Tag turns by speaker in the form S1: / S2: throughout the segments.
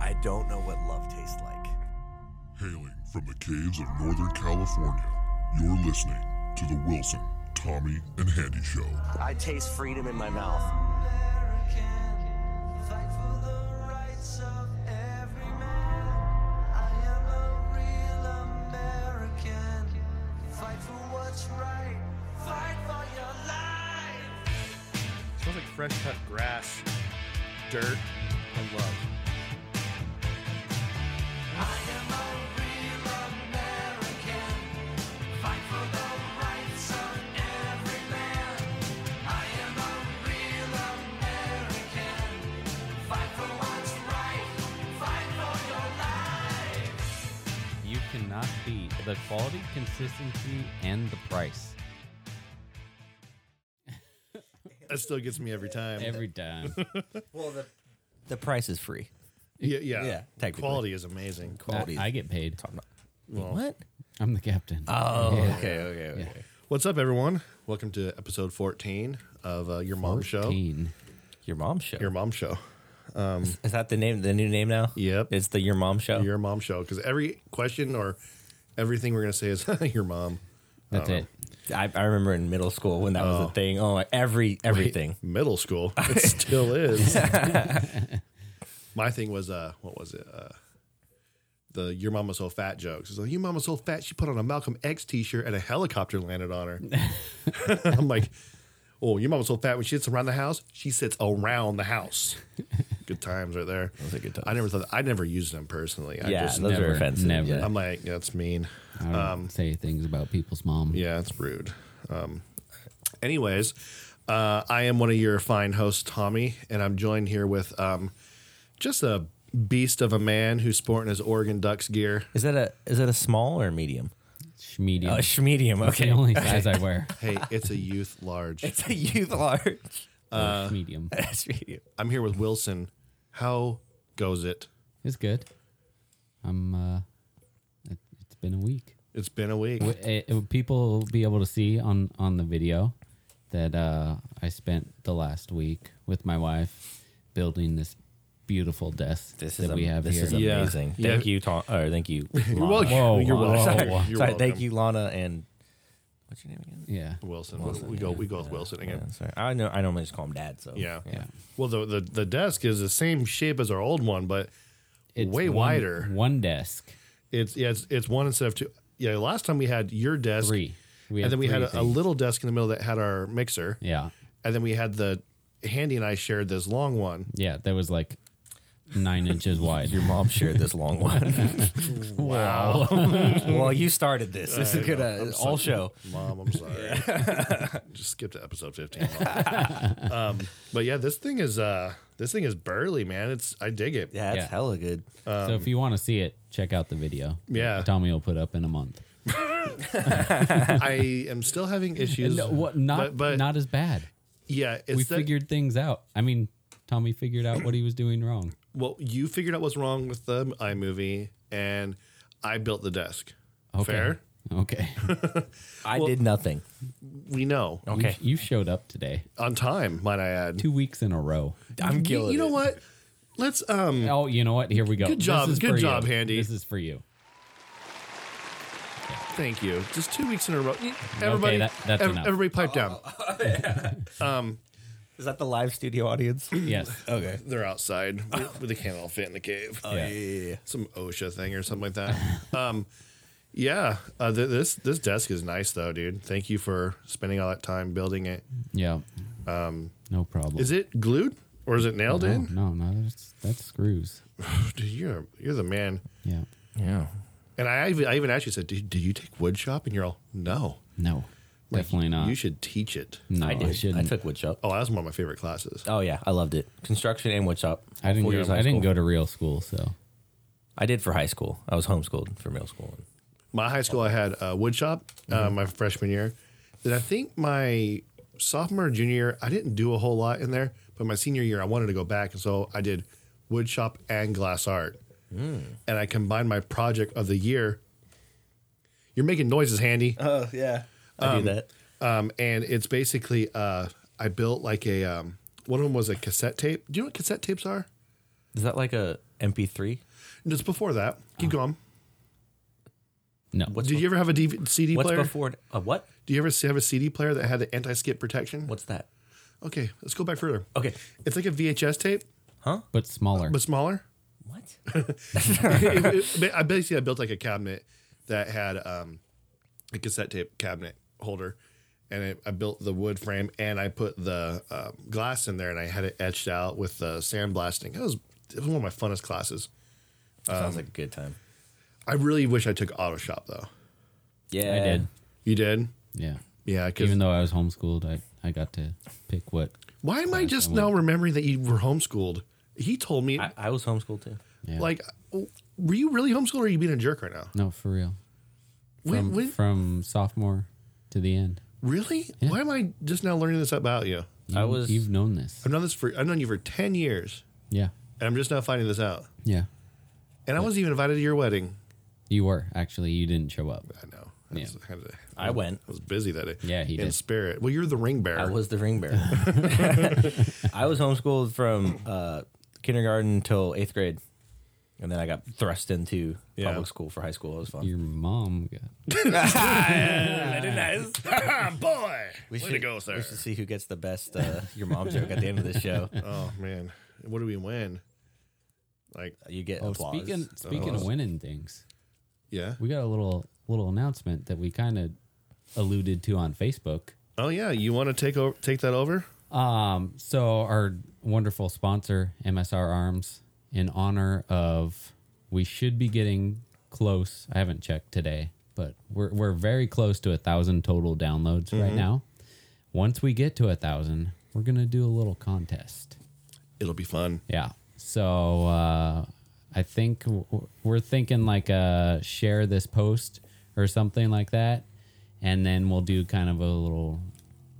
S1: I don't know what love tastes like.
S2: Hailing from the caves of Northern California, you're listening to The Wilson, Tommy, and Handy Show.
S1: I taste freedom in my mouth.
S3: Smells like fresh cut grass, dirt, and love.
S4: You cannot beat the quality, consistency, and the price
S3: That still gets me every time.
S4: every time.
S1: Well, the
S5: The price is free.
S3: yeah, yeah.
S5: Yeah, technically.
S3: Quality is amazing.
S5: Quality.
S4: I, I get paid.
S5: what?
S4: I'm the captain.
S5: Oh, okay, okay, okay.
S3: What's up, everyone? Welcome to episode 14 of uh, Your Mom Show.
S4: Teen.
S5: Your mom show.
S3: Your Mom Show.
S5: is that the name? The new name now?
S3: Yep.
S5: It's the Your Mom Show.
S3: Your Mom Show. Because every question or everything we're going to say is Your Mom.
S4: That's it.
S5: I, I remember in middle school when that was a thing. Oh, like every everything.
S3: Middle school. It still is. My thing was, uh, what was it? Uh, the your mama's so fat jokes. It's like your mama's so fat she put on a Malcolm X T-shirt and a helicopter landed on her. I'm like, oh, your mama's so fat when she sits around the house, she sits around the house. good times right there. Those
S5: are good
S3: I never thought I never used them personally. I
S5: yeah,
S3: just,
S5: those
S4: never,
S5: are offensive.
S4: never.
S5: yeah.
S3: I'm like, yeah, that's mean.
S4: I don't
S5: Um,
S4: say things about people's mom.
S3: Yeah, it's rude. Um, anyways, uh, I am one of your fine hosts, Tommy, and I'm joined here with um, just a beast of a man who's sporting his Oregon Ducks gear.
S5: Is that a is that a small or a medium?
S4: Schmedium.
S5: Oh, sh- medium.
S4: That's
S5: Okay.
S4: the only size I wear.
S3: Hey, it's a youth large.
S5: it's a youth large.
S4: Uh, medium.
S5: That's medium.
S3: I'm here with Wilson. How goes it?
S4: It's good. I'm. uh it, It's been a week.
S3: It's been a week.
S4: W- eh, it- it- people will be able to see on on the video that uh, I spent the last week with my wife building this beautiful desk
S5: This
S4: that
S5: is a,
S4: we have
S5: this
S4: here.
S5: is
S3: Yeah.
S5: amazing.
S3: Yeah.
S5: Thank you, Tom. Or thank you.
S3: You're
S5: Lana.
S3: welcome.
S4: Whoa,
S3: You're
S4: wow.
S5: Oh,
S3: welcome.
S4: Sorry.
S5: Sorry,
S3: You're welcome.
S5: thank you, Lana, and what's your name again?
S4: yeah,
S3: Wilson. we go. We go with Wilson
S5: Yeah,
S3: again.
S5: sorry. I know. I normally just call him Dad. So
S3: Yeah.
S4: yeah.
S3: Well, the, the the desk is the same shape as our old one, but way
S4: one-
S3: wider.
S4: One desk,
S3: It's yeah, it's, it's one instead of two. Yeah, last time we had your desk,
S4: three. We
S3: and then we had
S4: three
S3: a, a
S4: things.
S3: little desk in the middle that had our mixer,
S4: Yeah,
S3: and then we had the Handy and I shared this long one.
S4: yeah. That was like nine inches wide.
S5: Your mom shared this long one. wow. well, you started this. This is gonna all show.
S3: Mom, I'm sorry. Just skip to episode 15. Mom. um, but yeah, this thing is uh, this thing is burly, man. It's I dig it.
S5: Yeah, that's
S4: Yeah.
S5: hella good.
S4: so if you want to see it, check out the video.
S3: Yeah.
S4: Tommy will put up in a month.
S3: I am still having issues.
S4: No, uh, what? Not
S3: but, but
S4: not as bad.
S3: yeah, it's
S4: We
S3: that,
S4: figured things out. I mean, Tommy figured out what he was doing wrong.
S3: well, you figured out what's wrong with the iMovie, and I built the desk.
S4: Okay.
S3: Fair.
S4: Okay.
S5: I did nothing.
S3: We know
S5: Okay,
S4: You, you showed up today,
S3: on time, might I add.
S4: two weeks in a row.
S5: I'm killing.
S3: you know
S5: it.
S3: what? Let's um
S4: Oh, you know what? Here we go.
S3: Good job.
S4: This is
S3: Good
S4: for you.
S3: job, Handy.
S4: This is for you.
S3: thank you. Just two weeks in a row. Everybody
S4: that- that's
S3: ev-
S4: enough.
S3: everybody pipe down.
S4: Oh,
S5: Is that the live studio audience?
S4: Yes.
S5: Okay.
S3: They're outside. We- they can't all fit in the cave.
S4: Oh, yeah.
S3: Some OSHA thing or something like that. um yeah, uh, th- this this desk is nice though, dude. Thank you for spending all that time building it.
S4: Yeah. Um, no problem.
S3: Is it glued or is it nailed
S4: no,
S3: in?
S4: no, no. That's, that's screws.
S3: Dude, you're you're the man.
S4: Yeah.
S5: Yeah.
S3: And I even I even actually said, did, did you take wood shop? And you're all no.
S4: No.
S3: Like,
S4: definitely not.
S3: You should teach it.
S4: No,
S5: Oh,
S4: I,
S5: I did. I,
S4: shouldn't.
S5: took wood shop.
S3: Oh, that was one of my favorite classes.
S5: Oh yeah, I loved it. Construction and wood shop.
S4: I didn't.
S5: Four
S4: Go,
S5: years high
S4: I didn't
S5: school.
S4: go to real school, so
S5: I did for high school. I was homeschooled for middle school.
S3: my high school, I had a wood shop uh, my freshman year. Then I think my sophomore, junior year, I didn't do a whole lot in there. But my senior year, I wanted to go back. And so I did wood shop and glass art. And I combined my project of the year. You're making noises, Handy.
S5: Oh yeah, I do that.
S3: Um, and it's basically, uh, I built like a, um, one of them was a cassette tape. Do you know what cassette tapes are?
S6: Is that like a MP3?
S3: Just before that, keep going.
S4: No.
S6: What's
S3: Did you ever have a DV- CD
S6: what's
S3: player?
S6: before it- a what?
S3: Do you ever have a CD player that had the anti-skip protection?
S6: What's that?
S3: Okay, let's go back further.
S6: Okay.
S3: It's like a VHS tape,
S4: But smaller.
S3: but smaller.
S6: What?
S3: It- it- ba- I basically I built like a cabinet that had um, a cassette tape cabinet holder, and it, I built the wood frame and I put the um, glass in there and I had it etched out with the sandblasting. It was it was one of my funnest classes.
S6: Sounds like a good time.
S3: I really wish I took auto shop though.
S6: Yeah.
S4: I did.
S3: You did,
S4: Yeah.
S3: yeah. Because
S4: Even though I was homeschooled, I, I got to pick what.
S3: why am I just now remembering that you were homeschooled? He told me
S6: I, I was homeschooled too.
S4: Yeah.
S3: like. Were you really homeschooled or are you being a jerk right now?
S4: No, for real.
S3: When,
S4: From,
S3: when,
S4: from sophomore to the end.
S3: really? Why am I just now learning this about you?
S6: I
S4: You-
S6: was-
S4: You've known this.
S3: I've known this for I've known you for ten years,
S4: Yeah.
S3: and I'm just now finding this out.
S4: Yeah.
S3: And I wasn't even invited to your wedding.
S4: You were. Actually, you didn't show up.
S3: I know. I,
S4: Yeah.
S3: was, I had to-
S6: I went.
S3: I was busy that day.
S4: Yeah, he
S3: in
S4: did.
S3: spirit. Well, you're the ring bearer.
S6: I was the ring bearer. I was homeschooled from uh, kindergarten till eighth grade, and then I got thrust into
S3: Yeah.
S6: public school for high school. It was fun.
S4: Your mom got.
S3: Ah, boy.
S6: we
S3: Way to go, sir.
S6: We should see who gets the best uh, your mom joke at the end of the show.
S3: Oh man, what do we win? Like
S6: You get
S4: Oh,
S6: applause.
S4: speaking, speaking of winning things,
S3: yeah.
S4: we got a little little announcement that we kind of alluded to on Facebook.
S3: Oh yeah, you want to take over? Take that over?
S4: Um, so our wonderful sponsor, MSR Arms, in honor of we should be getting close. I haven't checked today, but we're we're very close to a thousand total downloads right now. Once we get to a thousand, we're gonna do a little contest.
S3: It'll be fun.
S4: Yeah. So uh, I think w- w- we're thinking like uh share this post or something like that, and then we'll do kind of a little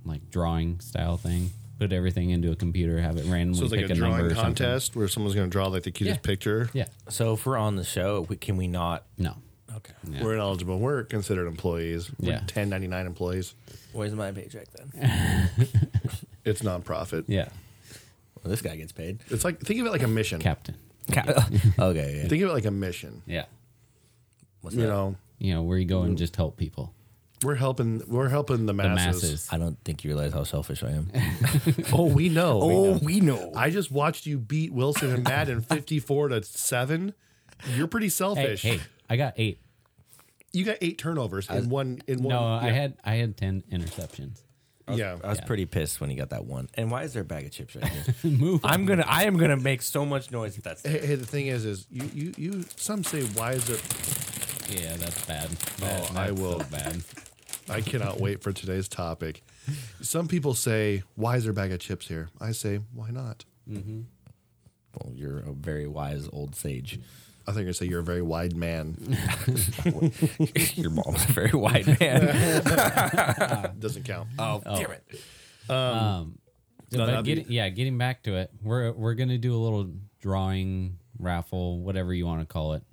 S4: like drawing style thing. Put everything into a computer, have it randomly
S3: So it's like
S4: pick
S3: a
S4: number
S3: drawing
S4: or something.
S3: contest where someone's going to draw like the cutest
S4: Yeah.
S3: picture.
S4: Yeah.
S6: so if we're on the show, we, can we not?
S4: No.
S6: Okay.
S4: Yeah.
S3: We're ineligible. We're considered employees. We're
S4: Yeah.
S3: 1099 employees.
S6: Where's my paycheck then?
S3: It's nonprofit.
S4: Yeah.
S6: Well, this guy gets paid.
S3: It's like think of it like a mission.
S4: Captain.
S6: okay. Yeah.
S3: Think of it like a mission.
S4: Yeah.
S6: What's
S3: You
S6: that?
S3: know,
S4: You know where you go and just help people.
S3: we're helping. We're helping the
S4: The
S3: masses.
S4: masses.
S6: I don't think you realize how selfish I am.
S3: Oh, we know.
S6: we know.
S3: I just watched you beat Wilson and Madden fifty-four to seven. You're pretty
S4: Hey,
S3: selfish.
S4: hey, I got eight.
S3: You got eight turnovers in one. In one.
S4: No, I
S3: yeah.
S4: had I had ten interceptions.
S3: yeah.
S6: I was pretty pissed when he got that one. And why is there a bag of chips right here?
S4: Move.
S6: I'm gonna. I am gonna make so much noise if that's.
S3: Hey, hey, the thing is, is you, you, you. Some say why is it?
S4: Yeah, that's bad.
S3: Oh, I
S4: that's
S3: will.
S4: So bad.
S3: I cannot wait for today's topic. Some people say why is there a bag of chips here? I say why not?
S6: Well, you're a very wise old sage.
S3: I think I say you're a very wide man.
S6: Your mom's a very wide man.
S3: Doesn't count.
S6: oh, damn it!
S3: No,
S4: but
S3: that'd
S4: getting, yeah, getting back to it, we're we're gonna do a little drawing raffle, whatever you want to call it.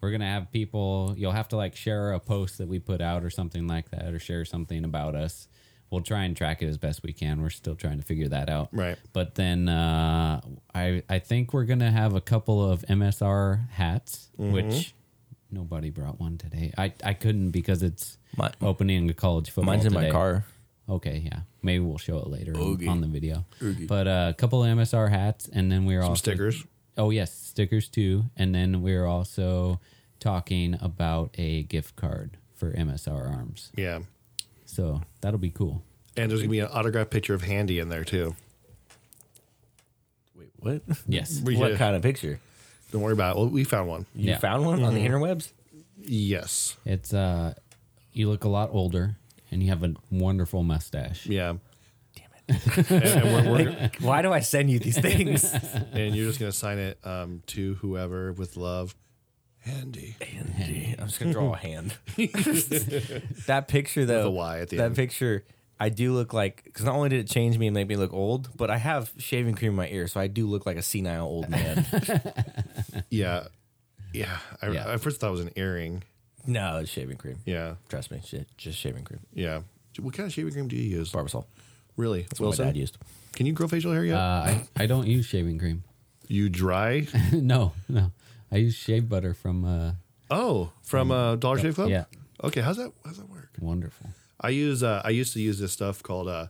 S4: We're gonna have people. You'll have to like share a post that we put out or something like that, or share something about us. We'll try and track it as best we can. We're still trying to figure that out.
S3: Right.
S4: But then uh, I I think we're gonna have a couple of MSR hats,
S6: Mm-hmm.
S4: which nobody brought one today. I, I couldn't because it's
S6: My- oh,
S4: opening a college football.
S6: Mine's in my
S4: today.
S6: car.
S4: Okay, yeah. Maybe we'll show it later on-
S6: Oogie.
S4: on the video. But uh, a couple of MSR hats, and then we're also
S3: Stickers.
S4: Oh yes, stickers too. And then we're also talking about a gift card for MSR Arms.
S3: Yeah.
S4: So that'll be cool.
S3: And there's gonna be an autographed picture of Handy in there too.
S6: Wait, what?
S4: Yes.
S3: We
S6: What
S3: did-
S6: kind of picture?
S3: Don't worry about it. Well, we found one.
S6: You
S4: Yeah.
S6: found one on the interwebs?
S3: Yes.
S4: It's uh, you look a lot older, and you have a wonderful mustache.
S3: Yeah.
S6: Damn it!
S3: And, and we're, we're,
S6: Why do I send you these things?
S3: and you're just gonna sign it um, to whoever with love. Handy.
S6: I'm just gonna draw a hand. that picture though,
S3: a Y at the
S6: that
S3: end.
S6: picture, I do look like because not only did it change me and make me look old, but I have shaving cream in my ear, so I do look like a senile old man.
S3: Yeah. Yeah. I,
S4: Yeah.
S3: I first thought it was an earring.
S6: no, it's shaving cream.
S3: Yeah.
S6: Trust me, shit, just shaving cream.
S3: Yeah. What kind of shaving cream do you use?
S6: Barbasol.
S3: Really?
S6: That's what my dad used. Uh,
S3: Can you grow facial hair yet?
S4: Uh, I I don't use shaving cream.
S3: You dry?
S4: no, no. I use shave butter from uh,
S3: Oh, from uh, Dollar Shave Club.
S4: yeah.
S3: Okay, how's that? How's that work?
S4: Wonderful.
S3: I use. Uh, I used to use this stuff called uh,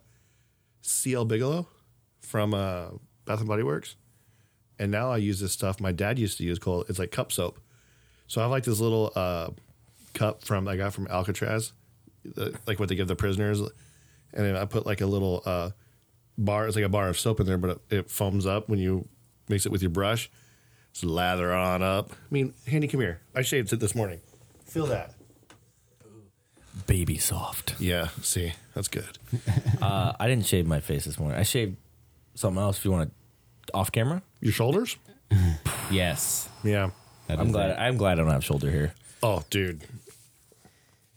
S3: CL Bigelow from uh, Bath and Body Works, and now I use this stuff my dad used to use called. It's like cup soap. So I have like this little uh, cup from I got from Alcatraz, the, like what they give the prisoners, and then I put like a little uh, bar. It's like a bar of soap in there, but it, it foams up when you mix it with your brush. Just lather on up. I mean, Handy, come here. I shaved it this morning. Feel that.
S5: Baby soft.
S3: Yeah, see, that's good.
S6: Uh, I didn't shave my face this morning. I shaved something else. If you want to, off camera.
S3: Your shoulders?
S4: Yes.
S3: Yeah.
S4: That
S6: I'm
S4: is
S6: glad.
S4: it.
S6: I'm glad I don't have shoulder hair.
S3: Oh, dude.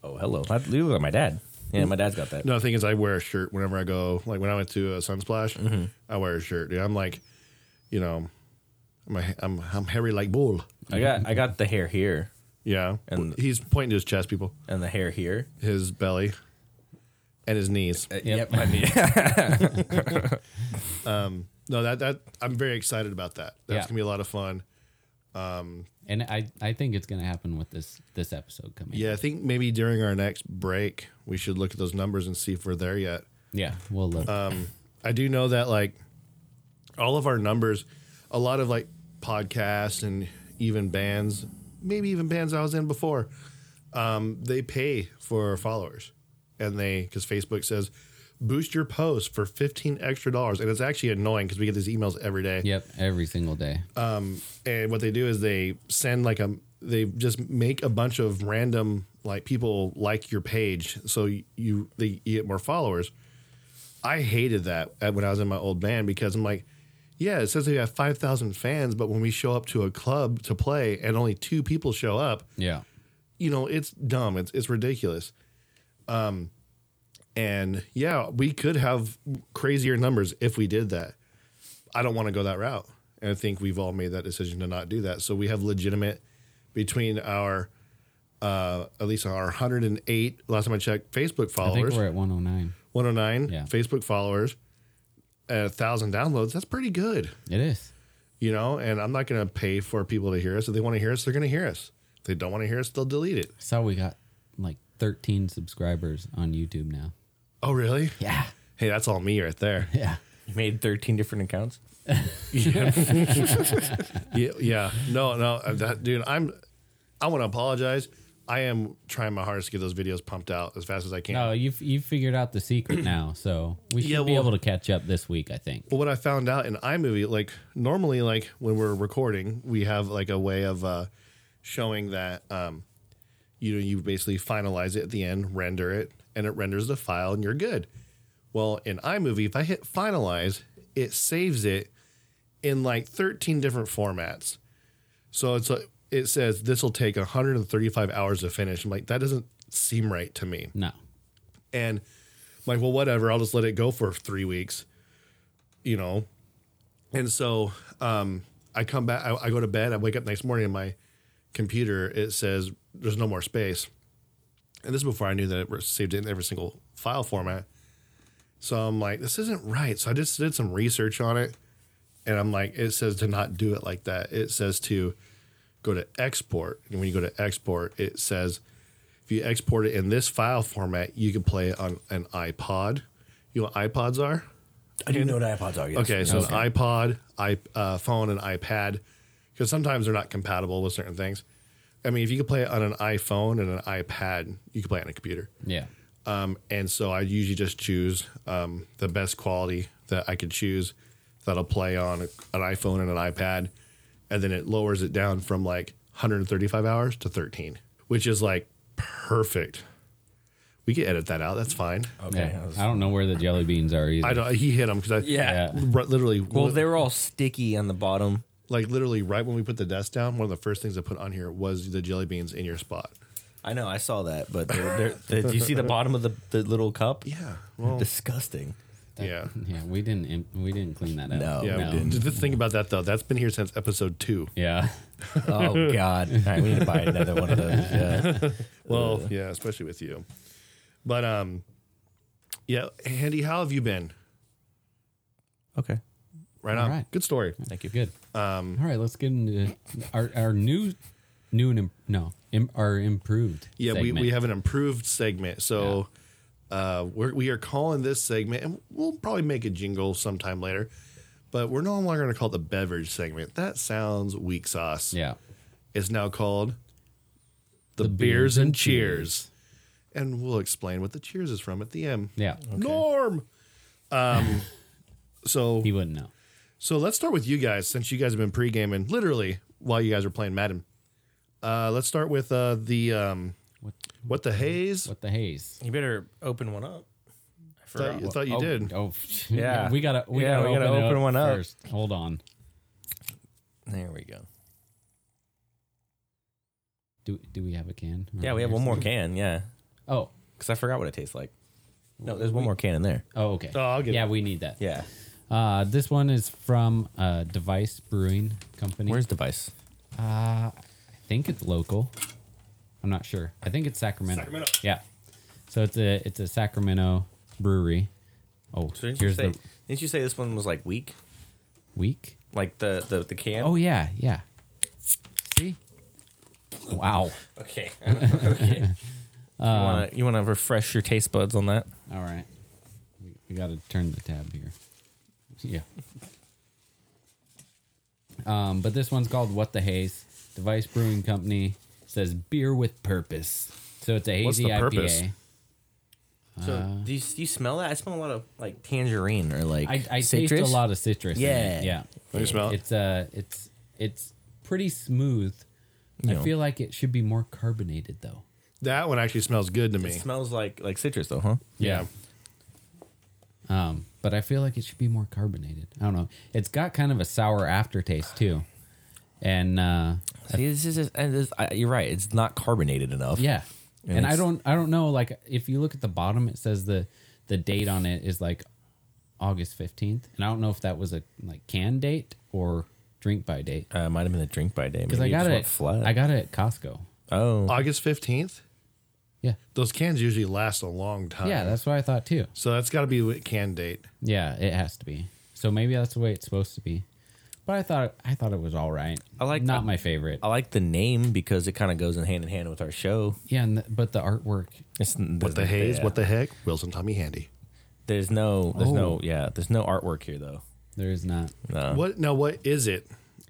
S6: Oh, hello. I you look like my dad. Yeah, my dad's got that.
S3: No, the thing is, I wear a shirt whenever I go. Like when I went to uh, Sunsplash, I wear a shirt. Dude, I'm like, you know, I'm a, I'm I'm hairy like bull.
S6: I got I got the hair here
S3: Yeah, and
S6: And-
S3: he's pointing to his chest, people,
S6: and the hair here.
S3: his belly, and his knees.
S6: Uh,
S4: Yep.
S6: my knee.
S3: No, that that I'm very excited about that. That's
S4: Yeah.
S3: gonna be a lot of fun.
S4: And I, I think it's going to happen with this this episode coming.
S3: Yeah, I think maybe during our next break, we should look at those numbers and see if we're there yet.
S4: Yeah. We'll look.
S3: Uh, I do know that like all of our numbers, a lot of like podcasts and even bands, maybe even bands I was in before, um, they pay for followers, and they because Facebook says boost your post for fifteen extra dollars, and it's actually annoying because we get these emails every day.
S4: yep. Every single day.
S3: uh, And what they do is they send like a they just make a bunch of random like people like your page, so you, you they you get more followers. I hated that at- when I was in my old band because I'm like, yeah, it says they have five thousand fans, but when we show up to a club to play and only two people show up,
S4: yeah.
S3: you know, it's dumb. It's it's ridiculous. Um, and yeah, we could have crazier numbers if we did that. I don't want to go that route, and I think we've all made that decision to not do that. So we have legitimate between our uh, at least our 108 last time I checked Facebook
S4: I think
S3: followers,
S4: we're at 109.
S3: 109
S4: Yeah.
S3: Facebook followers, a thousand downloads. That's pretty good
S4: It is.
S3: you know, and I'm not going to pay for people to hear us. If they want to hear us, they're going to hear us. If they don't want to hear us, they'll delete it.
S4: I saw we got like 13 subscribers on YouTube now.
S3: Oh, really?
S4: Yeah.
S3: Hey, that's all me right there.
S4: Yeah.
S6: You made 13 different accounts.
S3: yeah, yeah. No, no, uh, that dude, I'm I want to apologize. I am trying my hardest to get those videos pumped out as fast as I can.
S4: No, Oh, you've you've figured out the secret now, so we should
S3: Yeah,
S4: be
S3: well-
S4: able to catch up this week. I think.
S3: But what I found out in iMovie, like normally, like when we're recording, we have like a way of uh, showing that um, you know you basically finalize it at the end, render it, and it renders the file, and you're good. Well, in iMovie, if I hit finalize, it saves it in like 13 different formats. So it's like it says this will take 135 hours to finish. I'm like that doesn't seem right to me.
S4: No.
S3: And I'm like, well, whatever, I'll just let it go for three weeks, you know? And so um, I come back, I, I go to bed, I wake up next morning, and my computer, it says there's no more space. And this is before I knew that it was saved in every single file format. So I'm like, this isn't right. So I just did some research on it. And I'm like, it says to not do it like that. It says to go to export. And when you go to export, it says if you export it in this file format, you can play it on an iPod. You know what iPods are?
S5: I do know what iPods are. Yes.
S3: Okay, so an iPod, i uh, phone, and iPad, because sometimes they're not compatible with certain things. I mean, if you could play it on an iPhone and an iPad, you could play it on a computer.
S4: Yeah.
S3: Um, and so I usually just choose um, the best quality that I could choose that'll play on an iPhone and an iPad. And then it lowers it down from like 135 hours to 13, which is like perfect. We can edit that out. That's fine.
S6: Okay.
S4: Yeah.
S6: I was-
S4: I don't know where the jelly beans are either.
S3: I don't, he hit him because I
S6: Yeah.
S3: r- literally
S6: well, they were all sticky on the bottom.
S3: like literally right when we put the desk down, one of the first things I put on here was the jelly beans in your spot.
S6: I know. I saw that, but they're, they're, did you see the bottom of the, the little cup?
S3: Yeah. Well,
S6: Disgusting.
S3: yeah.
S4: yeah, we didn't im- we didn't clean that up.
S6: No.
S3: Yeah.
S6: No.
S3: The thing about that though, that's been here since episode two.
S4: Yeah.
S6: Oh God! All right, we need to buy another one of those. Yeah.
S3: Well, yeah, especially with you. But um, yeah, Andy, how have you been?
S6: Okay.
S3: Right on.
S4: right.
S3: Good story.
S4: Thank you. Good. Um, All right, let's get into our, our new, new and im- no, im, our improved.
S3: Yeah, we, we
S4: segment.
S3: have an improved segment. So uh, we're, we are calling this segment, and we'll probably make a jingle sometime later, but we're no longer going to call it the beverage segment. That sounds weak sauce.
S4: Yeah.
S3: It's now called The, Beers and Cheers. And we'll explain what the cheers is from at the end.
S4: Yeah.
S3: Norm. Um, so
S4: He wouldn't know.
S3: so let's start with you guys since you guys have been pre-gaming literally while you guys are playing Madden. Uh, let's start with uh, the um,
S4: What,
S3: what the haze.
S4: what the haze?
S6: You better open one up. I
S3: Thought- I thought you
S4: oh,
S3: did.
S4: Oh,
S6: Yeah.
S4: We gotta. We
S6: Yeah,
S4: gotta,
S6: we gotta
S4: open, it
S6: open
S4: up
S6: one up.
S4: First. Hold on.
S6: There we go.
S4: Do do we have a can? Or
S6: Yeah, we have
S4: there's-
S6: one more can. Yeah,
S4: Oh.
S6: because I forgot what it tastes like. No, there's one more can in there.
S4: Oh, okay.
S3: Oh, I'll get
S4: yeah, we need that.
S6: Yeah.
S4: Uh, this one is from uh, Device Brewing Company.
S6: Where's device?
S4: I think it's local. I'm not sure. I think it's Sacramento. Sacramento. Yeah. So it's a it's a Sacramento brewery. Oh,
S6: Didn't you
S4: here's
S6: say?
S4: the
S6: Didn't you say this one was like weak?
S4: week.
S6: Like the the, the can?
S4: Oh yeah, yeah. See? Wow.
S6: Okay. okay. you want to you want to refresh your taste buds on that?
S4: All right. We, we got to turn the tab here. Yeah. Um, but this one's called What the Haze. Device Brewing Company says beer with purpose. So it's a
S3: What's
S4: hazy
S3: the purpose?
S4: IPA.
S6: So do, you, do you smell that? I smell a lot of like tangerine or like
S4: I, I taste
S6: citrus.
S4: a lot of citrus. in it.
S6: Yeah.
S4: Yeah.
S3: Let me smell it.
S4: It's uh it's it's pretty smooth. I
S6: Yeah.
S4: feel like it should be more carbonated though.
S3: That one actually smells good to me.
S6: It smells like like citrus though, huh?
S3: yeah.
S4: Um, but I feel like it should be more carbonated. I don't know. It's got kind of a sour aftertaste too. And uh
S6: See, this is just, and this, I, you're right. It's not carbonated enough.
S4: yeah.
S6: And
S4: And I
S6: it's-
S4: don't I don't know like if you look at the bottom it says the the date on it is like August 15th and I don't know if that was a like can date or drink by date
S6: uh, might have been a drink by day.
S4: cuz
S6: Maybe
S4: I
S6: you
S4: got
S6: just went
S4: it
S6: flat.
S4: I got it at Costco.
S6: oh,
S3: August 15th.
S4: Yeah.
S3: Those cans usually last a long
S6: Oh,
S3: time.
S4: Yeah, that's what I thought too.
S3: so that's got to be what can date.
S4: Yeah, it has to be. So maybe that's the way it's supposed to be. But I thought I thought it was all right.
S6: I like-
S4: not my favorite.
S6: I like the name because it kind of goes in hand in hand with our show.
S4: yeah, and the, but the artwork.
S6: It's
S3: What the haze? What the heck? Wilson Tommy Handy.
S6: There's no. There's
S4: Oh.
S6: no. Yeah. There's no artwork here though.
S4: There is not.
S6: No.
S3: What? Now what is it?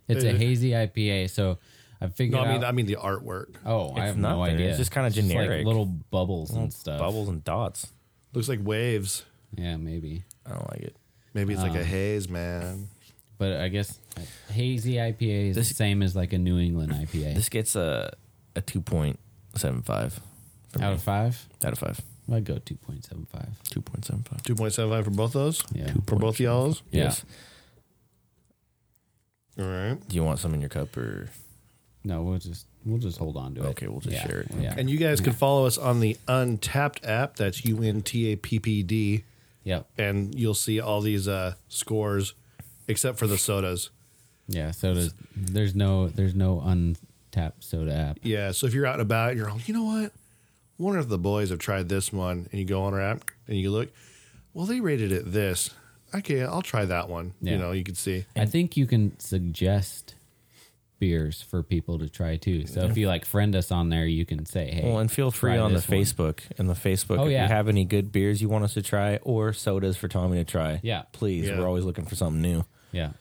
S4: It's a
S3: Uh,
S4: hazy IPA. So I figured.
S3: No, I mean
S4: out-
S3: I mean the artwork.
S4: oh, I
S6: It's
S4: have no
S6: nothing.
S4: idea.
S6: It's just kinda
S4: like
S6: generic.
S4: little bubbles and stuff.
S6: Bubbles and dots.
S3: Looks like waves.
S4: Yeah, maybe.
S6: I don't like it.
S3: Maybe it's like
S4: Ah.
S3: a haze, man.
S4: But I guess a hazy IPA is the
S6: This-
S4: same as like a New England IPA.
S6: This gets a a two point seven five
S4: out of five,
S6: out of five.
S4: I'd go two point seven five.
S6: Two point seven five.
S3: Two point seven five for both those.
S4: Yeah.
S3: For both y'all's.
S4: Yeah.
S6: Yes.
S3: All right.
S6: Do you want some in your cup or?
S4: No, we'll just we'll just hold on to it.
S6: Okay, we'll just
S4: Yeah,
S6: share it.
S4: Yeah.
S3: And you guys can follow us on the Untapped app. That's U N T A P P D,
S4: yep.
S3: and you'll see all these uh, scores, except for the sodas.
S4: Yeah, sodas. There's no there's no untapped soda app.
S3: Yeah. So if you're out and about, you're all, you know what? Wonder if the boys have tried this one, and you go on our app and you look. Well, they rated it this. Okay, I'll try that one.
S4: Yeah.
S3: You know, you can see.
S4: I think you can suggest beers for people to try too. So if you like friend us on there, you can say, "Hey,
S6: Well, and feel free
S4: try
S6: on the
S4: this one.
S6: Facebook. and the Facebook,
S4: Oh,
S6: if
S4: yeah.
S6: you have any good beers you want us to try or sodas for Tommy to try,
S4: Yeah.
S6: please.
S3: Yeah.
S6: We're always looking for something new.
S4: Yeah.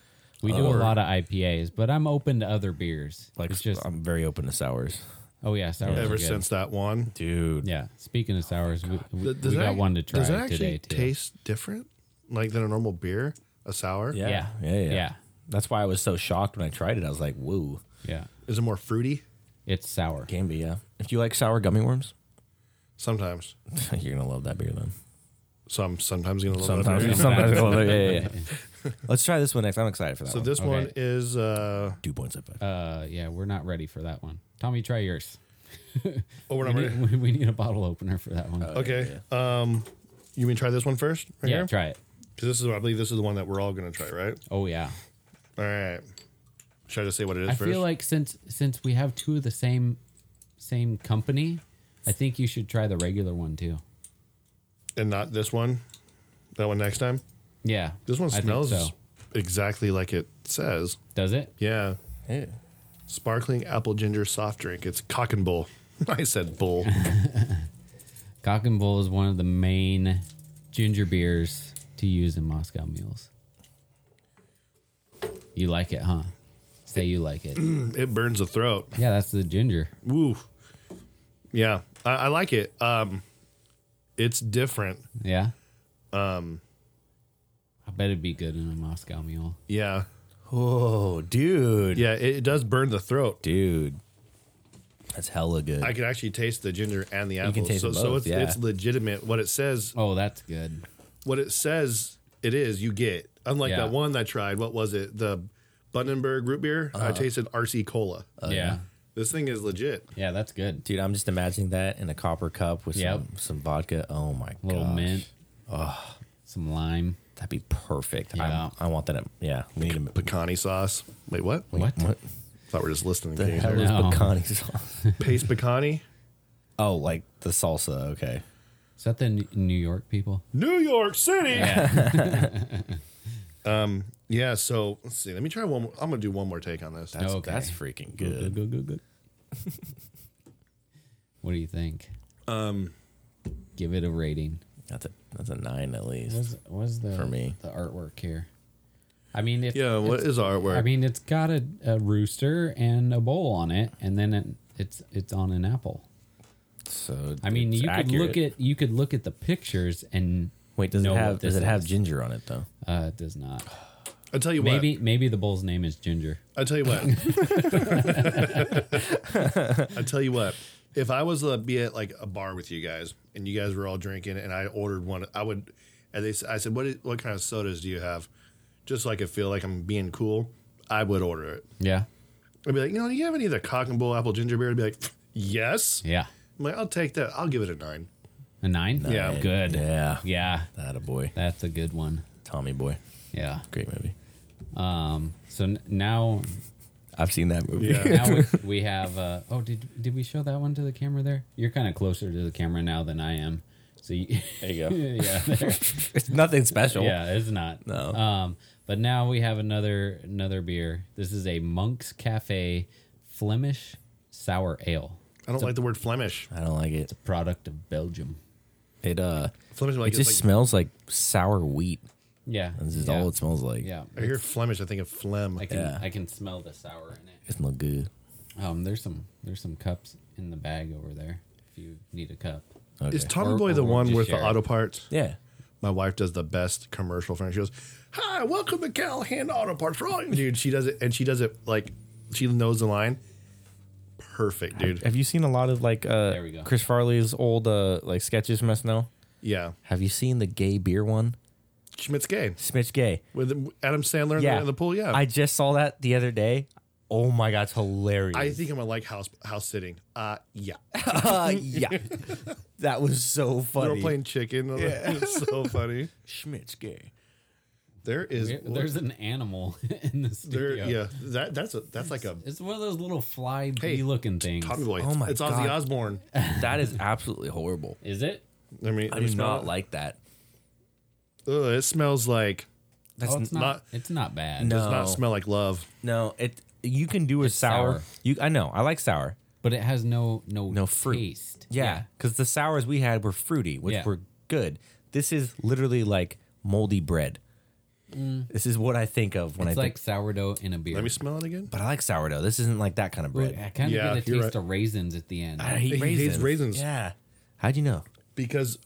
S4: We do a lot of IPAs, but I'm open to other beers. Like
S6: Like um,
S4: it's just
S6: I'm very open to sours,
S4: oh yeah, sours. are
S3: Ever
S4: good.
S3: since that one,
S6: dude.
S4: yeah. Speaking of sours, we, we,
S3: Th- Oh does
S4: we
S3: that-
S4: got one to try
S3: Does it actually
S4: today too.
S3: taste different, like than a normal beer, a sour?
S6: Yeah.
S4: Yeah.
S6: Yeah. yeah,
S4: Yeah.
S6: That's why I was so shocked when I tried it. I was like, "Whoa,
S4: yeah,
S3: Is it more fruity?
S4: it's sour.
S6: can be yeah." If you like sour gummy worms,
S3: Sometimes.
S6: you're gonna love that beer then.
S3: So I'm sometimes gonna love
S6: Sometimes,
S3: It.
S6: sometimes, you'll love it. yeah, yeah, yeah. Let's try this one next. I'm excited for that.
S3: So
S6: one.
S3: this one
S4: Okay.
S3: is uh
S6: two point seven five.
S4: Uh, yeah, we're not ready for that one. Tommy, try yours.
S3: oh we're
S4: We
S3: not ready.
S4: need, we need a bottle opener for that one.
S3: Okay. Um you mean try this one first? Right
S4: yeah,
S3: here?
S4: try it.
S3: 'Cause this is I believe this is the one that we're all gonna try, right?
S4: Oh yeah.
S3: All right. Should I just say what it is
S4: I
S3: first?
S4: feel like since since we have two of the same same company, I think you should try the regular one too.
S3: and not this one. That one next time.
S4: Yeah,
S3: This one
S4: I think
S3: smells
S4: so.
S3: exactly like it says.
S4: Does it?
S3: Yeah.
S6: Yeah.
S3: Sparkling apple ginger soft drink. It's cock and bull. I said bull.
S4: Cock and Bull is one of the main ginger beers to use in Moscow mules. You like it, huh? Say you like it.
S3: it burns the throat.
S4: Yeah, that's the ginger.
S3: Woo. Yeah. I, I like it. Um it's different.
S4: Yeah. Um, I bet it'd be good in a Moscow mule.
S3: Yeah.
S6: Oh, dude.
S3: Yeah, it, it does burn the throat.
S6: Dude. That's hella good.
S3: I can actually taste the ginger and the apple.
S6: can taste
S3: so
S6: them
S3: so
S6: both,
S3: it's
S6: yeah.
S3: it's legitimate. What it says
S4: Oh, that's good.
S3: what it says it is, you get. Unlike
S4: Yeah.
S3: that one I tried, what was it? The Bundenberg root beer.
S6: Uh-huh.
S3: I tasted RC cola.
S4: yeah.
S3: This thing is legit.
S4: Yeah, that's good.
S6: Dude, I'm just imagining that in a copper cup with
S4: Yep.
S6: some, some vodka. Oh my
S4: A little
S6: gosh.
S4: mint. Some lime.
S6: That'd be perfect.
S4: Yeah.
S6: I, I want that. At, yeah, we need a
S3: Pecani sauce. Wait, what?
S4: What?
S6: What
S3: Thought we are just listening.
S6: the
S3: to you.
S6: hell is
S4: No.
S6: pecani sauce?
S3: Paste pecani.
S6: oh, like the salsa. Okay.
S4: Is that the N- New York people?
S3: New York City. um. Yeah. So let's see. Let me try one. More. I'm gonna do one more take on this.
S6: That's,
S4: Okay.
S6: that's freaking good.
S4: Good, good, good, good. what do you think?
S3: Um.
S4: Give it a rating.
S6: That's a that's a nine at least.
S4: What's, what's the
S6: For me.
S4: the artwork here? I mean, if,
S3: Yeah. What is artwork?
S4: I mean, it's got a, a rooster and a bowl on it, and then it, it's it's on an apple.
S6: So
S4: I mean,
S6: it's
S4: you could
S6: accurate.
S4: look at you could look at the pictures and
S6: Wait, does
S4: know
S6: it
S4: what
S6: have does
S4: this
S6: it have
S4: is.
S6: ginger on it though?
S4: Uh, it does not.
S3: I'll tell you what.
S4: Maybe maybe the bull's name is Ginger.
S3: I'll tell you what. I'll tell you what. If I was to be at like a bar with you guys and you guys were all drinking and I ordered one, I would. And they, s- I said, "What is, what kind of sodas do you have?" Just so I could feel like I'm being cool, I would order it.
S4: Yeah,
S3: I'd be like, "You know, do you have any of the cock and bull apple ginger beer?" I'd be like, "Yes."
S4: yeah,
S3: I'm like, I'll take that. I'll give it a nine.
S4: a nine.
S3: Yeah. Nine.
S4: good. Yeah.
S6: Yeah, that a boy,
S4: that's a good one.
S6: Tommy Boy,
S4: Yeah.
S6: great movie.
S4: Um. So n- now
S6: I've seen that movie.
S3: Yeah.
S4: now we, we have. Uh, oh, did did we show that one to the camera there? You're kind of closer to the camera now than I am. So you,
S6: There you go.
S4: yeah, there.
S6: it's nothing special.
S4: yeah, it's not.
S6: No.
S4: Um, but now we have another another beer. This is a Monk's Cafe Flemish sour ale,
S3: I don't like the word Flemish.
S6: I don't like it.
S4: product of Belgium.
S6: It uh,
S3: Flemish
S6: it
S3: like
S6: just
S3: it's like,
S6: smells like sour wheat.
S4: Yeah,
S6: This is
S4: yeah.
S6: all it smells like.
S4: yeah.
S3: I hear Flemish. I think of phlegm.
S4: I can
S6: Yeah.
S4: I can smell the sour in it.
S6: it's no good.
S4: Um, there's some there's some cups in the bag over there. If you need a cup,
S6: Okay.
S3: Is Tommy
S4: Or-
S3: Boy
S4: or
S3: the
S4: we'll
S3: one
S4: just
S3: with the
S4: share it.
S3: auto parts?
S6: yeah.
S3: My wife does the best commercial for it. She goes, "Hi, welcome to Callahan Auto Parts." Right, dude. She does it, and she does it like she knows the line. Perfect, dude.
S6: Have you seen a lot of like uh
S4: There we go.
S6: Chris Farley's old uh like sketches from SNL?
S3: Yeah,
S6: Have you seen the gay beer one?
S3: Schmidt's gay
S6: Smitch gay.
S3: with Adam Sandler in, the, in the pool. Yeah,
S6: I
S3: I,
S6: just saw that the other day. Oh my god, it's hilarious.
S3: think I'm gonna like house house sitting. Uh, yeah,
S6: uh, yeah. that was so
S3: they're all
S6: funny.
S3: playing chicken. it's so funny.
S6: Schmitz gay.
S3: There is
S4: There- there's an animal in the
S3: there.
S4: studio.
S3: Yeah, that that's a that's like a
S4: It's one of those little fly bee
S3: Hey,
S4: looking things.
S3: Tommy Boy.
S6: Oh my
S3: it's Ozzy
S6: God.
S3: Osbourne.
S6: That is absolutely horrible.
S4: Is it?
S3: I mean,
S6: I
S3: let me
S6: do
S3: smell
S6: not
S3: it.
S6: like that.
S3: Ugh, it smells like
S6: That's
S4: oh, it's not,
S3: not-
S4: It's not bad.
S6: No.
S3: does not smell like love.
S6: No, it you can do a sour.
S4: sour.
S6: You I know, I like sour.
S4: but it has no no
S6: No fruit.
S4: taste.
S6: Yeah, because the sours we had were fruity, which
S4: Yeah.
S6: were good. This is literally like moldy bread. This is what I think of when
S4: it's
S6: I think.
S4: like sourdough in a beer.
S3: Let me smell it again.
S6: But I like sourdough. This isn't like that kind of bread.
S4: I kind of
S3: Yeah,
S4: get a taste
S3: you're right.
S4: of raisins at the end.
S6: I hate
S3: He hates
S6: raisins.
S3: raisins.
S6: Yeah. How'd you know?
S3: because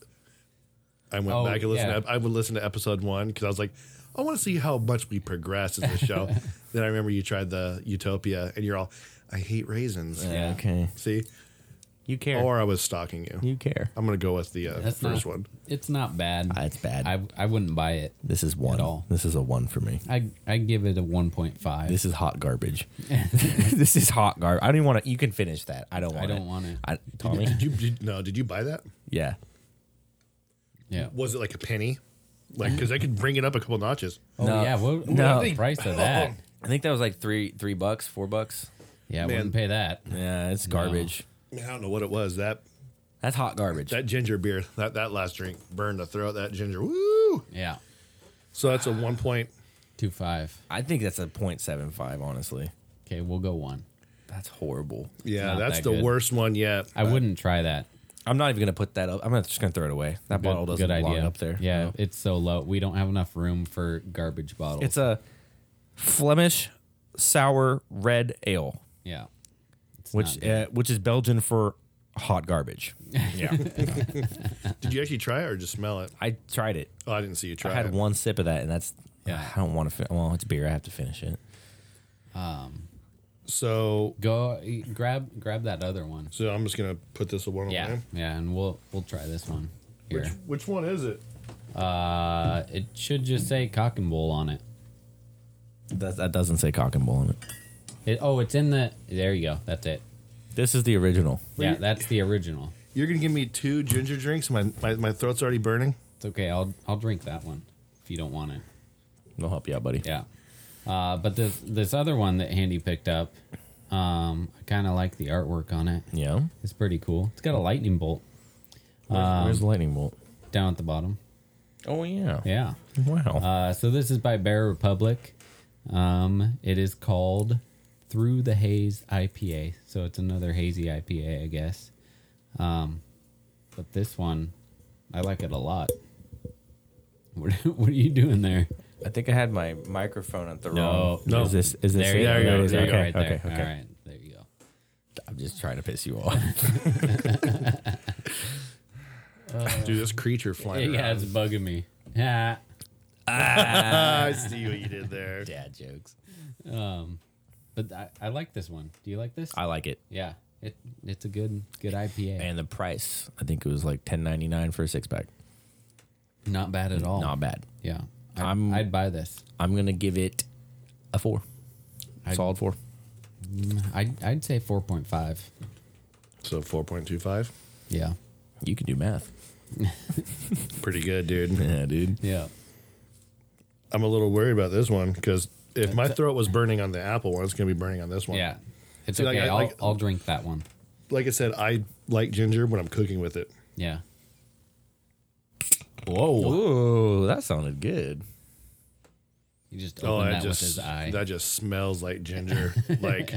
S3: I went
S4: Oh,
S3: back and listened.
S4: yeah.
S3: To, I would listen to episode one because I was like, I want to see how much we progress as a show. then I remember you tried the Utopia, and you're all, I hate raisins.
S4: Yeah.
S6: Okay.
S3: See,
S6: You care.
S3: or I was stalking you.
S6: you care.
S3: I'm gonna go with the uh,
S4: That's
S3: first
S4: not,
S3: one.
S4: It's not bad.
S6: Ah, it's bad.
S4: I I wouldn't buy it.
S6: this is one.
S4: At all.
S6: This is a one for me.
S4: I I give it a one point five.
S6: This is hot garbage. this is hot garbage. I don't even want to. You can finish that. I don't want.
S4: don't
S6: it.
S4: want it.
S6: I, Tommy.
S3: Did you did, no? Did you buy that?
S6: yeah.
S4: Yeah.
S3: Was it like a penny? Like, because I could bring it up a couple notches.
S4: Oh
S6: No.
S4: yeah. What, what
S6: No.
S4: was the price of that?
S6: I think that was like three, three bucks, four bucks.
S4: Yeah, I wouldn't pay that.
S6: Yeah, it's garbage.
S3: I mean, I don't know what it was. That
S6: That's hot garbage.
S3: that ginger beer, that that last drink, burned the throat. That ginger, woo.
S4: Yeah.
S3: So that's a one point
S4: Two five.
S6: I think that's a 0.75, honestly.
S4: Okay, we'll go one.
S6: That's horrible.
S3: Yeah,
S4: not
S3: that's
S4: that
S3: the
S4: good.
S3: worst one yet.
S4: I wouldn't try that.
S6: I'm not even gonna put that up. I'm not- just gonna throw it away. That bottle doesn't belong up there.
S4: Yeah,
S6: No.
S4: it's so low. We don't have enough room for garbage bottles.
S6: it's a Flemish sour red ale,
S4: yeah. It's not
S6: which
S4: good.
S6: uh, which is Belgian for hot garbage. Yeah,
S3: Did you actually try it or just smell it?
S6: I tried it.
S3: Oh, I didn't see you try
S6: I had
S3: it.
S6: one sip of that, and that's I don't want to. Fin- well, it's beer. I have to finish it.
S3: So,
S4: go e- grab grab that other one.
S3: so I'm just gonna put this one
S6: Oh,
S3: on.
S4: Yeah,
S3: there.
S4: yeah, and we'll we'll try this one here.
S3: Which which one is it?
S4: Uh, it should just say cock and bull on it.
S6: That, that doesn't say cock and bull on it.
S4: It oh, it's in the there you go. That's it.
S6: This is the original.
S4: Yeah, that's the original.
S3: You're gonna give me two ginger drinks. My my, my throat's already burning.
S4: It's okay. I'll I'll drink that one if you don't want it.
S6: I'll help you out, buddy.
S4: Yeah. Uh, but this this other one that Handy picked up, um, I kind of like the artwork on it.
S6: Yeah.
S4: It's pretty cool. It's got a lightning bolt
S6: Where's, where's the lightning bolt?
S4: down at the bottom.
S6: Oh yeah.
S4: Um, Yeah.
S6: Wow.
S4: Uh, so this is by Bear Republic. Um, it is called Through the Haze IPA. So it's another hazy IPA, I guess. Um, but this one, I like it a lot. What, what are you doing there?
S6: I think I had my microphone at the
S4: No,
S6: wrong.
S4: no.
S6: Is this is this
S4: there
S6: it? Oh,
S4: you
S6: That
S4: go.
S6: is-
S4: There you go.
S6: okay,
S4: right there.
S6: okay,
S4: All
S6: okay.
S4: right. There you go.
S6: I'm just trying to piss you off.
S3: Dude, this creature flying.
S4: yeah,
S3: around.
S4: it's bugging me. Yeah.
S3: I see what you did there.
S6: Dad jokes.
S4: Um, But I, I like this one. Do you like this?
S6: I like it.
S4: yeah. It it's a good good IPA.
S6: And the price, I think it was like ten ninety nine for a six pack.
S4: Not bad at all.
S6: Not bad.
S4: Yeah. I,
S6: I'm-
S4: I'd buy this.
S6: I'm gonna give it a four. Solid four.
S4: I'd, I'd say 4.5.
S3: So 4.25.
S4: Yeah.
S6: You can do math.
S3: Pretty good, dude.
S6: Yeah, dude.
S4: Yeah.
S3: I'm a little worried about this one because if my throat was burning on the apple one, it's gonna be burning on this one.
S4: Yeah. It's
S3: See, like,
S4: okay.
S3: I-
S4: I'll,
S3: like-
S4: I'll drink that one.
S3: Like I said, I like ginger when I'm cooking with it.
S4: Yeah.
S6: Whoa. Ooh, that sounded good.
S4: You just open
S3: Oh,
S4: that
S3: that just
S4: with his eye.
S3: that just smells like ginger. like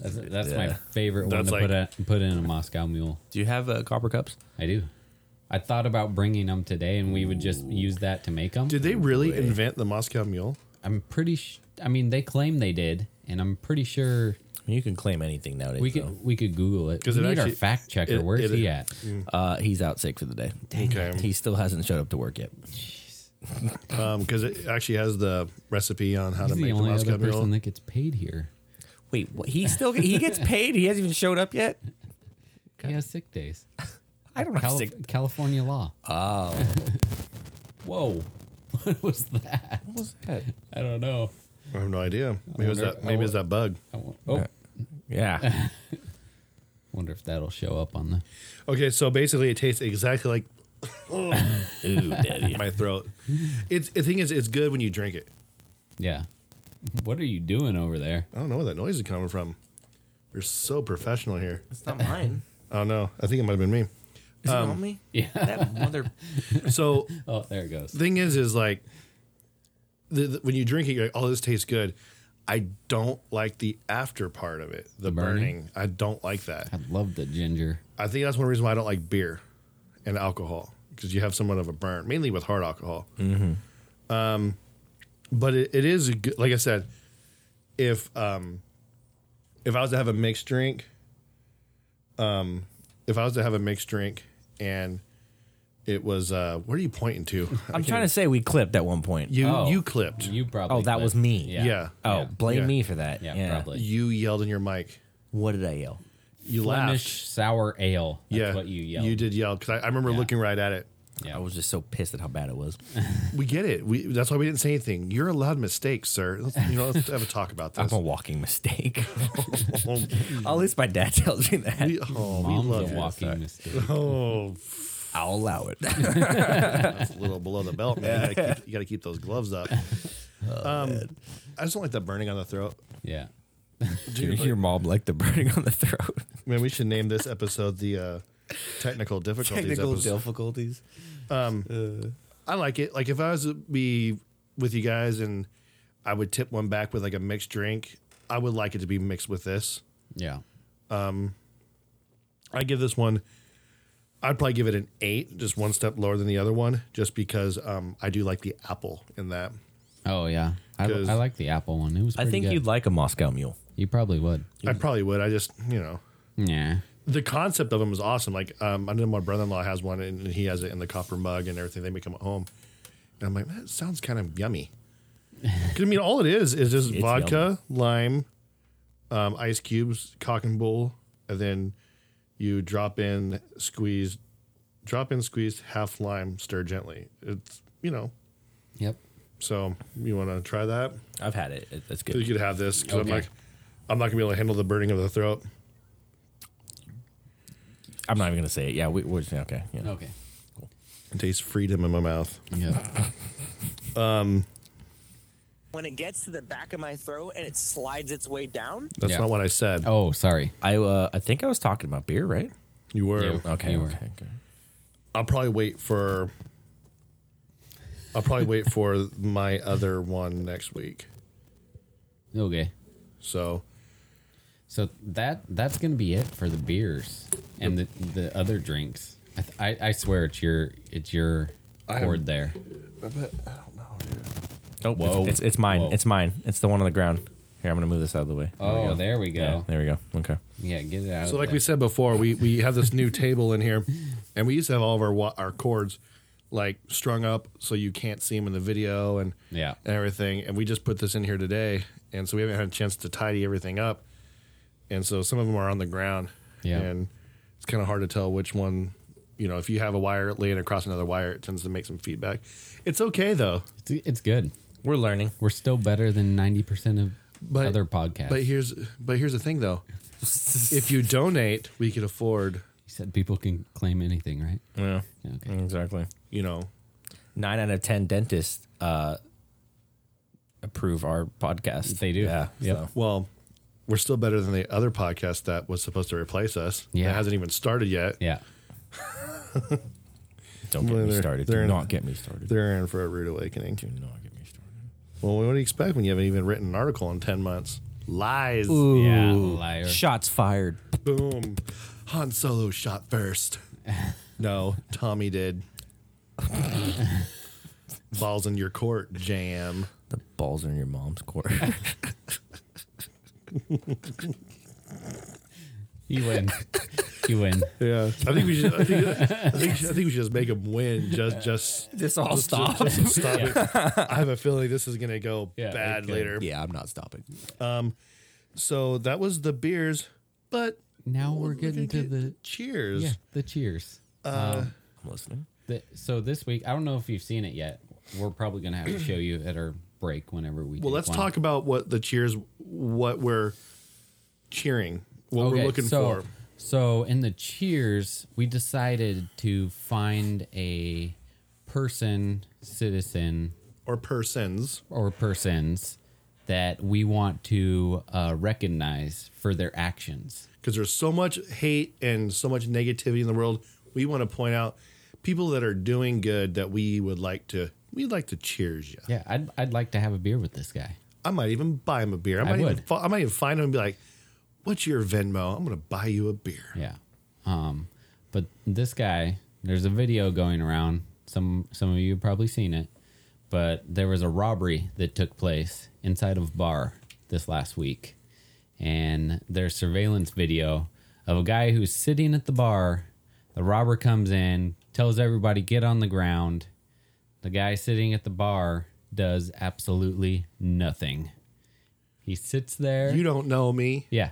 S4: that's that's my
S6: yeah.
S4: favorite one
S3: That's
S4: to put, a,
S3: like-
S4: put in a Moscow mule.
S6: Do you have uh, copper cups?
S4: I do. I thought about bringing them today and we would just use that to make them.
S3: Did they really invent the Moscow Mule?
S4: I'm pretty sh- I mean, they claim they did. And I'm pretty sure
S6: You can claim anything nowadays.
S4: we
S6: though.
S4: could we could Google it.
S3: 'Cause
S4: We
S3: it
S4: need
S3: actually-
S4: our fact checker.
S3: it-
S4: Where's
S3: it-
S4: he at?
S6: Uh, he's out sick for the day.
S3: Okay,
S6: He still hasn't showed up to work yet.
S3: because Um, it actually has the recipe on how
S4: He's
S3: to
S4: the
S3: make the
S4: only
S3: Moscow
S4: other person
S3: Mule.
S4: that gets paid here.
S6: Wait, what? he still he gets paid. He hasn't even showed up yet.
S4: He has sick days.
S6: I don't know.
S4: Calif- California law. Oh. Whoa. What was that?
S6: What was that?
S4: I don't know.
S3: I have no idea. Maybe it's
S4: wonder-
S3: that. Maybe it's that bug.
S4: I wo- oh,
S6: Yeah.
S4: wonder if that'll show up on the.
S3: Okay, so basically, it tastes exactly like
S6: Ooh, daddy.
S3: my throat. It's the thing is, it's good when you drink it.
S4: Yeah. What are you doing over there?
S3: I don't know where that noise is coming from. We're so professional here.
S6: It's not mine.
S3: I don't know. I think it might have been me.
S6: Is it on me? Yeah. That mother.
S3: So
S4: Oh, there it goes.
S3: thing is, is like the, the- when you drink it, you're like, oh, this tastes good. I don't like the after part of it, the, burning.
S4: burning?
S3: I don't like that.
S4: I love the ginger.
S3: I think that's one reason why I don't like beer and alcohol because you have somewhat of a burn, mainly with hard alcohol. Um, but it, it is a good, like I said, if um, if I was to have a mixed drink, um, if I was to have a mixed drink and it was uh, what are you pointing to?
S6: I'm trying to say we clipped at one point.
S3: You
S4: Oh.
S3: you clipped.
S4: You probably.
S6: oh, that
S4: could.
S6: was me.
S4: Yeah.
S3: Yeah.
S6: Oh,
S4: Yeah.
S6: blame
S3: Yeah.
S6: me for that.
S4: Yeah, probably.
S3: You yelled in your mic.
S6: What did I yell?
S3: You
S4: Flemish sour ale. That's
S3: laughed. yeah.
S4: what you yelled.
S3: You did yell because I, I remember looking right at it.
S4: Yeah.
S6: I was just so pissed at how bad it was.
S3: We get it. We, that's why we didn't say anything. You're allowed mistakes, sir. Let's, you know, let's have a talk about
S6: I'm
S3: this. Oh,
S6: a walking mistake. At least my dad tells me that.
S3: we, oh, we
S4: Mom's
S3: love
S4: a
S3: you.
S4: walking mistake.
S3: Oh,
S6: I'll allow it.
S3: that's a little below the belt, man. You gotta keep, you gotta keep those gloves up.
S4: Oh,
S3: Um, I just don't like the burning on the throat.
S4: Yeah.
S6: Dude, your mom liked the burning on the throat.
S3: Man, we should name this episode the uh, technical difficulties episode.
S6: difficulties.
S3: I like it. Like if I was to be with you guys and I would tip one back with like a mixed drink, I would like it to be mixed with this.
S4: Yeah.
S3: I give this one. I'd probably give it an eight, just one step lower than the other one, just because um, I do like the apple in that.
S4: Oh yeah. I,
S3: 'Cause-
S4: I like the apple one. It was.
S6: I
S4: pretty
S6: think
S4: good.
S6: you'd like a Moscow Mule.
S4: You probably would.
S3: I probably would. I just, you know,
S4: Yeah.
S3: the concept of them is awesome. Like, um, I know my brother in law has one, and he has it in the copper mug and everything. They make them at home, and I'm like, that sounds kind of yummy. 'Cause, I mean, all it is is just vodka, lime, um, ice cubes, cock and bull, and then you drop in, squeeze, drop in, squeeze half lime, stir gently. It's you know,
S4: Yep.
S3: so you want to try that?
S6: I've had it. it that's
S3: You
S6: good.
S3: could have this 'cause
S4: Okay.
S3: I'm like, I'm not gonna be able to handle the burning of the throat.
S6: I'm not even gonna say it. Yeah, we, we're just, okay. Yeah.
S4: Okay.
S3: It tastes freedom in my mouth.
S4: Yep.
S1: When it gets to the back of my throat and it slides its way down,
S3: That's
S4: Yeah.
S3: not what I said.
S4: Oh, sorry.
S6: I uh, I think I was talking about beer, right?
S3: You were.
S4: You.
S6: Okay.
S4: You were.
S6: okay, okay.
S3: I'll probably wait for. I'll probably wait for my other one next week.
S4: Okay.
S3: So
S4: So that that's gonna be it for the beers and the, the other drinks. I, th- I I swear it's your it's your cord there.
S6: Oh,
S4: Whoa.
S6: It's, it's, it's mine.
S4: Whoa.
S6: It's mine. It's the one on the ground. Here, I'm gonna move this out of the way.
S4: Oh, there we
S6: Yeah,
S4: go.
S6: there we go. Okay.
S4: Yeah, get it out.
S3: So,
S4: of
S3: like
S4: there.
S3: we said before, we we have this new table in here, and we used to have all of our wa- our cords like strung up so you can't see them in the video and
S4: Yeah.
S3: and everything. And we just put this in here today, and so we haven't had a chance to tidy everything up. And so some of them are on the ground,
S4: Yeah.
S3: and it's kind of hard to tell which one. You know, if you have a wire laying across another wire, it tends to make some feedback. It's okay though.
S4: It's, it's good.
S6: We're learning.
S4: We're still better than ninety percent of
S3: But-
S4: other podcasts.
S3: But here's but here's the thing though. if you donate, we could afford.
S4: you said people can claim anything, right?
S6: Yeah.
S4: Okay.
S6: Exactly.
S3: You know,
S6: Nine out of ten dentists uh, approve our podcast.
S4: They do.
S6: Yeah.
S4: Yep.
S6: so.
S3: Well, we're still better than the other podcast that was supposed to replace us.
S4: Yeah.
S3: It hasn't even started yet.
S4: Yeah.
S6: Don't get
S3: Well,
S6: me
S3: they're-
S6: started.
S3: they're
S6: Do
S3: in-
S6: not get me started.
S3: They're in for a rude awakening.
S6: Do not get me started.
S3: Well, what do you expect when you haven't even written an article in 10 months? Lies.
S4: Yeah. Liar.
S5: Shots fired.
S3: Boom. Han Solo shot first. no, Tommy did. Balls in your court, jam.
S6: The balls are in your mom's court.
S4: You win. you win.
S3: Yeah, I think we should. I think, I think, I think we should just make him win. Just, just
S6: this all
S3: Just- just- just stop it. I have a feeling this is gonna go
S4: Yeah, it
S3: bad
S4: could.
S3: later.
S6: Yeah, I'm not stopping.
S3: So that was the beers, but
S4: Now we're getting to
S3: gonna get
S4: the
S3: cheers.
S4: yeah the cheers.
S6: I'm listening.
S4: The, so this week, I don't know if you've seen it yet. We're probably gonna have to show you at our break whenever we.
S3: Well,
S4: take
S3: let's
S4: one.
S3: talk about what the cheers, what we're cheering, what we're looking
S4: so,
S3: for.
S4: So in the cheers, we decided to find a person, citizen,
S3: Or persons.
S4: or persons that we want to uh, recognize for their actions.
S3: Because there's so much hate and so much negativity in the world. We want to point out people that are doing good that we would like to, we'd like to cheers you.
S4: Yeah, I'd I'd like to have a beer with this guy.
S3: I might even buy him a beer. I might, even,
S4: would.
S3: fi- I might even find him and be like, what's your Venmo? I'm going to buy you a beer.
S4: Yeah. Um, but this guy, there's a video going around. Some some of you have probably seen it, but there was a robbery that took place inside of a bar this last week, and there's surveillance video of a guy who's sitting at the bar. The robber comes in, tells everybody get on the ground. The guy sitting at the bar does absolutely nothing. He sits there.
S3: You don't know me.
S4: Yeah.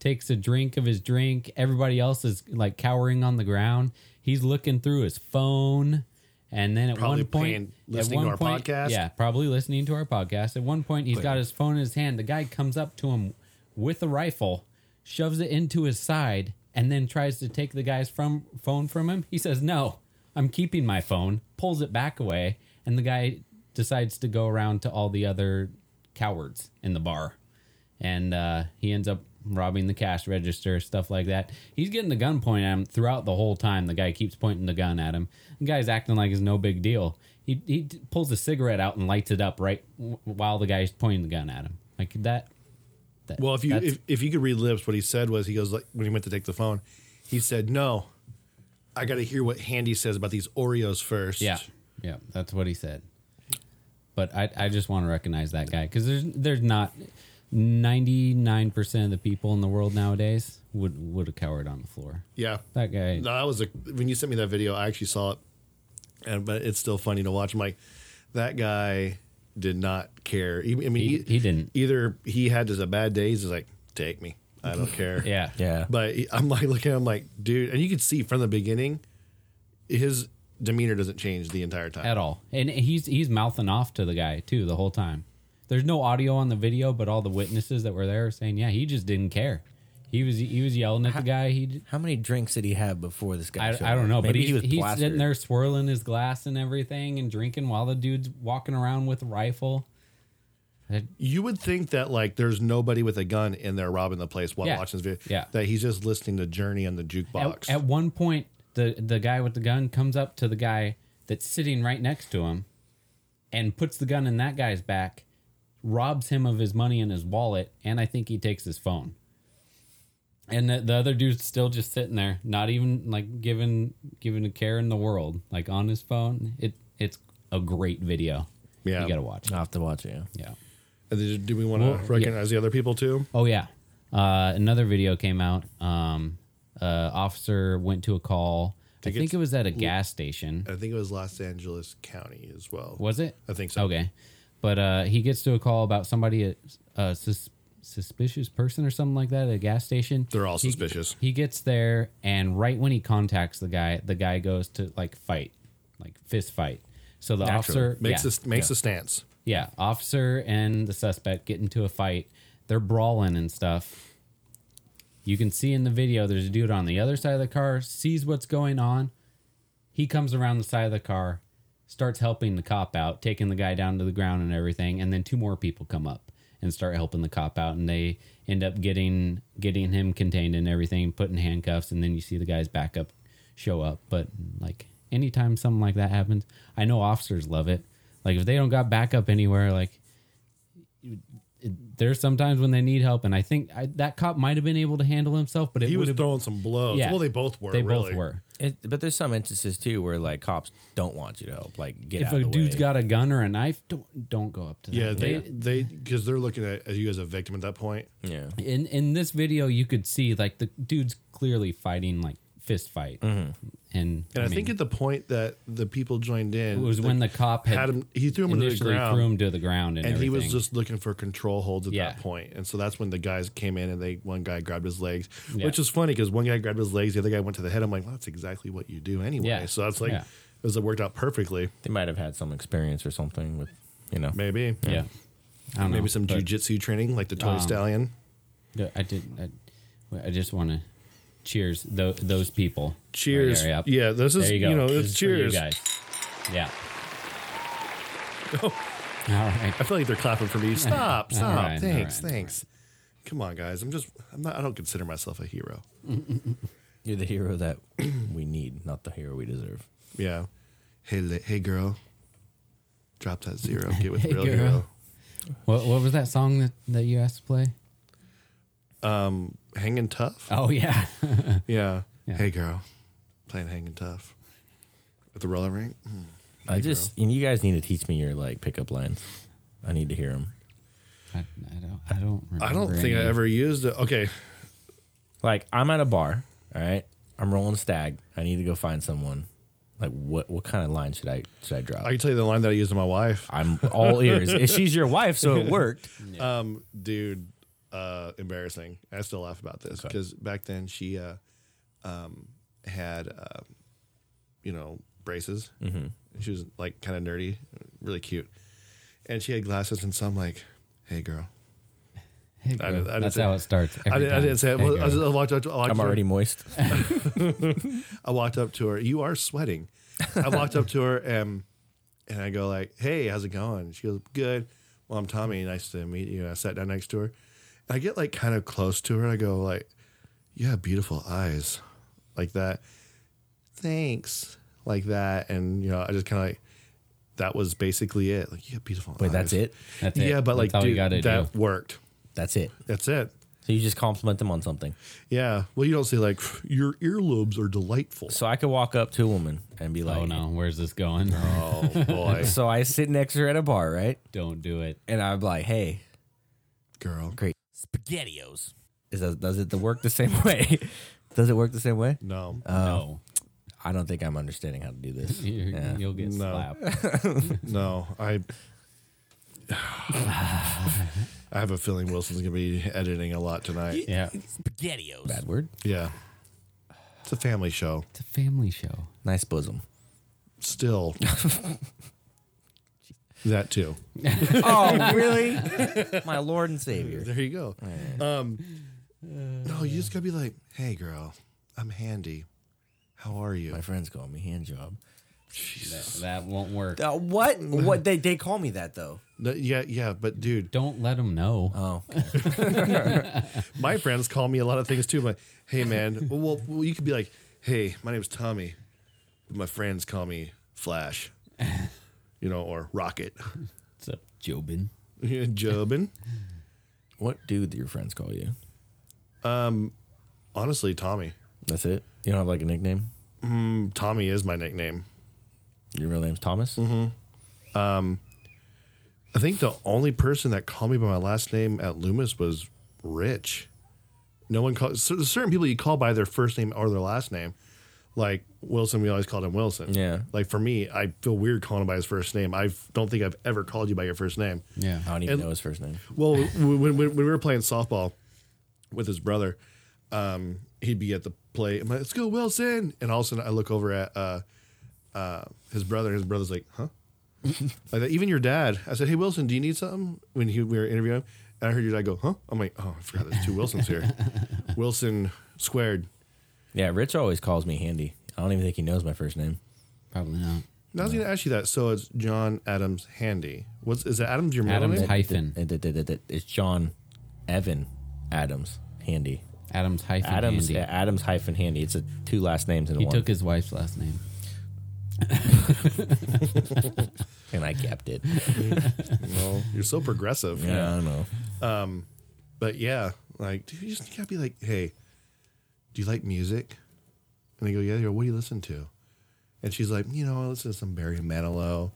S4: Takes a drink of his drink. Everybody else is like cowering on the ground. He's looking through his phone. And then at
S3: Probably
S4: one point,
S3: paying-
S4: at
S3: listening to
S4: one
S3: our
S4: point-
S3: podcast.
S4: Yeah, probably listening to our podcast. At one point, he's got his phone in his hand. The guy comes up to him with a rifle, shoves it into his side, and then tries to take the guy's from, phone from him. He says, No, I'm keeping my phone, pulls it back away, and the guy decides to go around to all the other cowards in the bar and uh, he ends up robbing the cash register, stuff like that. He's getting the gun pointed at him throughout the whole time. The guy keeps pointing the gun at him. The guy's acting like it's no big deal. He he d- pulls a cigarette out and lights it up right w- while the guy's pointing the gun at him. Like that. that
S3: Well, if you
S4: that's-
S3: if, if you could read lips, what he said was he goes like when he went to take the phone, he said, "No, I got to hear what Handy says about these Oreos first.
S4: Yeah, yeah, that's what he said. But I, I just want to recognize that guy because there's there's not ninety nine percent of the people in the world nowadays would would have cowered on the floor.
S3: yeah.
S4: That guy,
S3: No, that was a when you sent me that video, I actually saw it, and but it's still funny to watch. I'm like, that guy did not care. He- I mean,
S4: He- he didn't.
S3: Either he had just a bad day. He's just like, take me. I don't care.
S4: yeah,
S6: Yeah.
S3: But he- I'm like looking at him like, dude, and you could see from the beginning, his demeanor doesn't change the entire time.
S4: at all. And he's he's mouthing off to the guy too the whole time. There's no audio on the video, but all the witnesses that were there are saying, yeah, he just didn't care. He was he was yelling at the guy. He d-
S5: How many drinks did he have before this guy?
S4: I,
S5: showed
S4: I don't
S5: up?
S4: know,
S5: Maybe
S4: but
S5: he was
S4: he's, he's
S5: plastered.
S4: sitting there swirling his glass and everything and drinking while the dude's walking around with a rifle.
S3: You would think that like there's nobody with a gun in there robbing the place while
S4: Yeah.
S3: watching this video.
S4: Yeah.
S3: That he's just listening to Journey on the jukebox.
S4: At, at one point, the the guy with the gun comes up to the guy that's sitting right next to him, and puts the gun in that guy's back, robs him of his money and his wallet, and I think he takes his phone. And the, the other dude's still just sitting there, not even like giving giving a care in the world, like on his phone. It it's a great video.
S3: Yeah.
S4: you gotta watch. it.
S5: I'll have to watch it. Yeah.
S4: Yeah.
S3: And then do we want to recognize the other people too?
S4: Oh yeah. Uh, another video came out. Um, uh, officer went to a call. I think it was at a gas station.
S3: I think it was Los Angeles County as well.
S4: Was it?
S3: I think so.
S4: Okay. But uh, he gets to a call about somebody, a, a sus- suspicious person or something like that at a gas station.
S3: They're all suspicious.
S4: He gets there, and right when he contacts the guy, the guy goes to like fight, like fist fight. So the officer
S3: makes
S4: yeah.
S3: this makes a stance.
S4: Yeah, officer and the suspect get into a fight. They're brawling and stuff. You can see in the video there's a dude on the other side of the car, sees what's going on. He comes around the side of the car, starts helping the cop out, taking the guy down to the ground and everything, and then two more people come up and start helping the cop out and they end up getting getting him contained and everything, put in handcuffs, and then you see the guy's backup show up. But like anytime something like that happens, I know officers love it. Like if they don't got backup anywhere, like there's sometimes when they need help, and I think I, that cop might have been able to handle himself, but it
S3: He was
S4: would have
S3: throwing some blows.
S4: Yeah.
S3: Well, they both were.
S4: they
S3: really.
S4: both were.
S6: It, but there's some instances too where like cops don't want you to help. Like get
S4: If
S6: out
S4: a
S6: of the
S4: dude's
S6: way.
S4: got a gun or a knife, don't don't go up to them.
S3: Yeah, they they because they're looking at you as a victim at that point.
S6: yeah.
S4: in in this video you could see like the dude's clearly fighting like fist fight, and,
S3: Mm-hmm. And I, think at the point that the people joined in
S4: it was when the cop had,
S3: had him. He threw him into the
S4: initially
S3: ground.
S4: threw him to the ground, and,
S3: and he was
S4: everything.
S3: just looking for control holds at
S4: Yeah.
S3: that point and so that's when the guys came in and they one guy grabbed his legs
S4: Yeah.
S3: which is funny because one guy grabbed his legs the other guy went to the head i'm like well, that's exactly what you do anyway
S4: Yeah.
S3: so that's like
S4: Yeah.
S3: it was it worked out perfectly
S6: They might have had some experience or something with you know.
S3: maybe
S4: yeah. I don't
S3: maybe
S4: know,
S3: some
S4: but- Um,
S3: jujitsu training like the toy stallion
S4: Yeah, I did. I, well, I just want to cheers tho- those people. right
S3: cheers
S4: there, yep.
S3: yeah this is
S4: There
S3: you,
S4: you go.
S3: know
S4: This
S3: it's
S4: is for you
S3: cheers
S4: guys. Yeah. All right.
S3: i feel like they're clapping for me stop
S4: All
S3: stop
S4: right, all
S3: thanks
S4: right, all
S3: thanks come on guys i'm just i'm not i don't consider myself a hero
S6: You're the hero that we need, not the hero we deserve.
S3: yeah hey li- hey girl drop that zero get with
S4: Hey,
S3: real
S4: girl.
S3: hero
S4: What, what was that song that, that you asked to play?
S3: hanging tough
S4: Oh yeah.
S3: Yeah.
S4: Yeah.
S3: Hey, girl, playing hanging tough at the roller rink. Mm.
S6: I just and you guys need to teach me your like pickup lines. I need to hear them.
S4: I, I don't. I don't. Remember
S3: I don't think I
S4: any.
S3: ever used it. Okay,
S6: Like I'm at a bar, all right. I'm rolling stag. I need to go find someone. Like what? What kind of line should I should I drop?
S3: I can tell you the line that I used to my wife.
S6: I'm all ears. And She's your wife, so it worked.
S3: Um, dude, uh, embarrassing. I still laugh about this because back then she uh, um, had, uh, you know, braces. Mm-hmm. She was like kind of nerdy, really cute, and she had glasses. And so I'm like, "Hey, girl."
S4: Hey,
S3: I
S4: girl.
S3: did- I did
S4: That's
S3: say-
S4: how it starts. Every
S3: I, did, I
S4: time.
S3: didn't say it.
S4: Hey,
S3: Well, I,
S4: girl.
S3: just, I walked up to, I walked
S6: I'm
S3: up-
S6: already moist.
S3: I walked up to her. You are sweating. I walked up to her and and I go like, "Hey, how's it going?" She goes, "Good." Well, I'm Tommy. Nice to meet you. And I sat down next to her, I get like kind of close to her. and I go like, "You have beautiful eyes," like that. Thanks, like that, and you know, I just kind of like that was basically it. Like, you have beautiful.
S6: Wait,
S3: eyes.
S6: that's it.
S4: That's it.
S3: yeah, but like,
S4: That's all you
S3: dude,
S4: gotta
S3: that
S4: do.
S3: worked.
S6: That's it.
S3: That's it.
S6: So you just compliment them on something.
S3: Yeah. Well, you don't say like your earlobes are delightful.
S6: So I could walk up to a woman and be like,
S4: Oh no, where's this going?
S3: Oh boy,
S6: So I sit next to her at a bar, right?
S4: Don't do it.
S6: And I'm like, hey,
S3: girl.
S6: spaghettios. Is that, does it work the same way? does it work the same way?
S3: No.
S6: Oh.
S4: no,
S6: I don't think I'm understanding how to do this.
S4: You're,
S6: yeah.
S4: you'll get
S3: No.
S4: slapped.
S3: No, I. I have a feeling Wilson's gonna be editing a lot tonight.
S4: Yeah,
S6: Spaghettios. Bad word.
S3: Yeah, it's a family show.
S4: it's a family show.
S6: Nice bosom.
S3: Still, that too.
S6: oh, really? My Lord and Savior.
S3: There you go. Um, no, you just gotta be like, "Hey, girl, I'm handy. How are you?"
S6: My friends call me hand job.
S4: That, that won't work.
S6: Uh, what? What? They, they call me that though.
S3: No, yeah, yeah, but dude,
S4: Don't let them know.
S6: Oh,
S3: my friends call me a lot of things too. I'm like, hey man, well, well, you could be like, hey, my name's Tommy, but my friends call me Flash, you know, or Rocket,
S4: What's up, Jobin?
S3: Jobin.
S6: what dude do your friends call you?
S3: Honestly, Tommy.
S6: That's it. You don't have like a nickname.
S3: Tommy is my nickname.
S6: Your real name's Thomas.
S3: I think the only person that called me by my last name at Loomis was Rich. No one calls so there's certain people you call by their first name or their last name. Like Wilson, we always called him Wilson.
S6: Yeah.
S3: Like for me, I feel weird calling him by his first name. I don't think I've ever called you by your first name.
S4: Yeah.
S6: I don't even
S3: And-
S6: know his first name.
S3: Well, when, when, when we were playing softball with his brother, um, he'd be at the plate. I'm like, let's go, Wilson. And all of a sudden, I look over at uh, uh, his brother, and his brother's like, huh? like that. Even your dad. I said, hey, Wilson, do you need something? When he, we were interviewing him, and I heard your dad go, huh? I'm like, oh, I forgot there's two Wilsons here. Wilson squared.
S6: Yeah, Rich always calls me Handy. I don't even think he knows my first name.
S4: Probably not.
S3: And I was going to ask you that. So it's John Adams Handy. What's is that Adams your middle
S4: Adams
S3: name?
S4: Hy- Hyphen.
S6: It- it- it- it- it- It's John Evan Adams Handy.
S4: Adams hyphen
S6: Adams
S4: Andy.
S6: yeah, Adams hyphen Handy. It's a two last names in
S4: He
S6: one,
S4: took his wife's last name.
S6: and I kept it.
S3: Well, you're so progressive.
S6: I don't know.
S3: But yeah, like, dude, you just gotta be like, hey, do you like music? And they go, yeah. They go, what do you listen to? And she's like, you know, I listen to some Barry Manilow.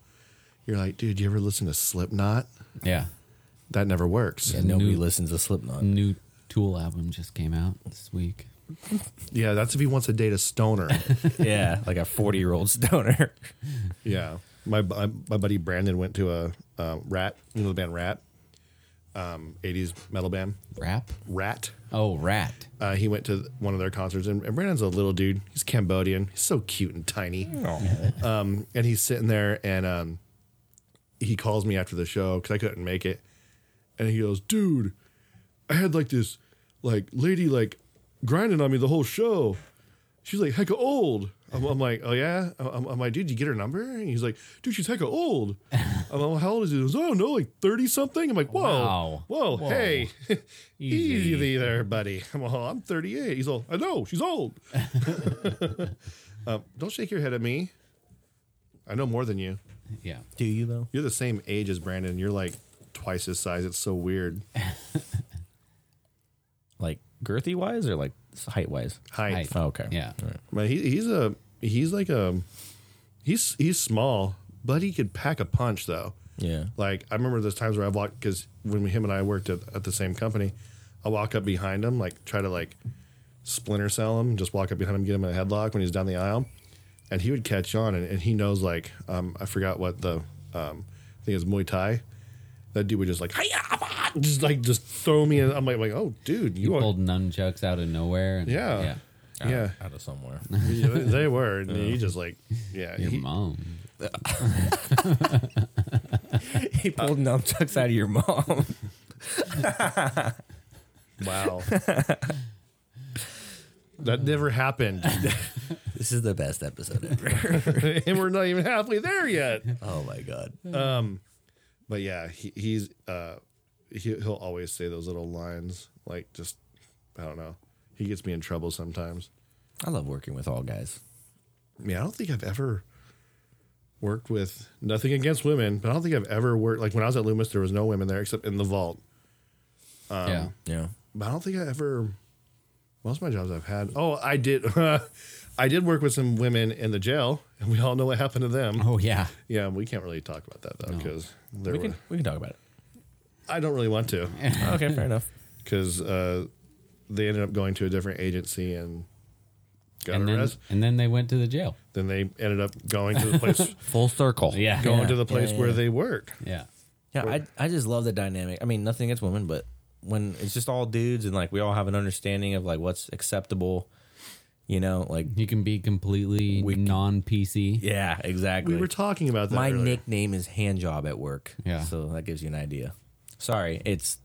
S3: You're like, dude, you ever listen to Slipknot?
S4: Yeah.
S3: That never works.
S6: Yeah,
S3: Yeah,
S6: nobody
S4: New-
S6: listens to Slipknot.
S4: New Tool album just came out this week.
S3: that's if he wants to date a stoner.
S6: yeah, like a forty-year-old stoner.
S3: yeah, my my my buddy Brandon went to a uh, Rat, you know the band Rat, um, '80s metal band
S4: Rap?
S3: Rat.
S4: Oh, Rat.
S3: Uh, he went to one of their concerts, and, and Brandon's a little dude. He's Cambodian. He's so cute and tiny. Um, and he's sitting there, and um, he calls me after the show because I couldn't make it, and he goes, "Dude, I had like this, like lady like grinding on me the whole show. She's like hecka old." I'm, I'm like, "Oh yeah." I'm, I'm like, "Dude, you get her number?" And he's like, "Dude, she's hecka old." I'm like, well, "How old is she?" He goes, "Oh no, like thirty something." I'm like, "Whoa,
S4: Wow.
S3: whoa,
S4: Whoa.
S3: hey."
S4: Easy.
S3: Easy. there, buddy. I'm, all, I'm 38. He's all, I know, she's old. um, don't shake your head at me. I know more than you.
S4: Yeah.
S6: Do you though?
S3: You're the same age as Brandon. You're like twice his size. It's so weird.
S6: Like girthy wise or like height wise?
S3: Height.
S4: Height.
S6: Oh, okay.
S4: Yeah.
S6: All right.
S3: Man, he, he's a, he's like a, he's, he's small, but he could pack a punch though.
S6: Yeah.
S3: Like I remember those times where I walked because when him and I worked at, at the same company, I walk up behind him, like try to like splinter cell him, just walk up behind him, get him in a headlock when he's down the aisle, and he would catch on, and, and he knows like um, I forgot what the um, thing is Muay Thai. That dude would just like "Hiya, ah," just like just throw me, in. I'm like like oh dude you, are
S4: Pulled nunchucks out of nowhere. and-
S3: yeah yeah, uh,
S6: Out of somewhere.
S3: they were and he just like yeah
S4: Your
S3: he-
S4: mom.
S6: he pulled nunchucks out of your mom.
S3: wow. That never happened.
S6: this is the best episode ever.
S3: and we're not even halfway there yet.
S6: oh my god.
S3: But yeah, he, he's uh, he, he'll always say those little lines. Like just I don't know. He gets me in trouble sometimes.
S6: I love working with all guys.
S3: Yeah, I don't think I've ever worked with nothing against women, but I don't think I've ever worked like when I was at Loomis there was no women there except in the vault.
S4: yeah.
S6: Yeah.
S3: But I don't think I ever. Most of my jobs I've had. Oh, I did. I did work with some women in the jail, and we all know what happened to them.
S4: Oh yeah.
S3: Yeah, we can't really talk about that though, because there
S6: We
S3: were.
S6: can we can talk about it.
S3: I don't really want to,
S6: okay, fair enough.
S3: because uh, they ended up going to a different agency and got
S4: And then,
S3: arrested.
S4: and then they went to the jail.
S3: Then, they ended up going to the place,
S4: Full circle. Yeah.
S3: going
S6: Yeah,
S3: to the place
S6: yeah,
S3: where
S6: yeah.
S3: they worked.
S4: Yeah.
S6: Yeah, I I just love the dynamic. I mean, nothing against women, but when it's just all dudes and like we all have an understanding of like what's acceptable, you know, like
S4: You can be completely
S6: We-
S4: non PC.
S6: yeah, exactly.
S3: We were talking about that.
S6: My
S3: earlier.
S6: nickname is hand job at work.
S4: Yeah.
S6: So that gives you an idea. Sorry, it's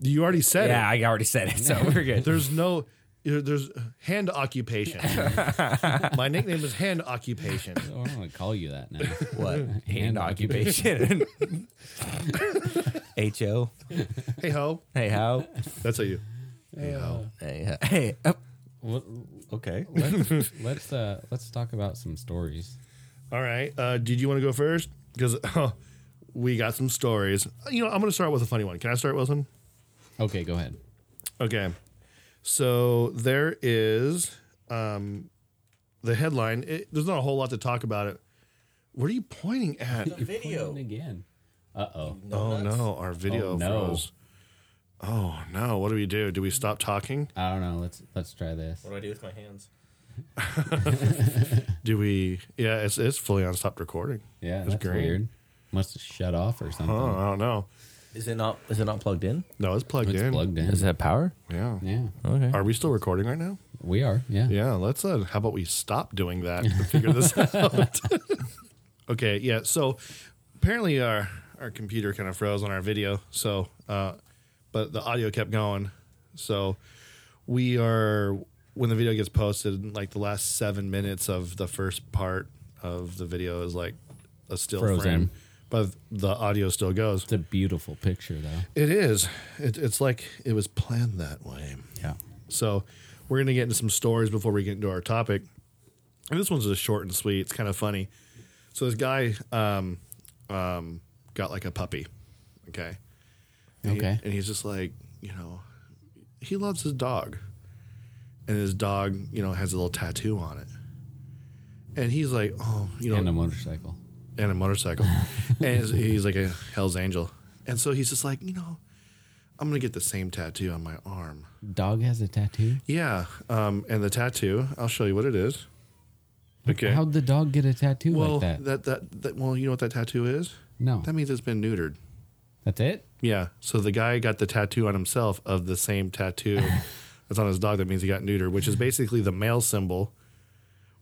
S3: You already said
S6: yeah,
S3: it.
S6: I already said it, so we're good.
S3: There's no. there- There's hand occupation. My nickname is hand occupation.
S4: Oh, I'm gonna call you that now.
S6: what?
S4: Hand
S6: Hand occupation. H O.
S3: Hey ho.
S6: Hey how?
S3: That's how you. Hey ho.
S6: Hey, ho- hey up.
S4: Well,
S6: okay.
S4: let's let's uh let's talk about some stories.
S3: All right. Uh, did you want to go first? Because we got some stories. You know, I'm going to start with a funny one. Can I start, Wilson?
S4: Okay, go ahead.
S3: Okay. So there is um, the headline. It, there's not a whole lot to talk about it. What are you pointing at?
S4: You're pointing again. Uh oh.
S3: oh no, our video
S4: Oh, no.
S3: froze. Oh no! What do we do? Do we stop talking?
S4: I don't know. Let's let's try this.
S6: What do I do with my hands?
S3: Do we? Yeah, it's it's fully on stopped recording.
S4: Yeah,
S3: it's
S4: that's weird. Must have shut off or something.
S3: Oh, I don't know.
S6: Is it not is it not plugged in?
S3: No, it's plugged
S4: It's
S3: in.
S4: plugged in.
S6: Does it have power?
S3: Yeah.
S4: Yeah,
S6: Okay.
S3: Are we still recording right now?
S4: we are. Yeah.
S3: Yeah, let's. Uh, how about we stop doing that to figure this out? okay, yeah. So apparently our our computer kind of froze on our video. So, uh, but the audio kept going. So we are when the video gets posted, like the last seven minutes of the first part of the video is like a still
S4: Frozen.
S3: frame, but the audio still goes.
S4: It's a beautiful picture, though.
S3: It is. It, it's like it was planned that way.
S4: Yeah.
S3: So we're going to get into some stories before we get into our topic. And this one's just short and sweet. It's kind of funny. So this guy um, um, got like a puppy. Okay. And he-
S4: Okay.
S3: and he's just like, you know, he loves his dog. And his dog, you know, has a little tattoo on it. And he's like, oh, you know,
S4: And a motorcycle.
S3: and a motorcycle. and he's, he's like a Hell's Angel. And so he's just like, you know, I'm going to get the same tattoo on my arm.
S4: Dog has a tattoo.
S3: Yeah. Um, and the tattoo, I'll show you what it is. Okay.
S4: How'd the dog get a tattoo
S3: well,
S4: like that? Oh.
S3: that. That, that, well, you know what that tattoo is?
S4: No.
S3: That means it's been neutered.
S4: That's it.
S3: Yeah. So the guy got the tattoo on himself of the same tattoo that's on his dog. That means he got neutered, which is basically the male symbol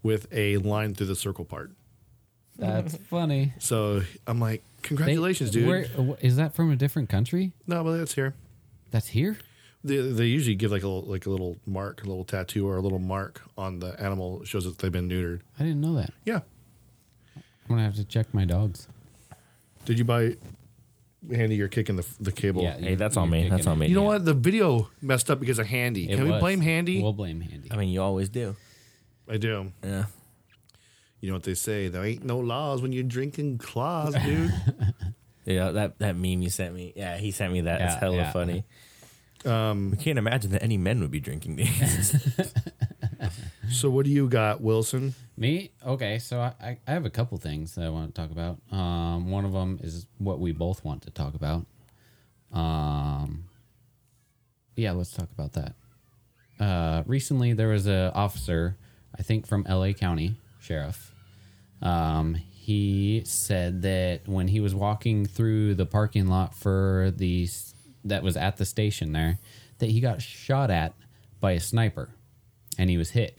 S3: with a line through the circle part.
S4: That's funny.
S3: So I'm like,
S4: They-
S3: congratulations, dude.
S4: Where, wh- is that from a different country?
S3: no, but that's here.
S4: That's here.
S3: They, they usually give like a little, like a little mark, a little tattoo, or a little mark on the animal that shows that they've been neutered.
S4: I didn't know that.
S3: Yeah.
S4: I'm gonna have to check my dogs.
S3: Did you buy? Handy, you're kicking the the cable.
S4: Yeah.
S6: Hey, that's on me.
S4: You're
S6: That's on me.
S3: You know what? The video messed up because of Handy.
S4: It
S3: Can we
S4: was.
S3: blame Handy?
S4: We'll blame Handy.
S6: I mean, you always do.
S3: I do.
S6: Yeah.
S3: You know what they say? There ain't no laws when you're drinking claws, dude.
S6: Yeah, that, that meme you sent me. Yeah, he sent me that.
S4: Yeah,
S6: it's hella
S4: yeah.
S6: funny. Um, we can't imagine that any men would be drinking these.
S3: so what do you got, Wilson?
S4: Me? Okay, so I, I- I have a couple things that I want to talk about. Um, one of them is what we both want to talk about. Um, yeah, let's talk about that. Uh, recently, there was a officer, I think from L.A. County Sheriff. Um, he said that when he was walking through the parking lot for the s- that was at the station there, that he got shot at by a sniper, and he was hit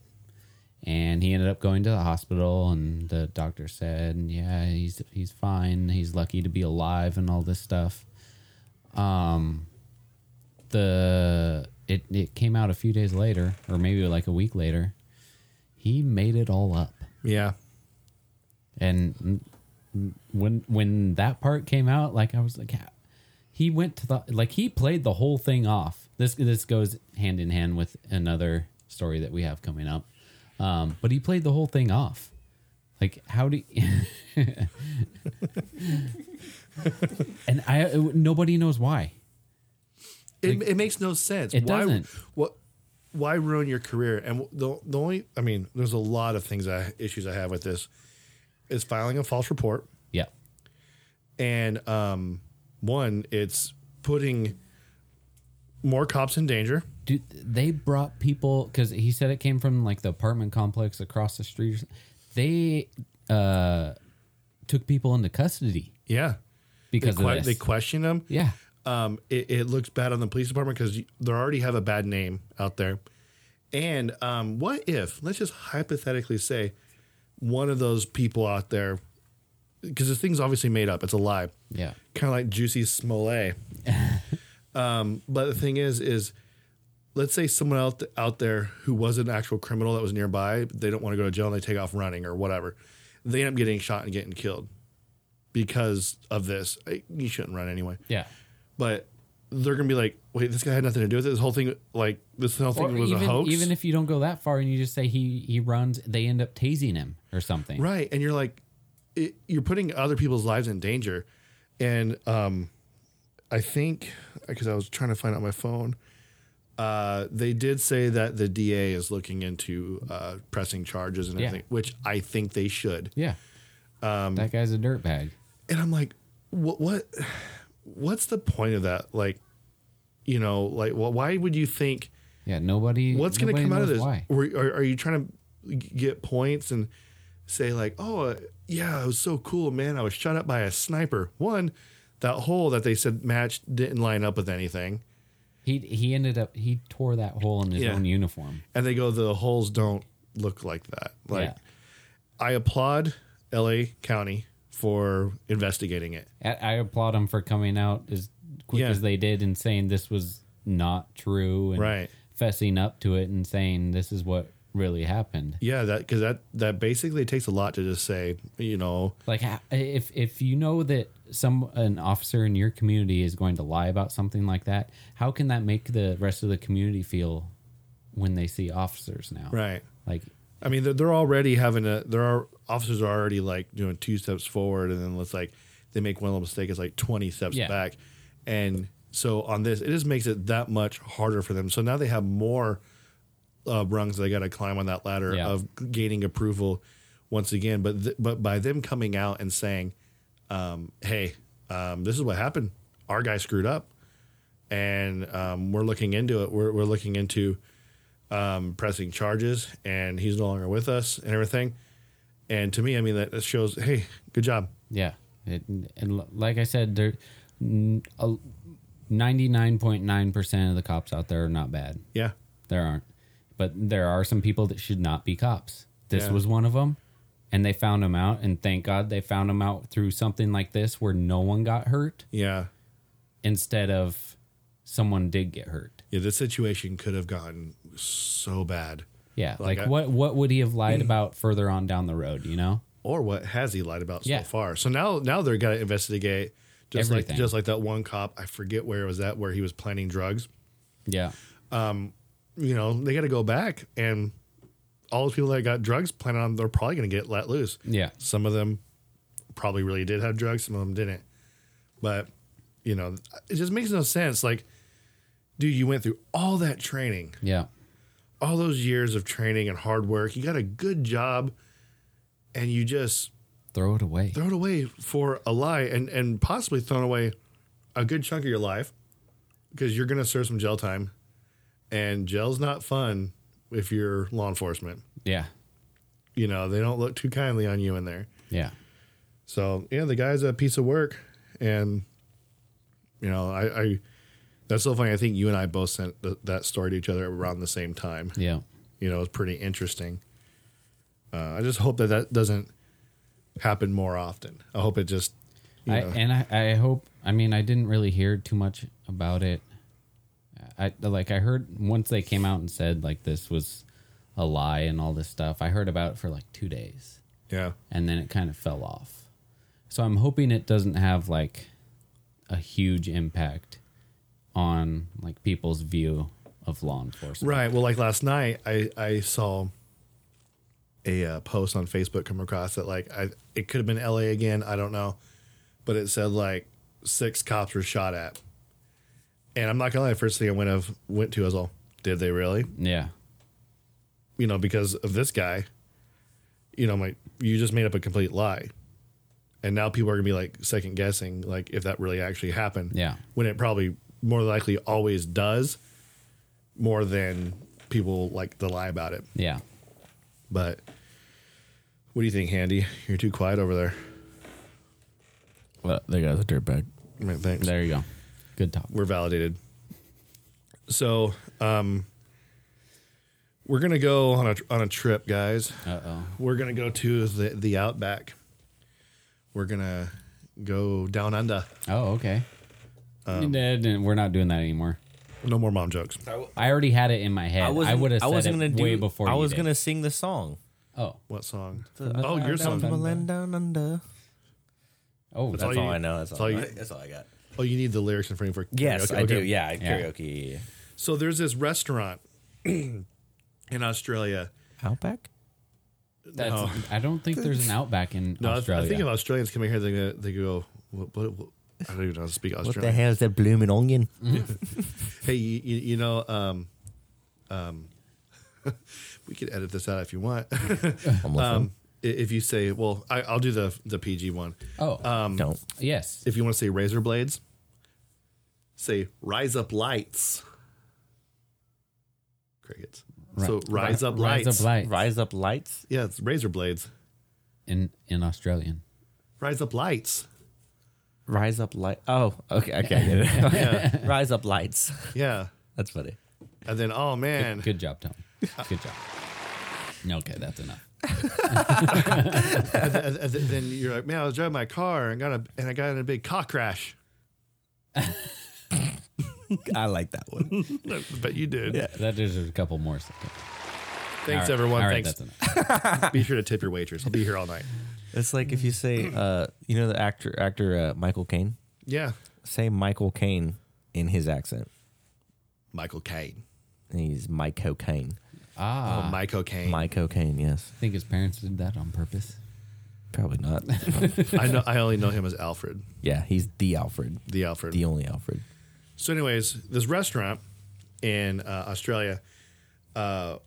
S4: and he ended up going to the hospital and the doctor said yeah he's he's fine he's lucky to be alive and all this stuff um the it it came out a few days later or maybe like a week later he made it all up
S3: Yeah.
S4: and mm, mm, when when that part came out like i was like "Ha- he went to the like he played the whole thing off. This this goes hand in hand with another story that we have coming up. Um, but he played the whole thing off. Like how do And I nobody knows why.
S3: It, it makes no sense.
S4: It
S3: why,
S4: doesn't.
S3: What? Why ruin your career? And the the only I mean, there's a lot of things I issues I have with this is filing a false report
S4: Yeah.
S3: and um, one it's putting more cops in danger.
S4: Dude, they brought people because he said it came from like the apartment complex across the street. or something. They uh, took people into custody
S3: Yeah,
S4: because
S3: they, que-
S4: of this.
S3: they question them.
S4: yeah,
S3: um, it, it looks bad on the police department because they already have a bad name out there. And um, what if, let's just hypothetically say, one of those people out there, because this thing's obviously made up, it's a lie,
S4: yeah,
S3: kind of like Juicy Smollett. um, but the thing is, is let's say someone out, out there who was an actual criminal that was nearby, they don't want to go to jail and they take off running or whatever. They end up getting shot and getting killed because of this. Eh, You shouldn't run anyway
S4: yeah.
S3: but they're gonna be like, wait, this guy had nothing to do with it. This whole thing, like this whole
S4: Or
S3: thing was
S4: even,
S3: a hoax,
S4: even if you don't go that far and you just say he he runs, they end up tasing him or something.
S3: right? And you're like, it, you're putting other people's lives in danger, and um, I think because I was trying to find out my phone, uh, they did say that the DA is looking into uh, pressing charges and
S4: Yeah.
S3: everything, which I think they should.
S4: Yeah.
S3: Um,
S4: that guy's a dirtbag.
S3: and I'm like, what, what, what's the point of that? Like, you know, like, wh- why would you think?
S4: Yeah. Nobody.
S3: what's going to
S4: nobody
S3: come out of
S4: knows
S3: this?
S4: Why?
S3: Or, are, are you trying to get points and say like, oh uh, yeah, it was so cool, man. I was shot up by a sniper. One, that hole that they said matched didn't line up with anything,
S4: He he ended up he tore that hole in his
S3: Yeah.
S4: own uniform.
S3: and they go the holes don't look like that. Like
S4: yeah.
S3: I applaud L.A. County for investigating it.
S4: I I applaud them for coming out as quick
S3: Yeah.
S4: as they did and saying this was not true and
S3: Right.
S4: fessing up to it and saying this is what really happened.
S3: Yeah, that because that that basically takes a lot to just say, you know,
S4: Like ha- if if you know that some an officer in your community is going to lie about something like that, how can that make the rest of the community feel when they see officers now?
S3: right.
S4: Like
S3: I mean, they're, they're already having a. There are officers are already like doing two steps forward, and then let's like they make one little mistake, it's like twenty steps
S4: Yeah.
S3: back, and so on this, it just makes it that much harder for them. So now they have more uh, rungs they got to climb on that ladder
S4: Yeah.
S3: of gaining approval once again. But th- but by them coming out and saying, um, "Hey, um, this is what happened. Our guy screwed up, and um, we're looking into it. We're we're looking into." um, pressing charges, and he's no longer with us and everything. And to me, I mean that, that shows, hey, good job.
S4: Yeah, it, and l- like I said, there ninety nine point nine percent of the cops out there are not bad.
S3: Yeah,
S4: There aren't, but there are some people that should not be cops. This
S3: Yeah.
S4: was one of them, and they found him out. And thank God they found him out through something like this, where no one got hurt,
S3: yeah,
S4: instead of someone did get hurt.
S3: yeah. This situation could have gotten so bad,
S4: Yeah,
S3: Like Hmm.
S4: like,
S3: I-
S4: what what would he have lied about further on down the road? You know,
S3: or what has he lied about so
S4: Yeah.
S3: far? So now, now they're got to investigate, just
S4: Everything.
S3: like just like that one cop. I forget where it was at, where he was planning drugs.
S4: yeah,
S3: You know, they got to go back, and all those people that got drugs planted on, they're probably going to get let loose.
S4: yeah,
S3: Some of them probably really did have drugs, some of them didn't. But, you know, it just makes no sense. Like, dude, you went through all that training,
S4: yeah,
S3: all those years of training and hard work. You got a good job and you just
S4: throw it away.
S3: throw it away for a lie and, and possibly thrown away a good chunk of your life because you're going to serve some jail time. And jail's not fun if you're law enforcement.
S4: yeah,
S3: You know, they don't look too kindly on you in there.
S4: yeah.
S3: So yeah, the guy's a piece of work, and you know, I, I that's so funny. I think you and I both sent th that story to each other around the same time.
S4: Yeah.
S3: You know, it's pretty interesting. Uh, I just hope that that doesn't happen more often. I hope it just, you
S4: I,
S3: know,
S4: and I, I hope I mean I didn't really hear too much about it. I like I heard once they came out and said like this was a lie and all this stuff. I heard about it for like 2 days
S3: yeah,
S4: and then it kind of fell off. So I'm hoping it doesn't have like a huge impact on like people's view of law enforcement.
S3: Right. Well, like last night, I I saw a uh, post on Facebook come across that like I it could have been L.A. again. I don't know, but it said like six cops were shot at, and I'm not gonna lie. The first thing I went of went to was all, did they really?
S4: Yeah.
S3: You know, because of this guy. You know, I'm like you just made up a complete lie. And now people are gonna be like second guessing, like if that really actually happened.
S4: Yeah.
S3: When it probably more likely always does, more than people like to lie about it.
S4: Yeah.
S3: But what do you think, Handy? You're too quiet over there.
S6: Well, that guy's a dirtbag.
S3: I mean, thanks.
S4: There you go. Good talk.
S3: We're validated. So, um, we're gonna go on a on a trip, guys.
S4: Uh oh.
S3: We're gonna go to the the outback. We're gonna go down under.
S4: Oh, okay.
S3: Um,
S4: Nah, nah, we're not doing that anymore.
S3: No more mom jokes.
S4: I already had it in my head. I, would have said
S6: wasn't
S4: it
S6: gonna
S4: way
S6: do,
S4: before.
S6: I
S4: you
S6: was
S4: did.
S6: gonna sing the song.
S4: Oh,
S3: What song?
S6: The-
S3: oh, your
S4: Down
S3: song.
S4: Under.
S6: land down under.
S4: oh,
S6: That's
S3: all
S6: all
S3: you-
S6: I know. That's
S3: that's
S6: all.
S3: all you-
S6: I- That's all I got.
S3: Oh, you need the lyrics in front of you for
S6: Yes,
S3: karaoke.
S6: I do.
S3: Okay.
S6: Yeah,
S4: Yeah.
S6: karaoke.
S3: So there's this restaurant in Australia.
S6: Outback.
S4: that's, I don't think there's an outback in
S3: No, I-
S4: Australia.
S3: I think if Australians come in here, they go, they go what, what, what- I don't even know how to speak
S6: What
S3: Australian.
S6: the hell is that blooming onion?
S3: Hey, you, you, you know, um, um, we could edit this out if you want. um, i- if you say, well, I, I'll do the the PG one. Um,
S4: oh,
S6: Don't.
S4: yes.
S3: If you want to say razor blades, say rise up lights. Crickets. So rise up lights.
S4: Rise up lights.
S6: Rise up lights.
S3: Yeah, it's razor blades.
S4: in in Australian.
S3: Rise up lights.
S6: Rise up light. Oh, okay. Okay, I get it. Rise up lights.
S3: Yeah.
S6: That's funny.
S3: And then, oh man,
S4: Good job, Tom. Good job. Okay, that's enough.
S3: and th- th- then you're like, man, I was driving my car and got a and I got in a big car crash.
S6: I like that one.
S3: But you did.
S4: That deserves a couple more seconds.
S3: Thanks
S4: All right.
S3: everyone.
S4: All right,
S3: Thanks.
S4: That's enough.
S3: Be sure to tip your waitress. I'll be here all night.
S6: It's like if you say, uh, you know, the actor actor uh, Michael Caine.
S3: Yeah.
S4: Ah.
S6: Say Michael Caine in his accent.
S3: Michael Caine.
S6: He's Michael Caine.
S4: Ah,
S3: oh, Michael Caine.
S6: Michael Caine. Yes,
S4: I think his parents did that on purpose.
S6: probably not.
S3: I know. I only know him as Alfred.
S6: yeah, he's the Alfred,
S3: The Alfred.
S6: the only Alfred.
S3: so, anyways, this restaurant in uh, Australia, uh,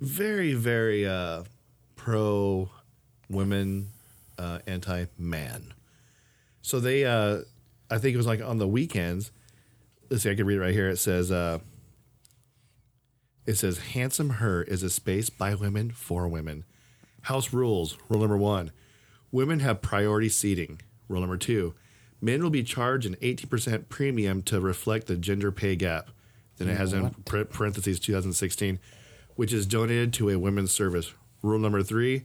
S3: very, very uh, pro women, uh, anti man. So they, uh, I think it was like on the weekends. Let's see, I can read it right here. It says, uh, it says, handsome her is a space by women for women. House rules, rule number one, women have priority seating. Rule number two, men will be charged an 18% premium to reflect the gender pay gap. Then it has in par- parentheses 2016, which is donated to a women's service. Rule number three,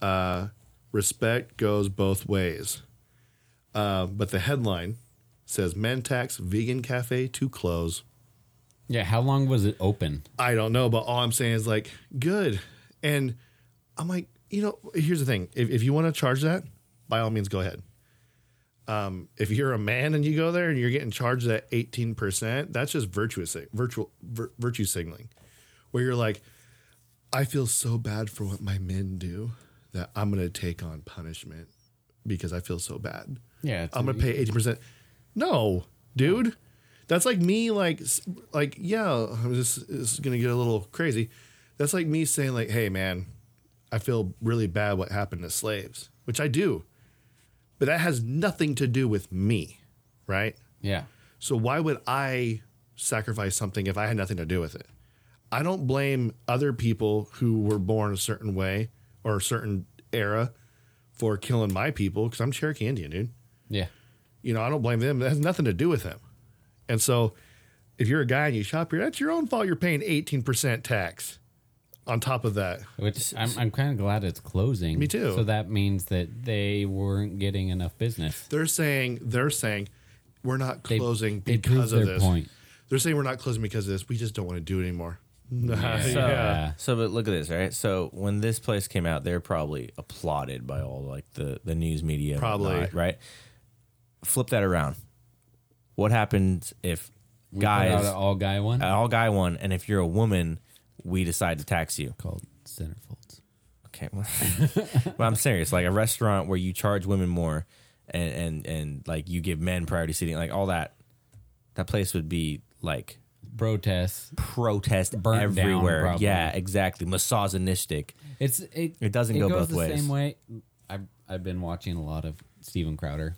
S3: uh, respect goes both ways. Uh, but the headline says men tax vegan cafe to close.
S4: Yeah, how long was it open?
S3: I don't know, but all I'm saying is like, good. And I'm like, you know, here's the thing. If, if you want to charge that, by all means, go ahead. Um, if you're a man and you go there and you're getting charged that 18%, that's just virtuous, virtual, vir, virtue signaling where you're like, I feel so bad for what my men do that I'm going to take on punishment because I feel so bad.
S4: Yeah, it's
S3: I'm
S4: a-
S3: going to pay 80%. No, dude. That's like me, like, s- like, yeah, I'm just, this is going to get a little crazy. That's like me saying, like, hey, man, I feel really bad what happened to slaves, which I do. But that has nothing to do with me, right?
S4: Yeah.
S3: So why would I sacrifice something if I had nothing to do with it? I don't blame other people who were born a certain way or a certain era for killing my people because I'm Cherokee Indian, dude.
S4: Yeah.
S3: You know, I don't blame them. That has nothing to do with them. And so if you're a guy and you shop here, that's your own fault. You're paying 18% tax on top of that.
S4: Which I'm, I'm kind of glad it's closing.
S3: Me too.
S4: So that means that they weren't getting enough business.
S3: They're saying, they're saying, we're not
S4: They-
S3: closing
S4: they proved
S3: because of
S4: their
S3: this.
S4: point.
S3: They're saying we're not closing because of this. We just don't want to do it anymore.
S6: So,
S4: Yeah.
S6: so, but look at this, right? So, when this place came out, they're probably applauded by all like the the news media, and
S3: Probably.
S6: whatnot, right. Flip that around. what happens if guys
S4: Without an all guy one
S6: an all guy one, and if you're a woman, we decide to tax you.
S4: called centerfolds.
S6: Okay, well, but I'm serious. Like a restaurant where you charge women more, and and and like you give men priority seating, like all that. That place would be like
S4: Protests.
S6: protest
S4: Burnt down,
S6: everywhere.
S4: probably.
S6: yeah, exactly. Misogynistic.
S4: It's it.
S6: It doesn't
S4: it
S6: go
S4: goes
S6: both
S4: the
S6: ways.
S4: Same way. I've I've been watching a lot of Steven Crowder.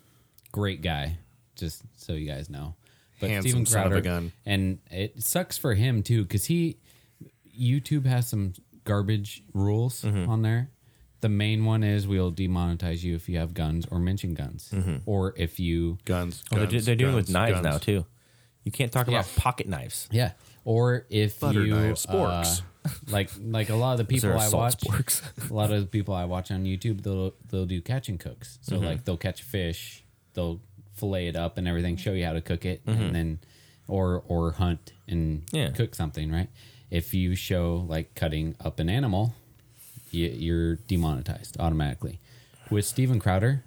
S4: Great guy. Just so you guys know. But
S7: Handsome
S4: Steven
S7: son of a
S4: Crowder,
S7: gun.
S4: and it sucks for him too, because he YouTube has some garbage rules on there. The main one is we'll demonetize you if you have guns or mention guns, or if you
S3: Guns.
S6: Oh, they're, do-
S3: guns,
S6: they're doing it with
S3: guns,
S6: knives
S3: guns.
S6: now too. You can't talk about
S4: Yeah.
S6: pocket knives.
S4: Yeah. Or if
S3: Butter
S4: you
S3: knives, sporks.
S4: uh, like like a lot of the people
S6: are
S4: I
S6: assault
S4: watch,
S6: sporks.
S4: a lot of the people I watch on YouTube, they'll they'll do catch and cooks. So like they'll catch a fish, they'll fillet it up and everything, show you how to cook it, and then or or hunt and
S6: Yeah.
S4: cook something. Right? If you show like cutting up an animal, you, you're demonetized automatically. With Steven Crowder,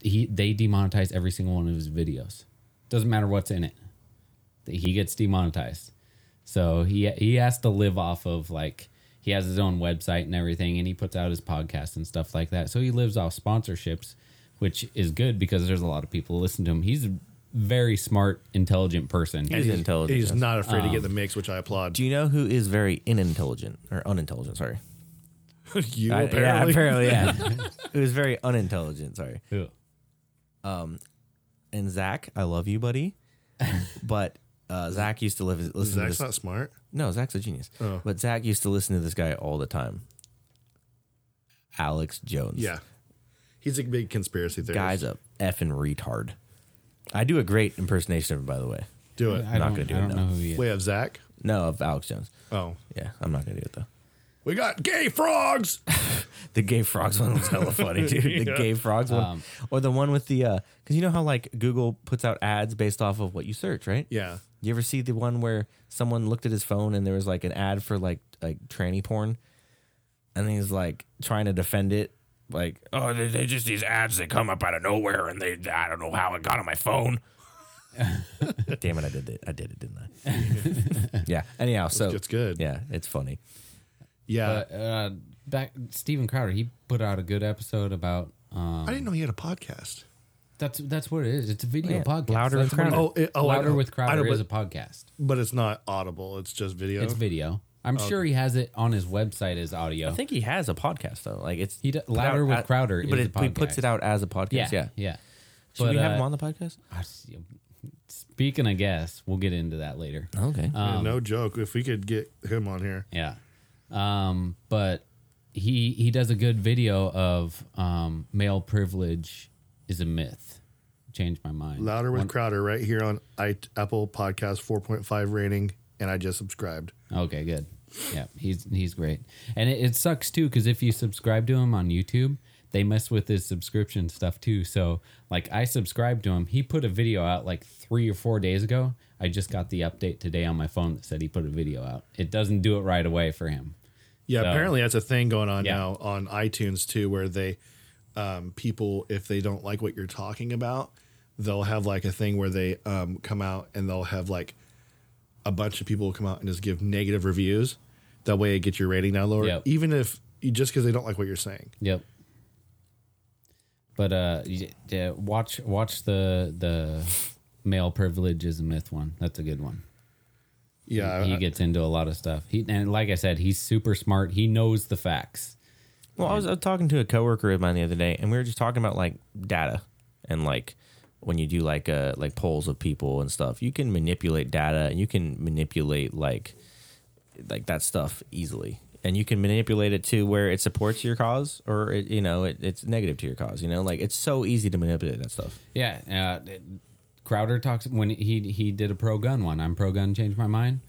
S4: he they demonetize every single one of his videos. Doesn't matter what's in it. He gets demonetized. So he he has to live off of like he has his own website and everything and he puts out his podcast and stuff like that. So he lives off sponsorships, which is good because there's a lot of people who listen to him. He's a very smart, intelligent person.
S6: He's intelligent. Um,
S3: He's not afraid to get the mix, which I applaud.
S6: Do you know who is very inintelligent or unintelligent? Sorry.
S3: you
S6: I-
S3: apparently.
S6: Yeah, apparently, yeah. it was very unintelligent. Sorry.
S4: Yeah.
S6: And Zach, I love you, buddy. But uh, Zach used to live, listen to
S3: Zach's
S6: this.
S3: not smart.
S6: no, Zach's a genius. But Zach used to listen to this guy all the time. Alex Jones.
S3: Yeah. He's a big conspiracy theorist.
S6: Guy's a effing retard. I do a great impersonation of him, by the way.
S3: do it.
S4: I
S6: not
S4: don't,
S6: gonna do
S4: I
S6: it,
S4: don't
S6: no.
S4: know who he is.
S3: We have Zach.
S6: No, of Alex Jones.
S3: Oh.
S6: Yeah, I'm not going to do it, though.
S3: We got gay frogs.
S6: The gay frogs one was hella funny, dude. The gay frogs one, or the one with the because you know how like Google puts out ads based off of what you search, right?
S3: Yeah.
S6: You ever see the one where someone looked at his phone and there was like an ad for like like tranny porn, and he's like trying to defend it, like oh they, they just these ads that come up out of nowhere and they I don't know how it got on my phone. Damn it, I did it. I did it, didn't I? yeah. Anyhow, so
S3: It's good.
S6: Oh, Yeah, it's funny.
S3: Yeah.
S4: But, uh, back Steven Crowder, he put out a good episode about um,
S3: I didn't know he had a podcast.
S4: that's that's what it is. It's a
S6: Oh,
S4: video
S6: Yeah,
S4: podcast.
S6: Louder
S4: That's
S6: with
S4: what it-
S6: Crowder.
S3: Oh, it- oh, I
S4: Louder
S3: know.
S4: with
S3: I know,
S4: Crowder is a
S3: but-
S4: podcast.
S3: But it's not audible. It's just video.
S4: It's video. I'm
S3: Oh,
S4: sure he has it on his website as audio.
S6: I think he has a podcast though. Like it's
S4: He d-
S6: put
S4: Louder with
S6: at-
S4: Crowder
S6: but
S4: is
S6: it
S4: a
S6: he puts
S4: podcast.
S6: it out as a podcast. Yeah,
S4: yeah, yeah, yeah.
S6: Should we have
S4: uh,
S6: him on the podcast?
S4: I see- Speaking of guests, we'll get into that later.
S6: Okay.
S3: Yeah, no joke. If we could get him on here,
S4: Yeah. Um, but he he does a good video of um, male privilege is a myth. Changed my mind.
S3: louder with Crowder, right here on I- Apple Podcast 4.5 rating, and I just subscribed.
S4: Okay, good. Yeah, he's he's great, and it, it sucks too because if you subscribe to him on YouTube, they mess with his subscription stuff too. So, like, I subscribed to him. He put a video out like three or four days ago. I just got the update today on my phone that said he put a video out. It doesn't do it right away for him.
S3: Yeah,
S4: So-
S3: apparently that's a thing going on
S4: Yeah.
S3: now on iTunes too, where they um, people if they don't like what you're talking about, they'll have like a thing where they um, come out and they'll have like a bunch of people will come out and just give negative reviews. That way, it gets your rating down lower,
S4: Yep.
S3: even if you just because they don't like what you're saying.
S4: Yep. But uh, y- yeah, watch watch the the male privilege is a myth one. That's a good one.
S3: Yeah,
S4: he
S3: I-
S4: gets into a lot of stuff. He and like I said, he's super smart. He knows the facts.
S6: Well, I was, I was talking to a coworker of mine the other day, and we were just talking about like data and like when you do like uh like polls of people and stuff, you can manipulate data and you can manipulate like like that stuff easily, and you can manipulate it to where it supports your cause or it, you know it, it's negative to your cause. You know, like it's so easy to manipulate that stuff.
S4: Yeah, uh, Crowder talks when he he did a pro gun one. I'm pro gun. Changed my mind.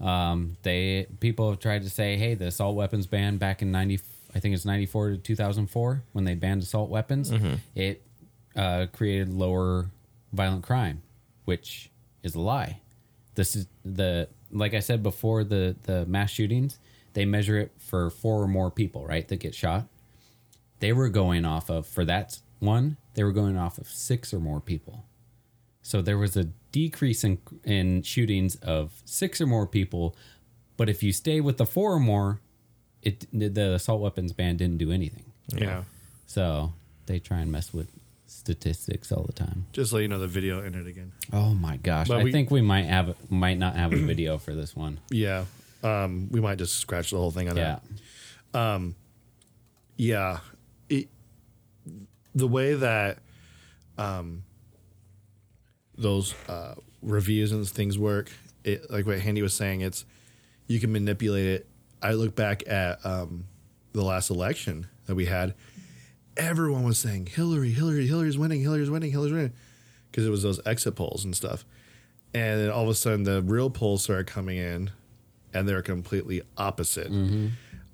S4: Um, they people have tried to say, hey, the assault weapons ban back in ninety, I think it's ninety four to two thousand four when they banned assault weapons. It uh, created lower violent crime, which is a lie. This is the like I said before the the mass shootings. They measure it for four or more people, right, that get shot they were going off of for that one they were going off of six or more people So there was a decrease in in shootings of six or more people, but if you stay with the four or more, it the assault weapons ban didn't do anything.
S3: Yeah.
S4: So they try and mess with statistics all the time.
S3: Just so you know, the video ended again.
S4: Oh my gosh!
S3: But
S4: I
S3: we-
S4: think we might have might not have a video for this one.
S3: Yeah. Um, we might just scratch the whole thing on
S4: Yeah,
S3: that. Yeah. It, the way that um, those uh, reviews and things work, it, like what Handy was saying, it's you can manipulate it. I look back at um, the last election that we had. Everyone was saying Hillary, Hillary, Hillary's winning, Hillary's winning, Hillary's winning, because it was those exit polls and stuff. And then all of a sudden, the real polls started coming in, and they're completely opposite.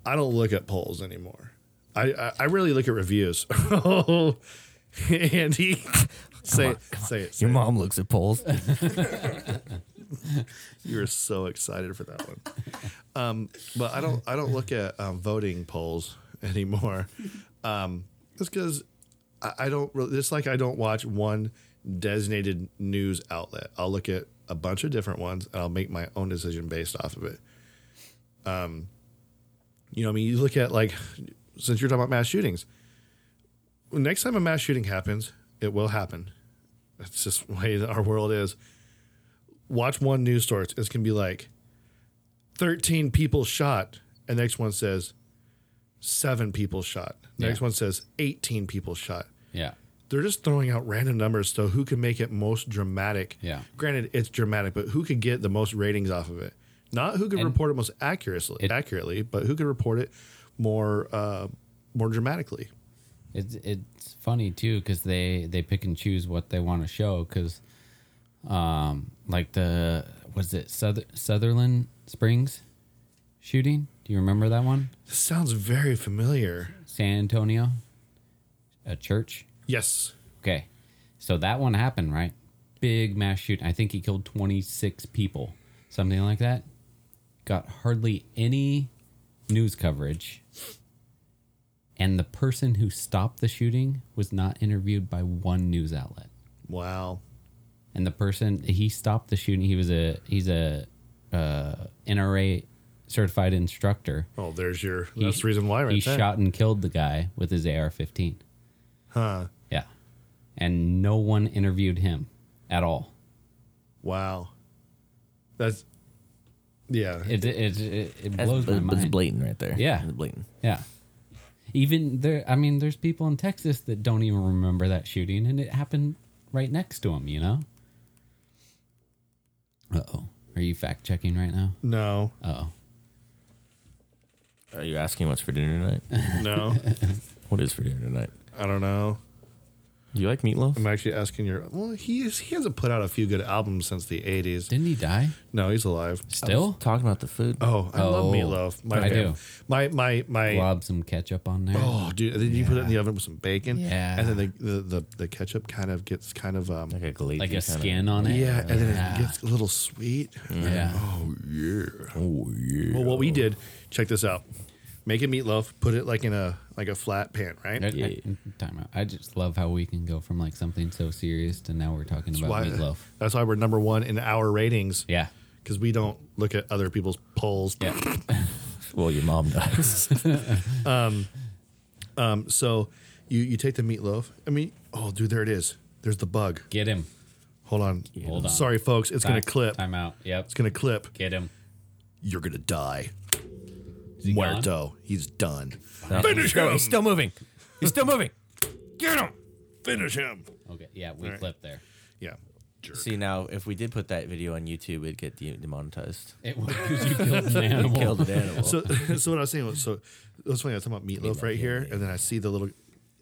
S3: I don't look at polls anymore. I, I, I really look at reviews. oh, Andy, say, it, say it. Say
S6: Your
S3: it.
S6: mom looks at polls.
S3: You were so excited for that one. Um, but I don't I don't look at um, voting polls anymore. Um, that's because I, I don't really just like I don't watch one designated news outlet. I'll look at a bunch of different ones and I'll make my own decision based off of it. Um, you know, I mean, you look at like since you're talking about mass shootings. Next time a mass shooting happens, it will happen. That's just the way that our world is watch one news story. It's gonna be like thirteen people shot, and next one says seven people shot. Next
S4: Yeah.
S3: one says eighteen people shot.
S4: yeah,
S3: They're just throwing out random numbers. So who can make it most dramatic?
S4: Yeah.
S3: Granted, it's dramatic, but who could get the most ratings off of it? Not who could report it most accurately, accurately, but who could report it more uh, more dramatically.
S4: it's it's funny too because they they pick and choose what they want to show because, um, like the was it Suther- Sutherland Springs shooting? Do you remember that one?
S3: This sounds very familiar.
S4: San Antonio, a church.
S3: Yes.
S4: Okay. So that one happened, right? Big mass shooting. I think he killed 26 people, something like that. Got hardly any news coverage. And the person who stopped the shooting was not interviewed by one news outlet.
S3: Wow.
S4: And the person he stopped the shooting, he was a he's a uh, NRA certified instructor.
S3: Oh, there's your.
S4: He-
S3: That's the reason why, right
S4: He
S3: there.
S4: shot and killed the guy with his AR-15.
S3: Huh.
S4: Yeah, and no one interviewed him at all.
S3: Wow. That's yeah.
S4: It it it, it
S6: That's-
S4: blows my
S6: but It's
S4: mind.
S6: blatant right there.
S4: Yeah.
S6: It's blatant.
S4: Yeah, even there. I mean, there's people in Texas that don't even remember that shooting, and it happened right next to them. You know. Uh oh. Are you fact checking right now?
S3: no,
S4: Uh oh.
S6: Are you asking what's for dinner tonight?
S3: no,
S6: what is for dinner tonight?
S3: I don't know.
S6: Do you like meatloaf?
S3: I'm actually asking your. Well, he is, he hasn't put out a few good albums since the '80s.
S4: Didn't he die?
S3: No, he's alive.
S4: Still?
S6: Talking about the food.
S3: Oh, I love
S4: Oh,
S3: meatloaf. My
S4: I
S3: fam-
S4: do.
S3: My my my.
S4: Lob some ketchup on there.
S3: Oh, dude! And then you put it in the oven with some bacon,
S4: Yeah.
S3: and then the, the the the ketchup kind of gets kind of um.
S6: like a glaze.
S4: like a skin on it.
S3: Yeah, and then it gets a little sweet.
S4: Yeah.
S3: Oh yeah.
S6: Oh yeah.
S3: Well, what we did, check this out. Make a meatloaf, put it like in a like a flat pan, right?
S4: I- I-
S6: Yeah.
S4: time out. I just love how we can go from like something so serious to now we're talking about
S3: Why-
S4: meatloaf.
S3: That's why we're number one in our ratings.
S4: Yeah.
S3: because we don't look at other people's polls.
S6: Well, your mom does.
S3: Um, so you you take the meatloaf. I mean, oh dude, there it is. There's the bug.
S4: Get him.
S3: Hold on.
S4: Hold on.
S3: Sorry, folks. It's gonna
S4: Time-
S3: clip.
S4: Time out. Yep.
S3: It's gonna clip.
S4: Get him.
S3: You're gonna die.
S4: Is he gone?
S3: Muerto. He's done.
S6: Finish him. He's still moving. He's still moving.
S3: Get him. Finish him.
S4: Okay. Yeah, we flipped there.
S3: Yeah. Jerk.
S6: See now, if we did put that video on YouTube, it'd get de- demonetized.
S4: It was 'cause you killed an animal.
S6: Killed an animal.
S3: So so what I was saying was so it was funny. I was talking about meatloaf, right here, and then I see the little.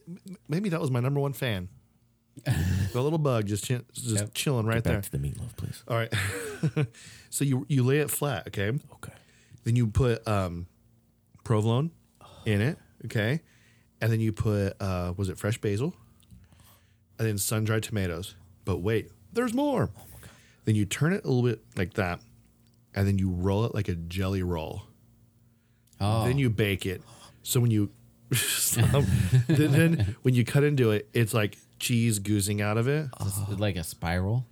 S3: m- Maybe that was my number one fan. the little bug just chin, just
S4: Yep.
S3: chilling right there.
S6: Back to the meatloaf, please.
S3: All right. so you you lay it flat, okay?
S6: Okay.
S3: Then you put um, provolone in it, okay, and then you put uh, was it fresh basil, and then sun dried tomatoes. But wait, there's more. Then you turn it a little bit like that, and then you roll it like a jelly roll.
S4: Oh.
S3: Then you bake it. So when you Stop.
S4: Oh.
S3: then, then when you cut into it, it's like cheese goozing out of it.
S4: It's like a spiral.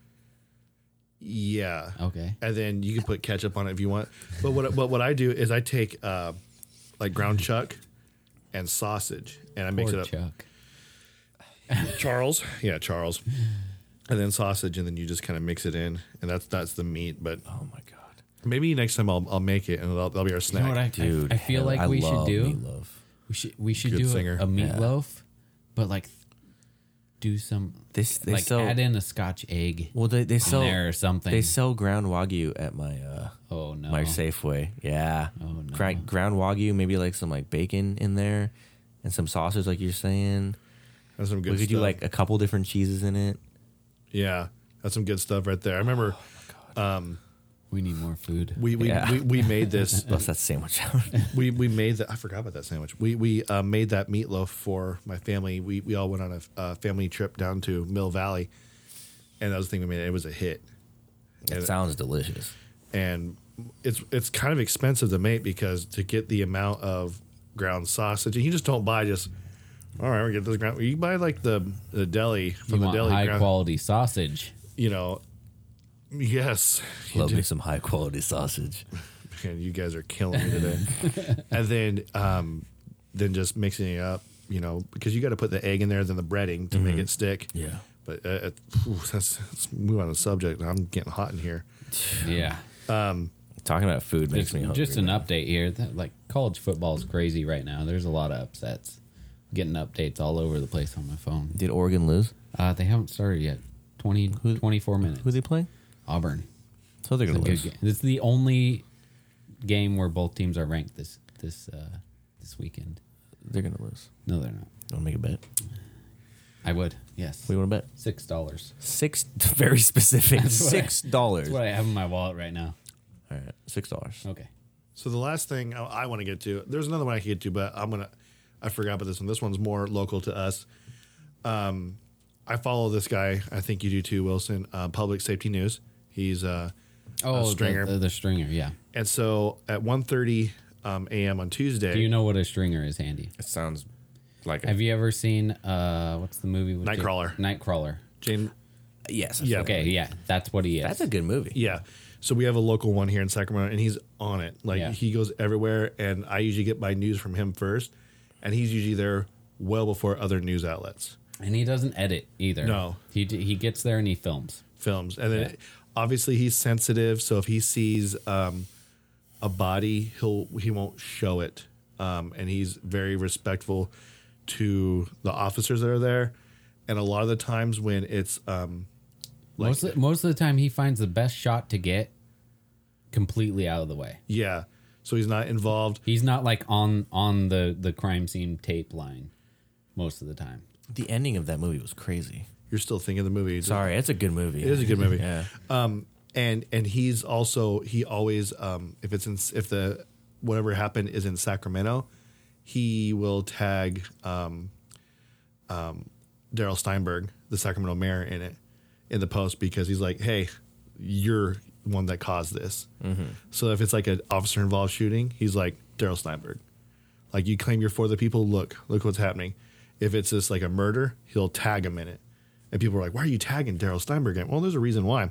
S3: Yeah.
S4: Okay.
S3: And then you can put ketchup on it if you want. But what but what I do is I take uh, like ground chuck and sausage and I mix
S4: Poor
S3: it up.
S4: Chuck.
S3: Charles. Yeah, Charles. And then sausage, and then you just kind of mix it in, and that's that's the meat. But
S6: Oh my god,
S3: maybe next time I'll, I'll make it, and that'll, that'll be our snack.
S4: know what I-
S6: dude!
S4: I feel
S6: hell,
S4: like we should
S6: love
S4: do-
S6: meatloaf.
S4: We should we should
S3: Good
S4: do
S3: singer.
S4: a, a meatloaf, but like do some
S6: This they
S4: like
S6: sell.
S4: add in a Scotch egg
S6: well, they they
S4: in
S6: sell
S4: there or something.
S6: they sell ground wagyu at my uh
S4: oh no!
S6: my Safeway. Yeah,
S4: Oh, no.
S6: Gra- ground wagyu, maybe like some like bacon in there, and some sausage, like you're saying.
S3: That's some good.
S6: we could do
S3: stuff.
S6: like a couple different cheeses in it.
S3: yeah, that's some good stuff right there. I remember
S4: we need more food.
S3: we we,
S6: Yeah.
S3: we we made this.
S6: Bust that sandwich out.
S3: we we made that. I forgot about that sandwich. We we uh, made that meatloaf for my family. We we all went on a uh, family trip down to Mill Valley, and that was the thing we made. It was a hit.
S6: it sounds delicious.
S3: and it's it's kind of expensive to make because to get the amount of ground sausage, and you just don't buy just. All right, we get this ground. You buy like the the deli
S4: you
S3: from the
S4: want
S3: deli
S4: high
S3: ground.
S4: quality sausage.
S3: You know, yes, you
S6: Love
S3: do.
S6: me some high quality sausage.
S3: Man, you guys are killing me today. and then um, then just mixing it up, you know, because you got to put the egg in there, then the breading to make
S4: Mm-hmm.
S3: it stick.
S6: Yeah.
S3: But uh, it- phew, that's, let's move on to the subject. I'm getting hot in here.
S4: Yeah.
S6: Talking about food makes
S4: Just,
S6: me hungry.
S4: just an
S6: now.
S4: update here. That, like college football is crazy right now. There's a lot of upsets. Getting updates all over the place on my phone.
S6: Did Oregon lose?
S4: Uh, they haven't started yet. 20, 24 minutes.
S6: Who they play?
S4: Auburn.
S6: So they're
S4: It's
S6: gonna
S4: a good
S6: lose.
S4: game. It's the only game where both teams are ranked this this uh, this weekend.
S6: They're gonna lose.
S4: No, they're not.
S6: Want to make a bet?
S4: I would. Yes.
S6: We want to bet
S4: Six dollars.
S6: six. Very specific.
S4: what I-
S6: six dollars.
S4: That's Oh. what I have in my wallet right now.
S6: All right, six dollars.
S4: Okay.
S3: So the last thing I, I want to get to, there's another one I can get to, but I'm gonna, I forgot about this one. This one's more local to us. Um, I follow this guy. I think you do too, Wilson. Uh, Public Safety News. He's uh,
S4: Oh, the-
S3: stringer.
S4: The, the stringer. Yeah.
S3: and so at 1:30 um, a.m. on Tuesday,
S4: Do you know what a stringer is, Andy?
S6: It sounds like
S4: Have you ever seen uh what's the movie with Jake-
S3: Nightcrawler.
S4: Nightcrawler.
S3: Jane,
S6: yes.
S3: Yeah.
S4: Okay, yeah, that's what he is.
S6: that's a good movie.
S3: Yeah. So we have a local one here in Sacramento, and he's on it. Like
S4: Yeah.
S3: he goes everywhere, and I usually get my news from him first, and he's usually there well before other news outlets
S4: and he doesn't edit either.
S3: No.
S4: he d- he gets there and he films.
S3: films. And then obviously he's sensitive, so if he sees um, a body, he'll he won't show it. Um, and he's very respectful to the officers that are there. And a lot of the times when it's um, like
S4: most of, most of the time, he finds the best shot to get completely out of the way.
S3: yeah, so he's not involved.
S4: He's not like on on the the crime scene tape line most of the time.
S6: The ending of that movie was crazy.
S3: You're still thinking the movie. Just-
S6: Sorry, it's a good movie.
S3: It is a good movie.
S6: Yeah.
S3: Um, and and he's also he always um, if it's in if the whatever happened is in Sacramento, he will tag um, um, Daryl Steinberg, the Sacramento mayor, in it in the post because he's like, hey, you're the one that caused this.
S6: Mm-hmm.
S3: So if it's like an officer involved shooting, he's like Daryl Steinberg. Like you claim you're for the people. Look, look what's happening. If it's just like a murder, he'll tag him in it. And people are like, why are you tagging Daryl Steinberg? in it?" Well, there's a reason why.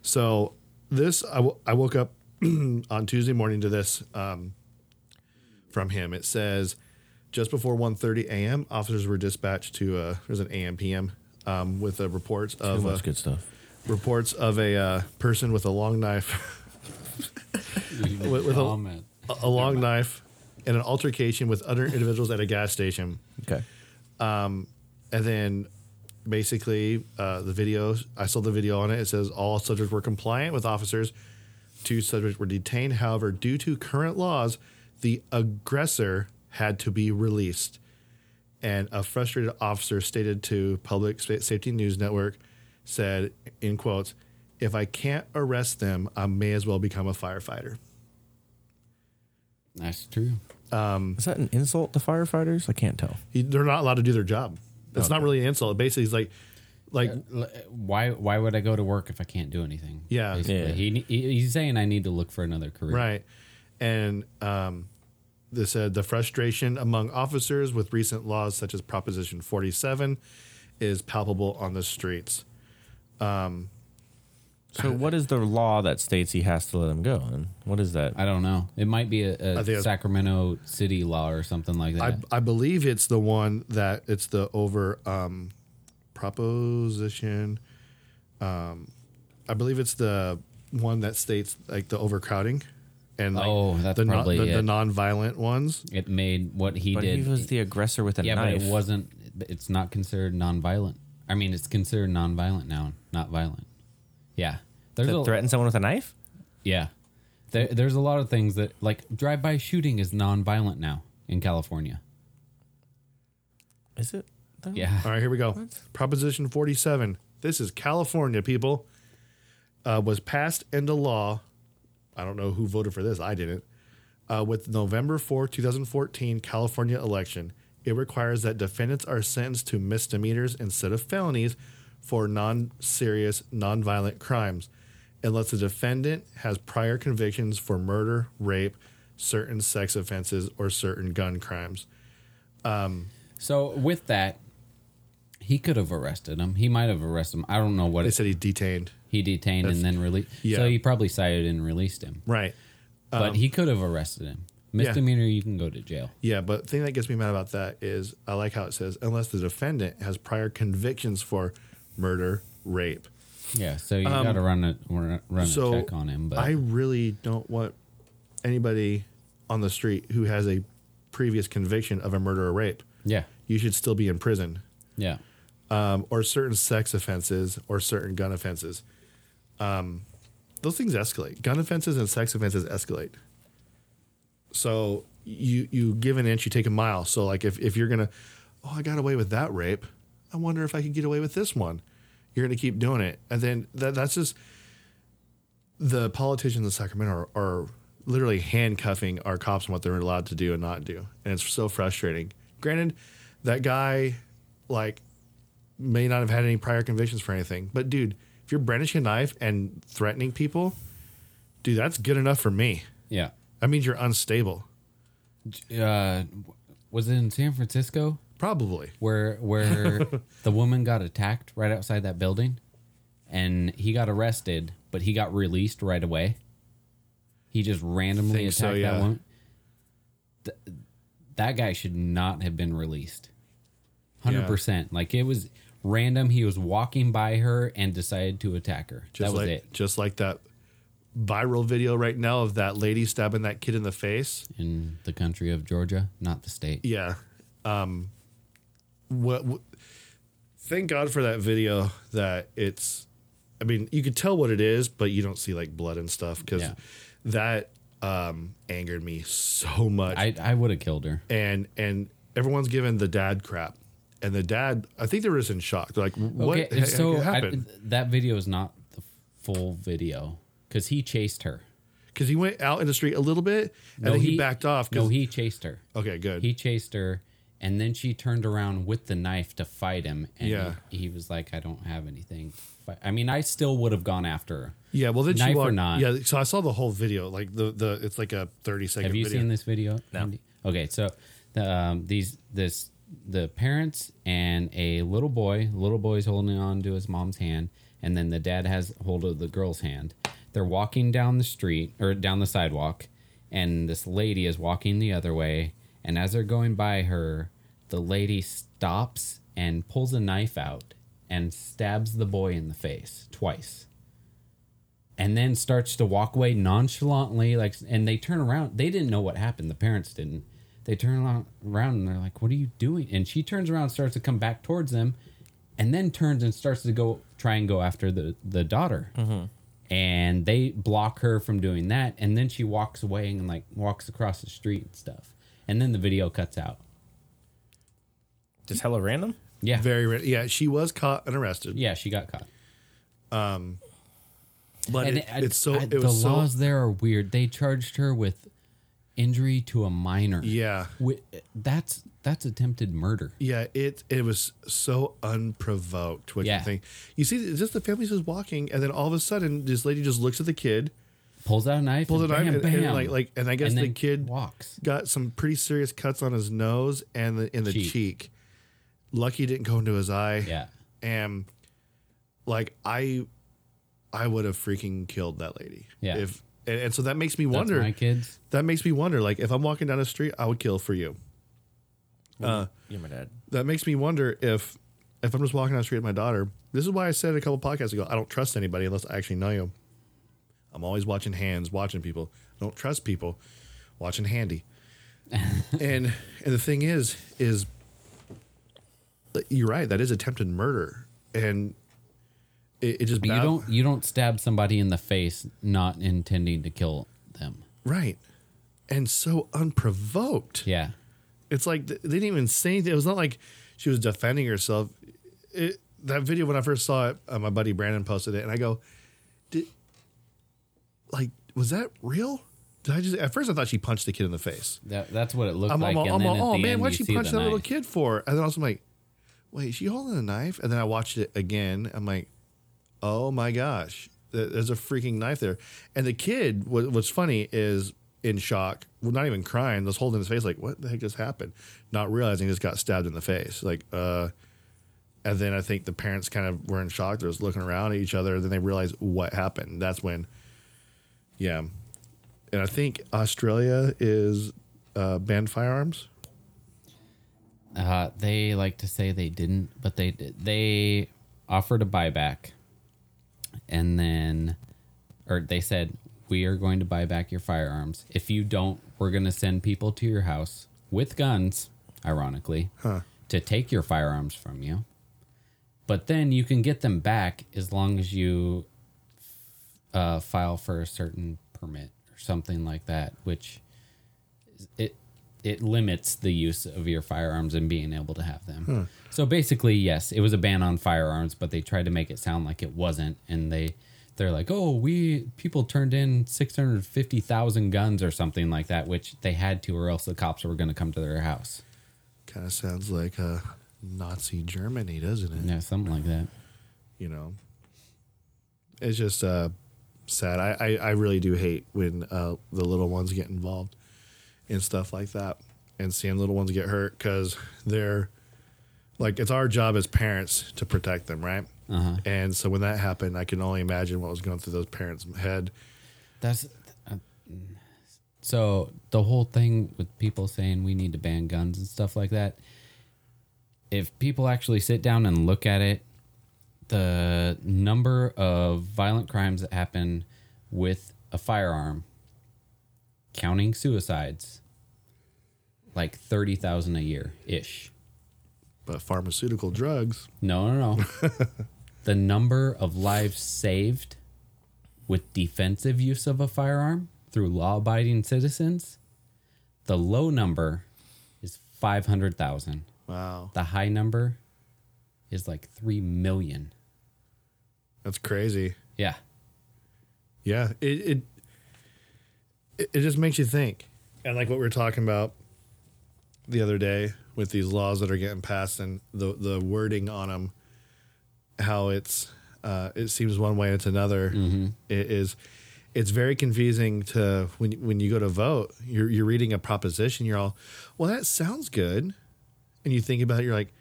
S3: So this, I wo- I woke up on Tuesday morning to this um, from him. It says just before 1.30 a.m., officers were dispatched to uh, there's an a.m. p.m. Um, with the reports
S6: Too
S3: of
S6: much
S3: uh,
S6: good stuff.
S3: reports of a uh, person with a long knife with, with a,
S4: Comment.
S3: a- a long knife and an altercation with other individuals at a gas station.
S6: Okay.
S3: And then basically, uh, the video, I saw the video on it. It says all subjects were compliant with officers. Two subjects were detained. However, due to current laws, the aggressor had to be released. And a frustrated officer stated to Public Sa- Safety News Network, said, in quotes, if I can't arrest them, I may as well become a firefighter.
S4: That's true.
S6: Is that an insult to firefighters? I can't tell.
S3: He, they're not allowed to do their job. It's not really an insult. Basically, he's like, like
S4: L- Why why would I go to work if I can't do anything?
S3: Yeah.
S4: Basically.
S6: Yeah.
S4: He, he he's saying I need to look for another career.
S3: Right. And um, they said the frustration among officers with recent laws such as Proposition 47 is palpable on the streets. Um,
S6: So what is the law that states he has to let him go? And what is that?
S4: I don't know. It might be a,
S3: I think
S4: a
S3: it-
S4: Sacramento city law or something like that.
S3: I, I believe it's the one that it's the over um, proposition. Um, I believe it's the one that states like the overcrowding and like,
S4: Oh, that's
S3: the, non-
S4: probably
S3: the, the
S4: it.
S3: non-violent ones.
S4: it made what he
S6: but
S4: did.
S6: he was the aggressor with a
S4: yeah,
S6: knife.
S4: but it wasn't. It's not considered nonviolent. I mean, it's considered nonviolent now, not violent. Yeah, there's
S6: to
S4: a
S6: threaten someone with a knife.
S4: yeah. There, there's a lot of things that like drive-by shooting is nonviolent now in California.
S6: Is it? though?
S4: Yeah,
S3: All right, here we go. Proposition 47. This is California, people. Uh, was passed into law. I don't know who voted for this. I didn't. Uh, with November 4, 2014 California election, it requires that defendants are sentenced to misdemeanors instead of felonies for non serious, non-violent crimes, unless the defendant has prior convictions for murder, rape, certain sex offenses, or certain gun crimes.
S4: So with that, he could have arrested him. He might have arrested him. I don't know what
S3: They
S4: it,
S3: said he detained.
S4: he detained and then released.
S3: yeah. Um,
S4: So he probably cited and released him.
S3: Right.
S4: but he could have arrested him. Misdemeanor, you can go to jail.
S3: Yeah, but the thing that gets me mad about that is I like how it says unless the defendant has prior convictions for murder, rape.
S4: Yeah. So you got to run a run a- run
S3: Um, so
S4: a check on him. But
S3: I really don't want anybody on the street who has a previous conviction of a murder or rape.
S4: yeah,
S3: You should still be in prison,
S4: yeah,
S3: um, or certain sex offenses, or certain gun offenses. Um, those things escalate. Gun offenses and sex offenses escalate. So you you give an inch, you take a mile. So like if if you're gonna, oh, I got away with that rape. I wonder if I could get away with this one. You're gonna keep doing it, and then that, that's just the politicians in Sacramento are, are literally handcuffing our cops on what they're allowed to do and not do, and it's so frustrating. Granted, that guy like may not have had any prior convictions for anything, but dude, if you're brandishing a knife and threatening people, dude, that's good enough for me.
S4: yeah.
S3: That means you're unstable.
S4: Uh, was it in San Francisco
S3: Probably.
S4: where where the woman got attacked right outside that building, and he got arrested, but he got released right away. He just randomly
S3: Think
S4: attacked
S3: so, yeah.
S4: that woman. Th- that guy should not have been released. Hundred
S3: Yeah.
S4: percent. Like it was random. He was walking by her and decided to attack her.
S3: Just
S4: that was
S3: like
S4: it.
S3: just like that viral video right now of that lady stabbing that kid in the face.
S4: In the country of Georgia, not the state.
S3: Yeah. Um what, what thank God for that video that it's I mean, you could tell what it is, but you don't see like blood and stuff cuz
S4: Yeah.
S3: that um angered me so much.
S4: I I would have killed her.
S3: and and everyone's giving the dad crap. And the dad, I think they were just in shock. They're like, "What
S4: Okay,
S3: ha-
S4: so I-
S3: happened?"
S4: that video is not the full video because he chased her.
S3: Because he went out in the street a little bit, and then he, backed off. 'cause-
S4: No, he chased her.
S3: okay, good.
S4: He chased her, and then she turned around with the knife to fight him. And
S3: Yeah.
S4: he, he was like, "I don't have anything." to fight." I mean, I still would have gone after her.
S3: yeah, well, then she
S4: knife or
S3: walked.
S4: not.
S3: Yeah, so I saw the whole video, like the the it's like a thirty second.
S4: Have you
S3: video.
S4: seen this video? No. Okay, so the, um, these this the parents and a little boy. Little boy's holding on to his mom's hand, and then the dad has hold of the girl's hand. They're walking down the street or down the sidewalk, and this lady is walking the other way. And as they're going by her, the lady stops and pulls a knife out and stabs the boy in the face twice and then starts to walk away nonchalantly like and they turn around they didn't know what happened the parents didn't they turn alo- around and they're like what are you doing and she turns around and starts to come back towards them and then turns and starts to go try and go after the the daughter
S3: Mm-hmm.
S4: and they block her from doing that and then she walks away and like walks across the street and stuff and then the video cuts out
S6: Just hella random.
S4: yeah
S3: Very ra- yeah, she was caught and arrested. um,
S4: yeah she got caught
S3: But
S4: And
S3: it,
S4: I-
S3: it's so
S4: I-
S3: it
S4: the
S3: was so
S4: laws there are weird they charged her with injury to a minor
S3: yeah
S4: Wi- that's that's attempted murder.
S3: yeah it it was so unprovoked. What
S4: Yeah.
S3: you think? You see, it's just the family's just walking, and then all of a sudden, this lady just looks at the kid,
S4: Pulls out a knife.
S3: pulls
S4: Pulls
S3: it
S4: and
S3: out,
S4: bam,
S3: and,
S4: bam.
S3: and like like, and I guess
S4: And
S3: the
S4: then
S3: kid
S4: walks.
S3: got some pretty serious cuts on his nose and the, in the cheek.
S4: Cheek.
S3: Lucky didn't go into his eye.
S4: Yeah.
S3: And like I I would have freaking killed that lady.
S4: Yeah.
S3: If and, and so that makes me
S4: That's
S3: wonder.
S4: my kids.
S3: That makes me wonder. Like if I'm walking down the street, I would kill for you.
S6: You're my dad.
S3: That makes me wonder if if I'm just walking down the street with my daughter. This is why I said a couple podcasts ago. I don't trust anybody unless I actually know you. I'm always watching hands, watching people. I don't trust people, watching handy. and and the thing is, is that you're right. That is attempted murder, and it, it just
S4: You
S3: baff-
S4: don't you don't stab somebody in the face not intending to kill them.
S3: right, and so unprovoked.
S4: Yeah.
S3: It's like th- they didn't even say anything. It was not like she was defending herself. It, that video, when I first saw it, uh, my buddy Brandon posted it, and I go, "Did like was that real? Did I just?" At first, I thought she punched the kid in the face.
S4: That, that's what it looked
S3: I'm,
S4: like.
S3: I'm, all-
S4: and
S3: I'm,
S4: then
S3: all,
S4: at
S3: oh
S4: the
S3: man,
S4: end,
S3: why'd
S4: you
S3: she
S4: see
S3: punch
S4: the
S3: that little
S4: knife.
S3: kid for? And then I was like, "Wait, is she holding a knife?" And then I watched it again. I'm like, "Oh my gosh, th- there's a freaking knife there!" And the kid, what, what's funny is in shock, well, not even crying, was holding his face like, "What the heck just happened?" Not realizing he just got stabbed in the face. Like, uh, and then I think the parents kind of were in shock. They're just looking around at each other. And then they realized what happened. That's when, yeah. And I think Australia is uh, banned firearms.
S4: Uh, they like to say they didn't, but they did. They offered a buyback, and then, or they said we are going to buy back your firearms. If you don't, we're going to send people to your house with guns, ironically, to take your firearms from you. But then you can get them back as long as you uh, file for a certain permit or something like that, which it it limits the use of your firearms and being able to have them. So basically, yes, it was a ban on firearms, but they tried to make it sound like it wasn't, and they they're like, oh, we people turned in six hundred fifty thousand guns or something like that, which they had to, or else the cops were going to come to their house.
S3: Kind of sounds like uh, Nazi Germany, doesn't it?
S4: Yeah, something like that.
S3: You know, it's just uh, sad. I, I, I really do hate when uh, the little ones get involved in stuff like that and seeing little ones get hurt because they're like, it's our job as parents to protect them, right? And so when that happened, I can only imagine what was going through those parents' head.
S4: That's uh, so the whole thing with people saying we need to ban guns and stuff like that. If people actually sit down and look at it, the number of violent crimes that happen with a firearm, counting suicides, like thirty thousand a year ish.
S3: But pharmaceutical drugs,
S4: No, no, no. the number of lives saved with defensive use of a firearm through law abiding citizens, the low number is 500,000.
S3: wow,
S4: The high number is like 3 million.
S3: that's crazy.
S4: Yeah.
S3: Yeah, it it it- it just makes you think. And like what we were talking about the other day with these laws that are getting passed and the the wording on them, how it's uh, it seems one way and it's another.
S4: Mm-hmm.
S3: It is it's very confusing to when when you go to vote. You're you're reading a proposition. You're all, well, that sounds good, and you think about it. You're like,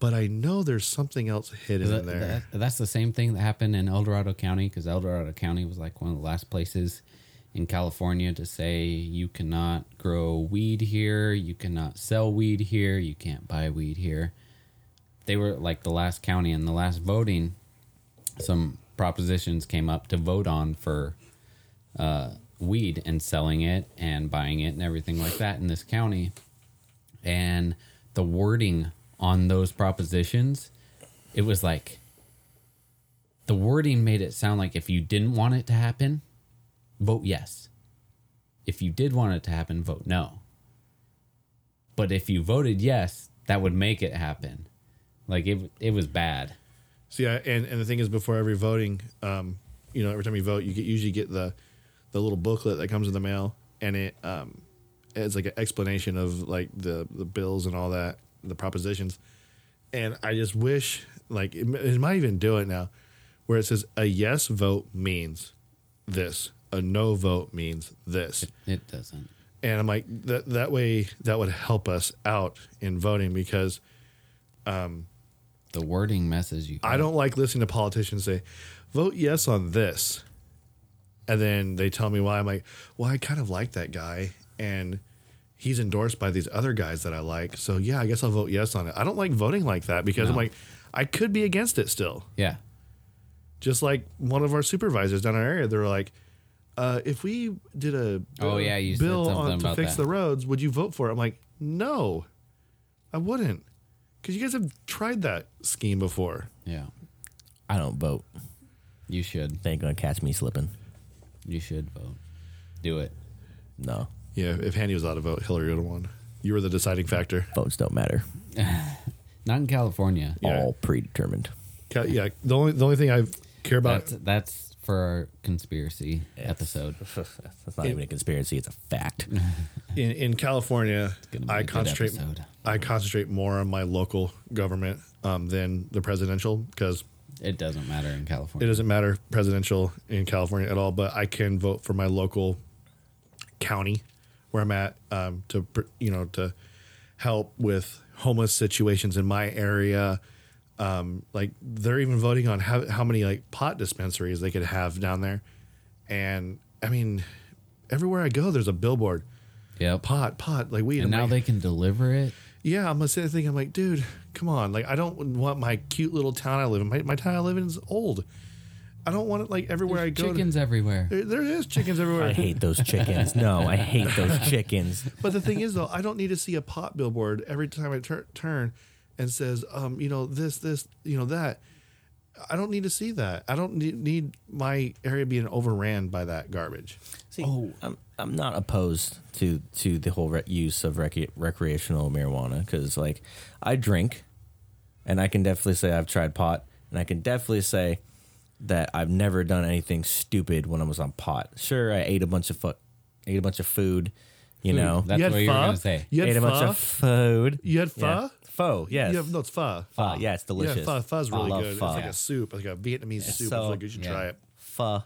S3: but I know there's something else hidden
S4: Th-
S3: in there.
S4: that- that's the same thing that happened in El Dorado County because El Dorado County was like one of the last places in California to say you cannot grow weed here, you cannot sell weed here, you can't buy weed here. They were like the last county and the last voting. Some propositions came up to vote on for uh, weed and selling it and buying it and everything like that in this county. And the wording on those propositions it was like the wording made it sound like if you didn't want it to happen, vote yes. If you did want it to happen, vote no. But if you voted yes, that would make it happen. Like it, it was bad.
S3: So yeah, and, and the thing is, before every voting, um, you know, every time you vote, you get, usually get the the little booklet that comes in the mail, and it um, it's like an explanation of like the the bills and all that, the propositions. And I just wish, like, it, m- it might even do it now, where it says a yes vote means this, a no vote means this
S4: It doesn't.
S3: and I'm like that that way that would help us out in voting because
S4: The wording messes you.
S3: I don't like listening to politicians say, vote yes on this. And then they tell me why. I'm like, well, I kind of like that guy. And he's endorsed by these other guys that I like. So yeah, I guess I'll vote yes on it. I don't like voting like that because I'm
S4: No.
S3: like, I could be against it still.
S4: Yeah.
S3: Just like one of our supervisors down our area, they were like, uh, if we did a
S4: Oh, yeah, you said
S3: bill
S4: something
S3: on to
S4: about
S3: fix
S4: that.
S3: the roads, would you vote for it? I'm like, no, I wouldn't. Because you guys have tried that scheme before.
S4: Yeah.
S6: I don't vote.
S4: You should.
S6: They ain't gonna catch me slipping.
S4: You should vote. Do it.
S6: No,
S3: Yeah, if Handy was out of vote, Hillary would have won. You were the deciding factor.
S6: votes don't matter.
S4: Not in California.
S3: Yeah.
S6: All predetermined.
S3: Ca- Yeah, the only the only thing I care about
S4: That's that's for our conspiracy episode.
S6: That's not even a conspiracy. It's a fact.
S3: in, in California,
S4: gonna be a
S3: I
S4: good
S3: concentrate
S4: episode.
S3: I concentrate more on my local government um, than the presidential because
S4: It doesn't matter in
S3: it
S4: California.
S3: doesn't matter presidential in California at all. But I can vote for my local county where I'm at um, to pr- you know to help with homeless situations in my area. Um, like they're even voting on how, how many like pot dispensaries they could have down there, and I mean, everywhere I go, there's a billboard.
S4: Yep.
S3: Pot, pot, like weed.
S4: And
S3: I'm
S4: now
S3: like-
S4: they can deliver it.
S3: yeah, I'm gonna sit there thinking, I'm like, dude, come on. Like, I don't want my cute little town I live in. My, my town I live in is old. I don't want it like everywhere I go. to-
S4: Chickens everywhere.
S3: there, there is chickens everywhere.
S6: I hate those chickens. No, I hate those chickens.
S3: But the thing is, though, I don't need to see a pot billboard every time I tur- turn and says, um, you know, this, this, you know, that. I don't need to see that. I don't need, need my area being overran by that garbage.
S6: See, Oh, I'm I'm not opposed to to the whole re- use of rec- recreational marijuana because like I drink, and I can definitely say I've tried pot, and I can definitely say that I've never done anything stupid when I was on pot. Sure, I ate a bunch of fu- ate a bunch of food, you know,
S4: That's
S3: you had
S4: what you
S3: pho?
S4: were gonna say.
S3: You had
S6: ate a bunch
S3: pho?
S6: of food.
S3: You had pho?
S6: Yeah. Pho, yes.
S3: You have, no, it's pho.
S6: Pho, yeah, it's delicious.
S3: Yeah, pho, pho's
S6: I
S3: really
S6: love
S3: good.
S6: pho.
S3: It's like a soup, like a Vietnamese soup.
S6: so-
S3: it's like, you should
S4: yeah.
S3: try it.
S6: Pho,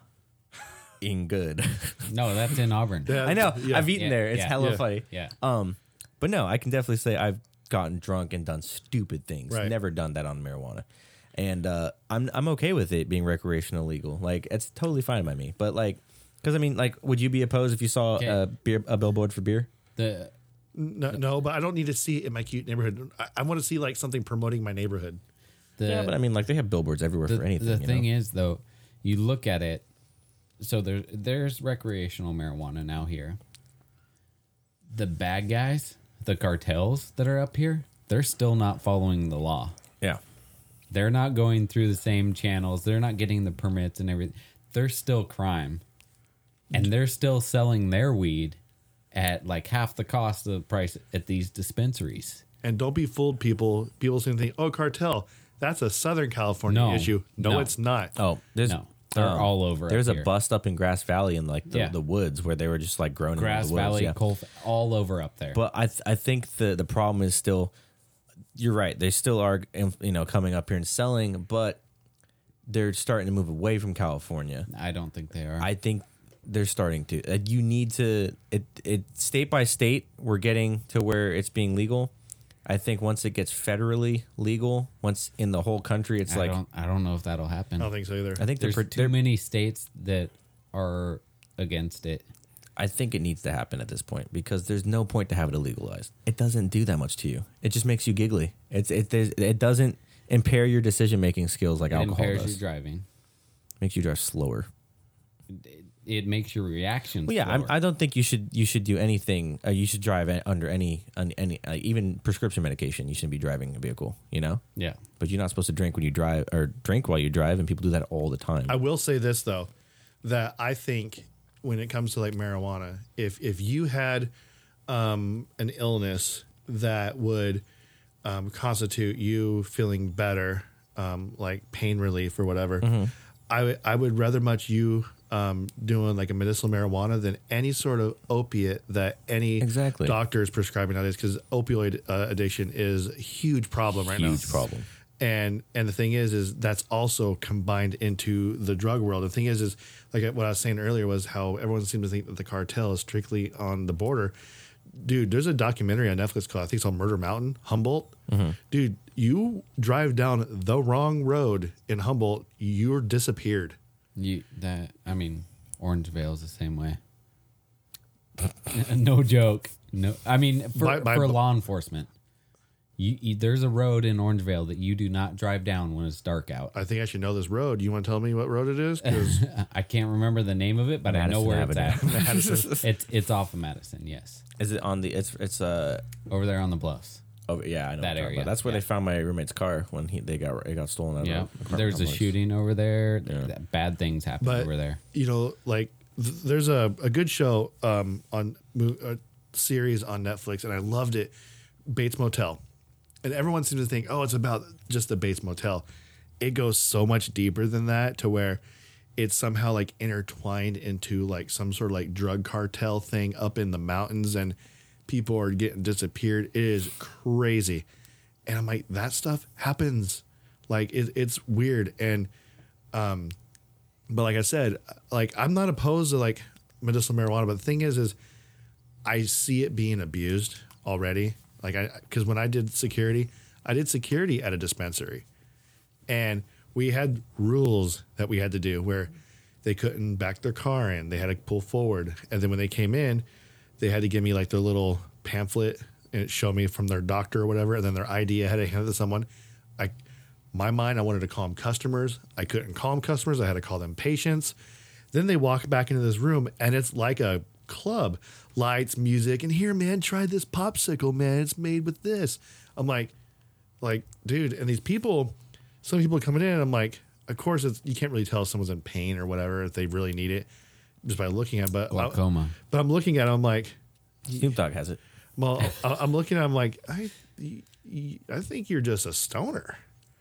S6: in good.
S4: No, that's in Auburn.
S3: Yeah,
S6: I know.
S3: yeah.
S6: I've eaten
S4: Yeah,
S6: there. It's
S4: yeah,
S6: hella
S3: yeah.
S6: funny.
S4: Yeah.
S6: Um, but no, I can definitely say I've gotten drunk and done stupid things.
S3: Right.
S6: Never done that on marijuana, and uh, I'm I'm okay with it being recreational legal. Like it's totally fine by me. But like, because I mean, like, would you be opposed if you saw a
S4: Okay.
S6: beer a billboard for beer?
S4: The
S3: No, no, but I don't need to see it in my cute neighborhood. I, I want to see like something promoting my neighborhood.
S4: the
S6: yeah, but I mean, like, they have billboards everywhere
S4: the,
S6: for anything.
S4: the
S6: you
S4: thing
S6: know?
S4: is though, you look at it. So there, there's recreational marijuana now here. The bad guys, the cartels that are up here, they're still not following the law.
S6: yeah.
S4: They're not going through the same channels. They're not getting the permits and everything. They're still crime. And they're still selling their weed at like half the cost of the price at these dispensaries.
S3: And don't be fooled, people. People seem to think, oh, cartel, that's a Southern California
S4: No,
S3: issue. No,
S4: no.
S3: it's not.
S6: Oh, there's
S4: No, they're all over up
S6: There's a
S4: here.
S6: bust up in Grass Valley in like the,
S4: Yeah.
S6: the woods where they were just like grown
S4: Grass
S6: in the woods.
S4: Valley,
S6: yeah.
S4: Colf, all over up there.
S6: But I th- I think the the problem is still you're right. They still are um, you know coming up here and selling, but they're starting to move away from California.
S4: I don't think they are.
S6: I think they're starting to. Uh, you need to it it state by state. We're getting to where it's being legal. I think once it gets federally legal, once in the whole country, it's
S4: I
S6: like
S4: don't, I don't know if that'll happen.
S3: I
S6: Oh,
S3: don't think so either.
S6: I think they're
S4: There's
S6: pro-
S4: too many states that are against it.
S6: I think it needs to happen at this point because there's no point to have it illegalized. It doesn't do that much to you. It just makes you giggly. It's it there's, it doesn't impair your decision making skills like
S4: It
S6: alcohol
S4: impairs
S6: does.
S4: your driving.
S6: makes you drive slower.
S4: It makes your reaction.
S6: Well, yeah, I'm,
S4: slower.
S6: I don't think you should you should do anything. Uh, you should drive a- under any un, any uh, even prescription medication. You shouldn't be driving a vehicle. You know.
S4: yeah.
S6: But you're not supposed to drink when you drive or drink while you drive, and people do that all the time.
S3: I will say this though, that I think when it comes to like marijuana, if if you had um, an illness that would um, constitute you feeling better, um, like pain relief or whatever, I would- I would rather much you um, doing like a medicinal marijuana than any sort of opiate that any
S6: Exactly.
S3: doctor is prescribing nowadays because opioid uh, addiction is a huge problem right now
S6: Huge problem.
S3: and and the thing is is that's also combined into the drug world the thing is is like what i was saying earlier was how everyone seems to think that the cartel is strictly on the border dude, there's a documentary on Netflix called I think it's on Murder Mountain, Humboldt.
S6: Mm-hmm.
S3: Dude, you drive down the wrong road in Humboldt, you're disappeared.
S4: You that I mean, Orangevale is the same way. no joke. No, I mean for,
S3: By- by-
S4: for law enforcement, you, you there's a road in Orangevale that you do not drive down when it's dark out.
S3: I think I should know this road. You want to tell me what road it is? 'Cause
S4: I can't remember the name of it, but I know
S6: Madison
S4: where
S6: Avenue.
S4: it's at. it's it's off of Madison. Yes,
S6: Is it on the? It's it's uh
S4: over there on the bluffs.
S6: oh yeah I know what you're
S4: That
S6: talking
S4: area,
S6: About. That's where
S4: yeah.
S6: they found my roommate's car when he they got it got stolen. out of
S4: Yeah,
S6: the apartment
S4: there's a
S6: complex.
S4: shooting over there. That- Bad things happen
S3: But-
S4: over there.
S3: you know, like th- there's a, a good show um, on mo- a series on Netflix, and I loved it, Bates Motel. And everyone seems to think, oh, it's about just the Bates Motel. It goes so much deeper than that to where it's somehow like intertwined into like some sort of like drug cartel thing up in the mountains, and people are getting disappeared. It is crazy, and I'm like, that stuff happens. Like it, it's weird, and but like I said, like I'm not opposed to like medicinal marijuana, but the thing is, is I see it being abused already. Like I, because when I did security, I did security at a dispensary, and we had rules that we had to do where they couldn't back their car in; they had to pull forward, and then when they came in, they had to give me like their little pamphlet and it showed me from their doctor or whatever, and then their ID. I had to hand it to someone. I, my mind, I wanted to calm customers. I couldn't calm customers. I had to call them patients. Then they walk back into this room, and it's like a club, lights, music, and here, man, try this popsicle, man. It's made with this. I'm like, like, dude, and these people, some people coming in, I'm like, of course, it's, you can't really tell if someone's in pain or whatever if they really need it just by looking at. But
S4: Glaucoma.
S3: but I'm looking at, it, I'm like,
S6: Snoop Dogg has it.
S3: well, I- I'm looking. I'm like, I, y- y- I think you're just a stoner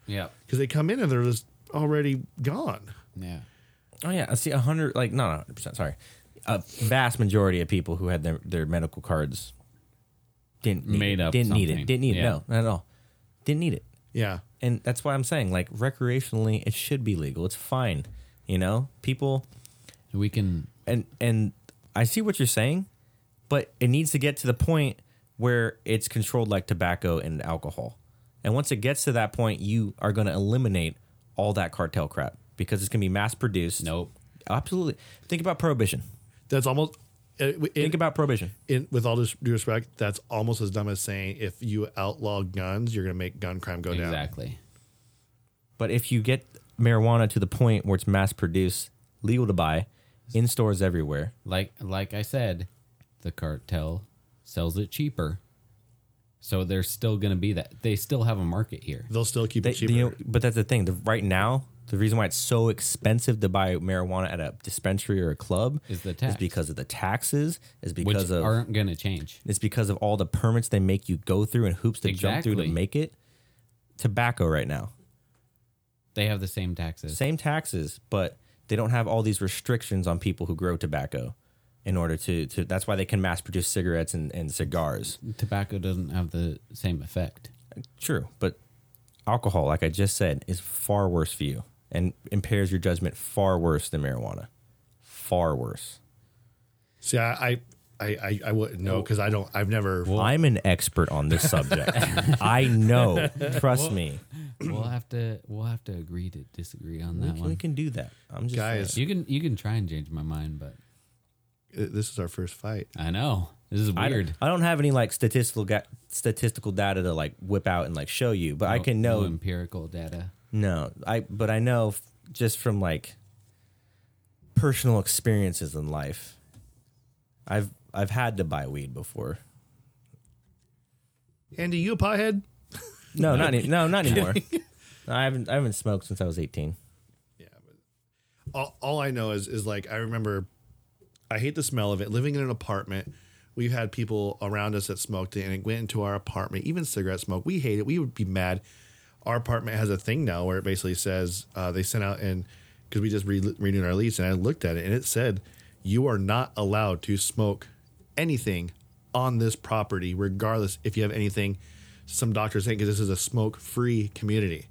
S4: Yeah,
S3: because they come in and they're just already gone.
S4: yeah.
S6: Oh yeah, I see a hundred like not a hundred percent. Sorry, a vast majority of people who had their, their medical cards didn't need
S4: Made
S6: it,
S4: up
S6: didn't need
S4: something.
S6: it didn't need
S4: Yeah.
S6: it no not at all didn't need it,
S3: Yeah,
S6: and that's why I'm saying like recreationally it should be legal. It's fine, you know. People
S4: We can
S6: and and I see what you're saying, but it needs to get to the point where it's controlled like tobacco and alcohol. And once it gets to that point, you are going to eliminate all that cartel crap because it's going to be mass produced.
S4: Nope.
S6: Absolutely. Think about prohibition.
S3: that's almost. It,
S6: Think
S3: it,
S6: about prohibition.
S3: in, with all this due respect, that's almost as dumb as saying if you outlaw guns, you're going to make gun crime go down.
S4: exactly.
S6: But if you get marijuana to the point where it's mass produced, legal to buy, in stores everywhere,
S4: like like I said, the cartel sells it cheaper. So there's still going to be that they still have a market here.
S3: They'll still keep
S6: They,
S3: it cheaper.
S6: you know, but that's the thing. The, right now, the reason why it's so expensive to buy marijuana at a dispensary or a club
S4: Is the tax.
S6: because of the taxes. Is
S4: Which
S6: because of
S4: aren't going to change.
S6: it's because of all the permits they make you go through and hoops to jump through to
S4: Exactly.
S6: make it. Tobacco right now,
S4: They have the same taxes.
S6: same taxes, but they don't have all these restrictions on people who grow tobacco. In order to, to that's why they can mass produce cigarettes and, and cigars.
S4: Tobacco doesn't have the same effect.
S6: True, but alcohol, like I just said, is far worse for you and impairs your judgment far worse than marijuana. Far worse.
S3: See, I, I, I, I, I wouldn't know because I don't. I've never.
S6: I'm an expert on this subject. I know. Trust me.
S4: we'll have to we'll have to agree to disagree on
S6: We
S4: that
S6: can, we
S4: one.
S6: can do that. I'm just
S3: Guys.
S4: You can you can try and change my mind, but
S3: this is our first fight.
S4: I know this is
S6: I don't,
S4: weird.
S6: I don't have any like statistical ga- statistical data to like whip out and like show you, but I
S4: No-
S6: can
S4: no
S6: know
S4: empirical data.
S6: No, I but I know f- just from like personal experiences in life. I've I've had to buy weed before.
S3: Andy, you a pothead?
S6: No, not any, no, not anymore. I haven't I haven't smoked since I was 18.
S3: all, all I know is is like I remember I hate the smell of it. Living in an apartment, we've had people around us that smoked it and it went into our apartment, even cigarette smoke. We hate it. We would be mad. Our apartment has a thing now where it basically says uh, they sent out and because we just re- renewed our lease and I looked at it and it said you are not allowed to smoke anything on this property, regardless if you have anything. Some doctors think because this is a smoke-free community.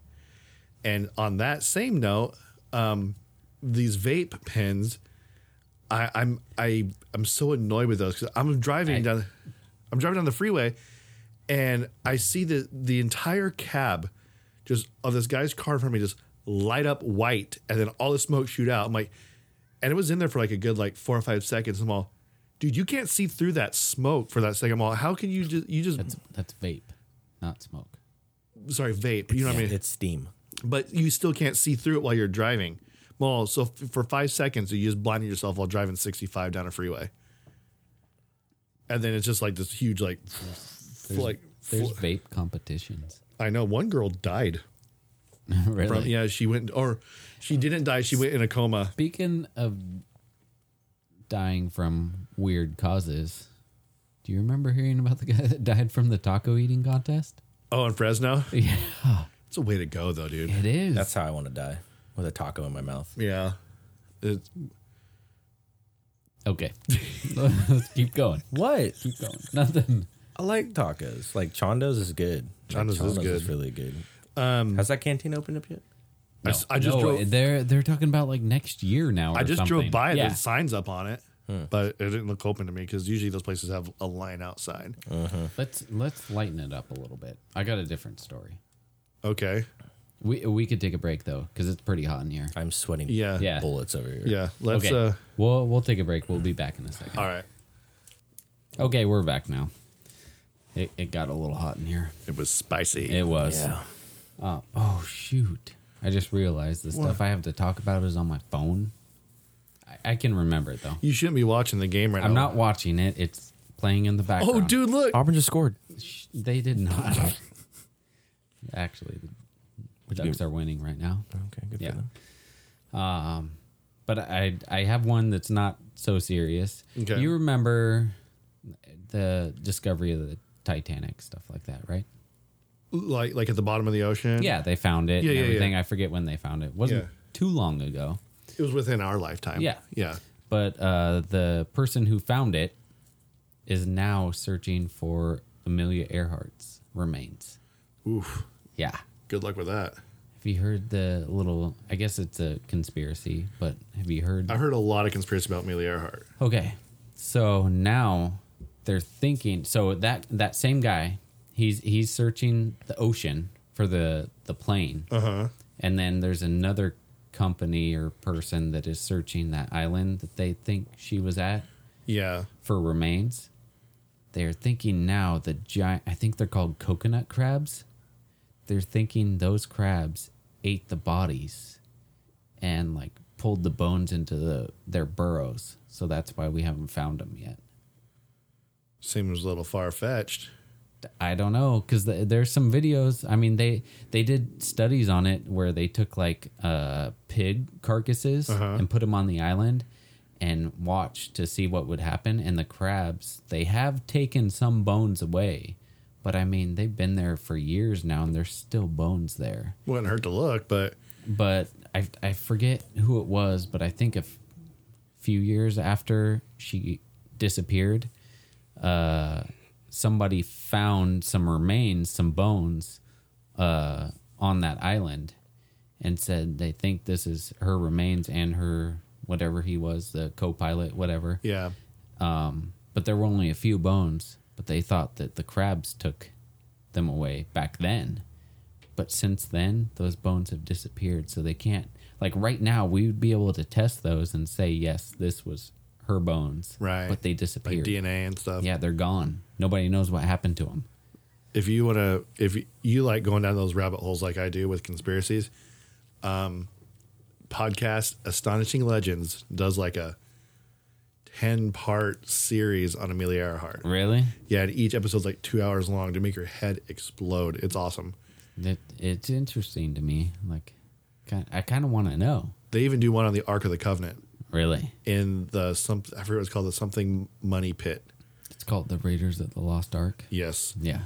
S3: And on that same note, um, these vape pens, I, I'm I I'm so annoyed with those because I'm driving down. I'm driving down the freeway and I see the the entire cab just of this guy's car in front of me just light up white and then all the smoke shoot out. I'm like, and it was in there for like a good like four or five seconds. I'm all, dude, you can't see through that smoke for that second. I'm all, how can you just you just
S4: That's that's vape, not smoke.
S3: sorry vape? You know what I mean?
S6: It's steam.
S3: but you still can't see through it while you're driving. Well, so f- for five seconds, you just blinded yourself while driving 65 down a freeway, and then it's just like this huge like, f- like
S4: There's
S3: fl-
S4: vape competitions.
S3: I know one girl died
S4: really?
S3: from yeah she went or she didn't die she went in a coma.
S4: Speaking of dying from weird causes, do you remember hearing about the guy that died from the taco eating contest?
S3: Oh, in Fresno,
S4: Yeah,
S3: it's a way to go though, dude.
S4: it is.
S6: That's how I want to die with a taco in my mouth.
S3: Yeah, it's,
S4: okay. Let's keep going.
S6: What?
S4: Keep going. Nothing.
S6: I like tacos. Like Chondo's is good. Like,
S3: Chondo's is good. Um,
S6: really good. Has that canteen opened up yet?
S3: I s- I, just drove.
S4: They're they're talking about like next year now. Or
S3: I just
S4: something.
S3: drove by it.
S4: Yeah.
S3: There's signs up on it, but it didn't look open to me because usually those places have a line outside.
S4: Let's let's lighten it up a little bit. I got a different story.
S3: Okay.
S4: We we could take a break though because it's pretty hot in here.
S6: I'm sweating
S3: Yeah.
S4: Yeah.
S6: bullets over here.
S3: Yeah. Let's.
S4: Okay.
S3: uh
S4: we'll we'll take a break. We'll be back in a second.
S3: All right.
S4: Okay, we're back now. It, it got a little hot in here.
S3: It was spicy.
S4: It was. Uh, oh shoot! I just realized the stuff I have to talk about is on my phone. I, I can remember it though.
S3: you shouldn't be watching the game right
S4: I'm
S3: now.
S4: not watching it. It's playing in the background.
S3: Oh, dude, look.
S6: Auburn just scored.
S4: Sh- They did not. Actually, the Ducks are winning right now.
S6: Okay, good
S4: Yeah. Um, but I I have one that's not so serious.
S3: Okay.
S4: You remember the discovery of the Titanic, stuff like that, right?
S3: Like, like at the bottom of the ocean.
S4: Yeah, they found it.
S3: Yeah,
S4: and
S3: yeah, yeah.
S4: everything. I forget when they found it. Wasn't
S3: Yeah.
S4: too long ago.
S3: It was within our lifetime.
S4: Yeah.
S3: Yeah.
S4: But uh, the person who found it is now searching for Amelia Earhart's remains.
S3: Oof.
S4: Yeah.
S3: Good luck with that.
S4: Have you heard the little? I guess it's a conspiracy, but have you heard?
S3: I heard a lot of conspiracy about Amelia Earhart.
S4: Okay, so now they're thinking. So that that same guy, he's he's searching the ocean for the the plane, uh-huh. and then there's another company or person that is searching that island that they think she was at
S3: Yeah.
S4: for remains. They're thinking now the giant. I think they're called coconut crabs. They're thinking those crabs ate the bodies, and like pulled the bones into the their burrows. So that's why we haven't found them yet.
S3: Seems a little far fetched.
S4: I don't know because the, there's some videos. I mean, they they did studies on it where they took like uh, pig carcasses and put them on the island and watched to see what would happen. And the crabs, they have taken some bones away, but I mean, they've been there for years now, and there's still bones there.
S3: Wouldn't hurt to look, but
S4: But I I forget who it was, but I think a f- few years after she disappeared, uh, somebody found some remains, some bones, uh, on that island, and said they think this is her remains and her whatever he was, the co-pilot, whatever.
S3: yeah.
S4: Um, but there were only a few bones, but they thought that the crabs took them away back then. But since then, those bones have disappeared, so they can't. Like right now, we would be able to test those and say, yes, this was her bones.
S3: Right.
S4: But they
S3: Like
S4: disappeared.
S3: DNA and stuff.
S4: yeah, they're gone. Nobody knows what happened to them.
S3: If you want to, if you like going down those rabbit holes like I do with conspiracies, um, podcast Astonishing Legends does like a 10 part series on Amelia Earhart.
S4: Really?
S3: Yeah, and each episode's like two hours long to make your head explode. It's awesome.
S4: It, it's interesting to me. Like, kind, I kind of want to know.
S3: They even do one on the Ark of the Covenant
S4: Really?
S3: in the some I forget what it's called the something money pit.
S4: It's called The Raiders of the Lost Ark.
S3: Yes,
S4: Yeah.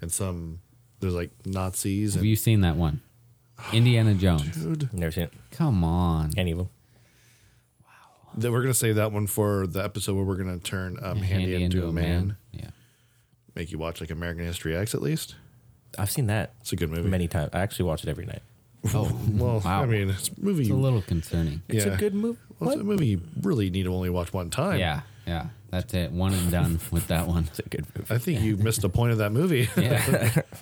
S3: and some there's like Nazis
S4: Have
S3: and
S4: you seen that one? Indiana Jones.
S6: Never seen it.
S4: Come on.
S6: Any of them.
S3: that we're gonna save that one for the episode where we're gonna turn um, Handy, into, a man.
S4: Yeah.
S3: Make you watch like American History X at least.
S6: I've seen that
S3: It's a good movie.
S6: many times. I actually watch it every night.
S4: Oh,
S3: Well,
S4: Wow.
S3: I mean, it's a movie.
S4: it's a little concerning.
S3: yeah.
S6: It's a good movie.
S3: Well, it's a movie you really need to only watch one time.
S4: Yeah. Yeah. That's it. One and done with that one.
S6: It's a good movie.
S3: I think you missed the point of that movie.
S4: Yeah.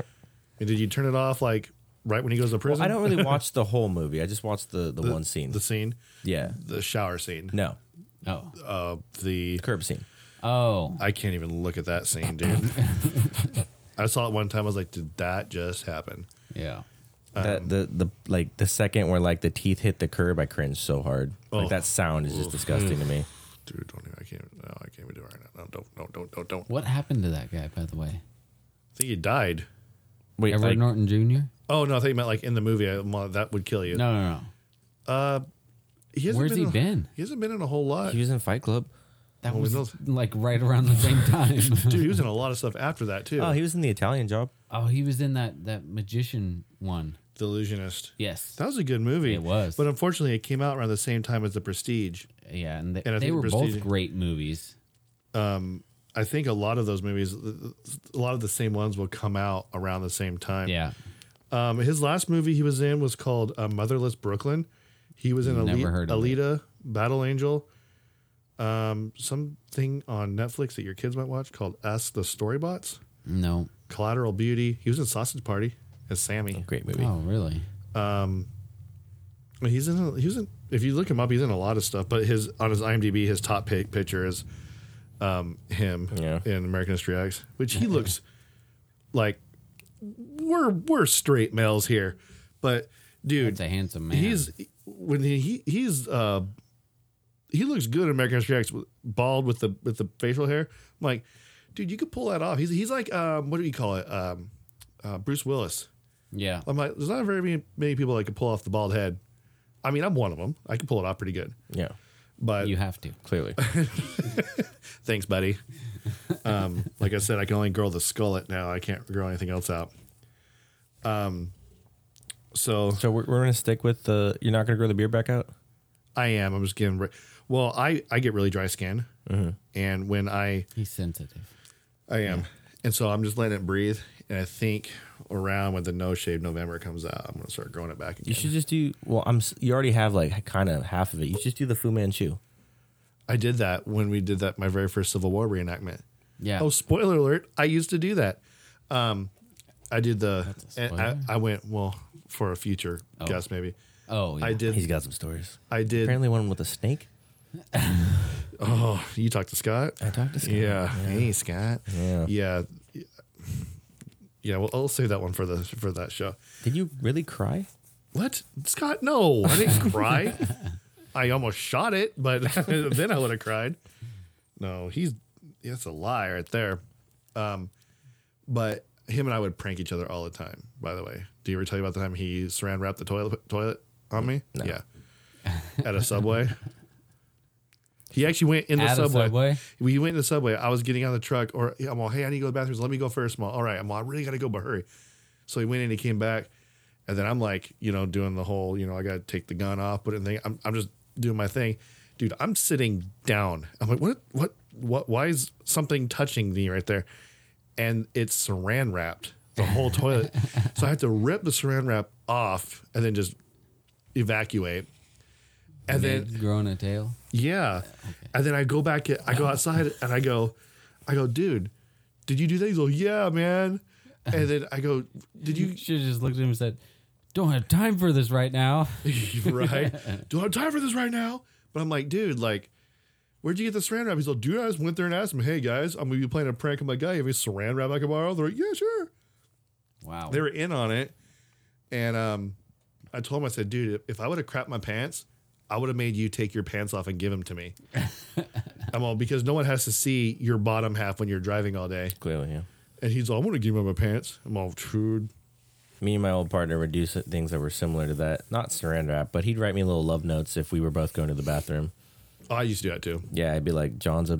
S3: And did you turn it off like right when he goes to prison?
S6: I don't really watch the whole movie. I just watched the, the, one scene.
S3: The scene,
S6: yeah.
S3: the shower scene,
S6: No.
S4: Oh.
S3: uh, the
S6: Curb scene.
S4: Oh.
S3: I can't even look at that scene, dude. I saw it one time. I was like, did that just happen?
S4: Yeah.
S3: Um,
S6: that the the like the second where like the teeth hit the curb, I cringe so hard.
S3: Oh.
S6: Like that sound is just disgusting to me.
S3: Dude, don't even, I can't. even- No, I can't even do it right now. No, don't, no, don't, don't, don't.
S4: What happened to that guy, by the way?
S3: I think he died.
S6: Wait,
S4: Edward
S6: like,
S4: Norton Jr.?
S3: Oh no, I think you meant like in the movie. I, well, that would kill you.
S4: No, no, no.
S3: he hasn't
S4: where's he
S3: in a-
S4: been?
S3: He hasn't been in a whole lot.
S6: he was in Fight Club.
S4: That
S3: Well, we
S4: was
S3: know-
S4: like right around the same time.
S3: dude, he was in a lot of stuff after that too.
S6: Oh, he was in the Italian Job.
S4: oh, he was in that that magician one.
S3: Delusionist.
S4: Yes.
S3: That was a good movie.
S4: It was.
S3: but unfortunately, it came out around the same time as The Prestige.
S4: yeah, and they,
S3: And I
S4: they
S3: think
S4: were both
S3: Prestige-
S4: great movies.
S3: I think a lot of those movies, a lot of the same ones, will come out around the same time.
S4: Yeah.
S3: Um, his last movie he was in was called uh, Motherless Brooklyn. He was in
S4: Never
S3: Ali-
S4: heard of it.
S3: Alita, Battle Angel, um, something on Netflix that your kids might watch called Us the Storybots,
S4: No.
S3: Collateral Beauty. He was in Sausage Party as Sammy.
S6: Great movie.
S4: Oh, really?
S3: He's in. A, he's in. If you look him up, he's in a lot of stuff. But his on his IMDb, his top pick picture is um, him
S6: Yeah.
S3: in American History X, which he looks like we're we're straight males here, but dude,
S4: It's a handsome man.
S3: he's when he, he he's uh he looks good in American History X, bald with the with the facial hair. I'm like, dude, you could pull that off. He's he's like um what do you call it um uh, Bruce Willis.
S4: yeah.
S3: I'm like, there's not very many, many people that could pull off the bald head. I mean, I'm one of them. I can pull it off pretty good.
S6: Yeah,
S3: But
S4: You have to.
S6: clearly.
S3: thanks, buddy. Um, like I said, I can only grow the skullet now. I can't grow anything else out. Um, so
S6: so we're, we're gonna stick with the. You're not gonna grow the beard back out.
S3: I am. I'm just getting. Re- well, I I get really dry skin, and when I
S4: He's sensitive.
S3: I am, and so I'm just letting it breathe. And I think around when the no shave November comes out, I'm gonna start growing it back again.
S6: You should just do. Well, I'm. s- You already have like kind of half of it. You should just do the Fu Manchu.
S3: I did that when we did that my very first Civil War reenactment.
S4: Yeah.
S3: Oh, spoiler alert! I used to do that. Um, I did the. and I,
S4: spoiler.
S3: I went well for a future guess maybe.
S4: oh, yeah.
S3: I did.
S6: He's got some stories.
S3: I did.
S6: Apparently, one with a snake.
S3: Oh, you talked to Scott.
S6: I talked to. Scott.
S3: Yeah. Hey, Scott.
S6: Yeah.
S3: Yeah. Yeah. Well, I'll save that one for the for that show.
S6: Did you really cry?
S3: What, Scott? No, I didn't cry. I almost shot it, but then I would have cried. No, he's that's a lie right there. Um, but him and I would prank each other all the time. By the way, do you ever tell you about the time he saran wrapped the toilet toilet on me? Yeah, at a subway. He actually went in the
S4: At a
S3: subway.
S4: Subway?
S3: We went in the subway. I was getting out of the truck, or I'm all, hey, I need to go to the bathrooms. Let me go first, Mom. All right, I'm all, I really gotta go, but hurry. So he went in, he came back, and then I'm like, you know, doing the whole, you know, I gotta take the gun off, put it in the thing. I'm, I'm just doing my thing. Dude, I'm sitting down. I'm like, what, what, what, why is something touching me right there? And it's saran wrapped, the whole toilet. So I have to rip the saran wrap off and then just evacuate. And then
S4: He's growing a tail.
S3: yeah. And then I go back, I go outside and I go, I go, dude, did you do that? He's like, yeah, man. And then I go, did you,
S4: You should have just looked at him and said, Don't have time for this right now.
S3: right? Do I have time for this right now? But I'm like, dude, like, where'd you get the saran wrap? He's like, dude, I just went there and asked him, hey guys, I'm gonna be playing a prank on my guy. You have any saran wrap I can borrow? They're like, yeah, sure.
S4: Wow.
S3: They were in on it. And um, I told him, I said, dude, if I would have crapped my pants, I would have made you take your pants off and give them to me. I'm all because no one has to see your bottom half when you're driving all day.
S6: Clearly, yeah.
S3: And he's all, I'm gonna give him my pants. I'm all, dude.
S6: Me and my old partner would do s- things that were similar to that. Not saran wrap, but he'd write me little love notes if we were both going to the bathroom.
S3: Oh, I used to do that too.
S6: Yeah, I'd be like, John's a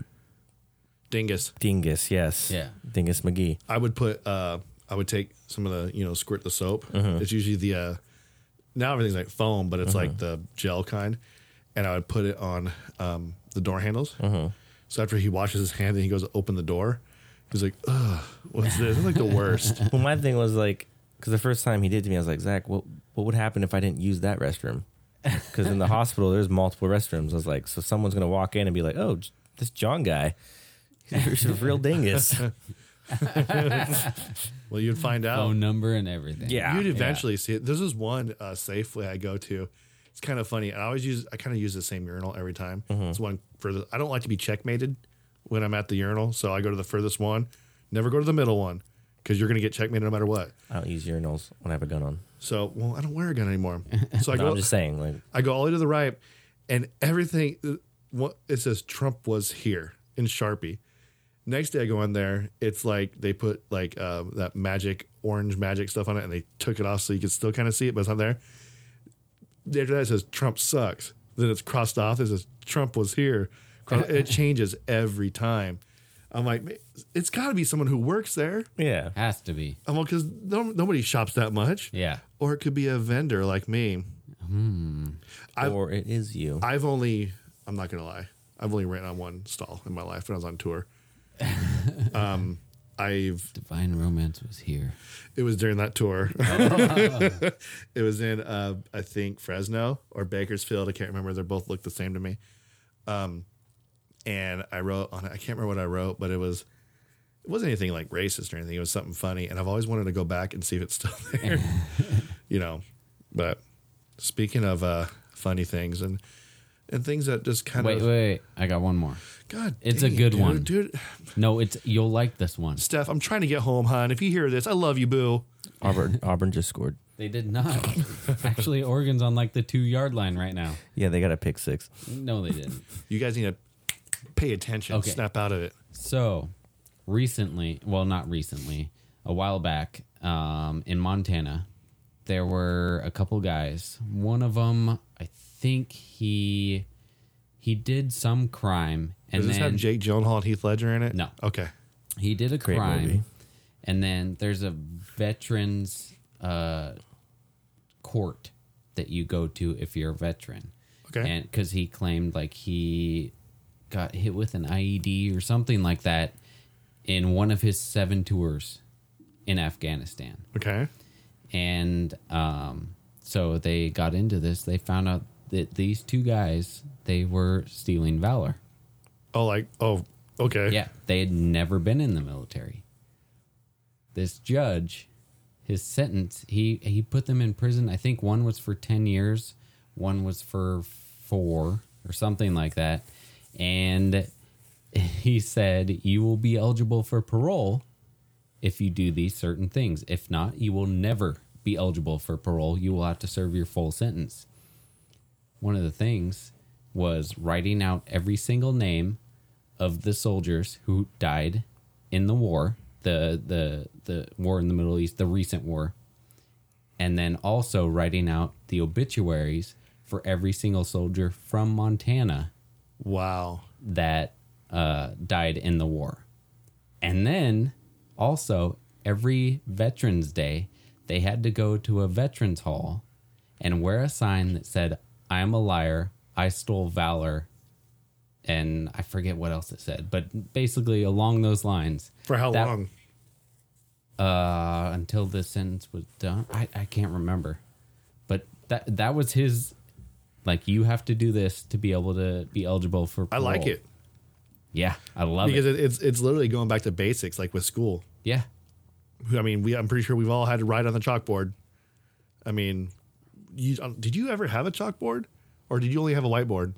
S3: Dingus.
S6: dingus. Yes.
S4: Yeah.
S6: Dingus McGee.
S3: I would put, uh, I would take some of the, you know, squirt the soap. It's usually the, uh, now everything's like foam, but it's like the gel kind. And I would put it on um, the door handles. So after he washes his hand and he goes to open the door, he's like, ugh, what's this? It's like the worst.
S6: Well, my thing was like, because the first time he did to me, I was like, Zach, what what would happen if I didn't use that restroom? Because in the hospital, there's multiple restrooms. I was like, so someone's gonna walk in and be like, oh, j- this John guy. You're a real dingus.
S3: Well, you'd find out.
S4: phone number and everything.
S6: Yeah.
S3: You'd eventually see it. There's this one uh, safely I go to. It's kind of funny. I always use. I kind of use the same urinal every time.
S6: Mm-hmm.
S3: It's one for the. I don't like to be checkmated when I'm at the urinal, so I go to the furthest one. Never go to the middle one because you're gonna get checkmated no matter what.
S6: I don't use urinals when I have a gun on.
S3: So, well, I don't wear a gun anymore. So I
S6: No,
S3: go.
S6: I'm just saying, like,
S3: I go all the way to the right, and everything. What it says Trump was here in Sharpie. Next day I go in there. It's like they put like uh, that magic orange magic stuff on it, and they took it off so you can still kind of see it, but it's not there. After that it says Trump sucks. Then it's crossed off. It says Trump was here. Cro- It changes every time. I'm like, "Man, it's got to be someone who works there.
S6: yeah.
S4: Has to be.
S3: I'm like, because no, nobody shops that much.
S4: Yeah.
S3: Or it could be a vendor like me. I-
S6: or it is you.
S3: I've only I'm not gonna lie. I've only ran on one stall in my life when I was on tour. um I've
S4: Divine romance was here.
S3: it was during that tour.
S4: Oh.
S3: it was in uh I think Fresno or Bakersfield. I can't remember. They both looked the same to me. Um and I wrote on it, I can't remember what I wrote, but it was it wasn't anything like racist or anything. It was something funny, and I've always wanted to go back and see if it's still there. you know. But speaking of uh funny things and and things that just kind
S4: Wait,
S3: of
S4: wait, wait. I got one more.
S3: God,
S4: It's a
S3: dang,
S4: good
S3: dude,
S4: one.
S3: dude.
S4: No, it's you'll like this one.
S3: Steph, I'm trying to get home, hon. If you hear this, I love you, boo.
S6: Auburn, Auburn just scored.
S4: They did not. Actually, Oregon's on like the two yard line right now.
S6: Yeah, they got a pick six.
S4: No, they didn't.
S3: You guys need to pay attention.
S4: Okay.
S3: Snap out of it.
S4: So recently, well, not recently, a while back um, in Montana, there were a couple guys. One of them, I think he he did some crime, and
S3: Does this
S4: then
S3: have Jake Gyllenhaal and Heath Ledger in it?
S4: No.
S3: Okay.
S4: he did a
S6: Great
S4: crime,
S6: movie.
S4: and then there's a veterans uh, court that you go to if you're a veteran.
S3: Okay.
S4: and because he claimed like he got hit with an IED or something like that in one of his seven tours in Afghanistan,
S3: Okay.
S4: and um, so they got into this. They found out that these two guys they were stealing valor.
S3: Oh, like, oh, okay.
S4: Yeah, they had never been in the military. This judge, his sentence, he he put them in prison. I think one was for ten years, one was for four or something like that, and he said you will be eligible for parole if you do these certain things. If not, you will never be eligible for parole. You will have to serve your full sentence. One of the things was writing out every single name of the soldiers who died in the war, the the the war in the Middle East, the recent war, and then also writing out the obituaries for every single soldier from Montana
S3: Wow.
S4: that uh, died in the war. And then also every Veterans Day, they had to go to a Veterans Hall and wear a sign that said, I am a liar, I stole valor. And I forget what else it said, but basically along those lines.
S3: For how
S4: That-
S3: long?
S4: Uh, until the sentence was done, I, I can't remember. But that that was his, like you have to do this to be able to be eligible for.
S3: I like
S4: parole.
S3: it
S4: Yeah, I love it.
S3: because it, it's it's literally going back to basics, like with school.
S4: Yeah.
S3: I mean, we I'm pretty sure we've all had to write on the chalkboard. I mean, you um, did you ever have a chalkboard, or did you only have a whiteboard?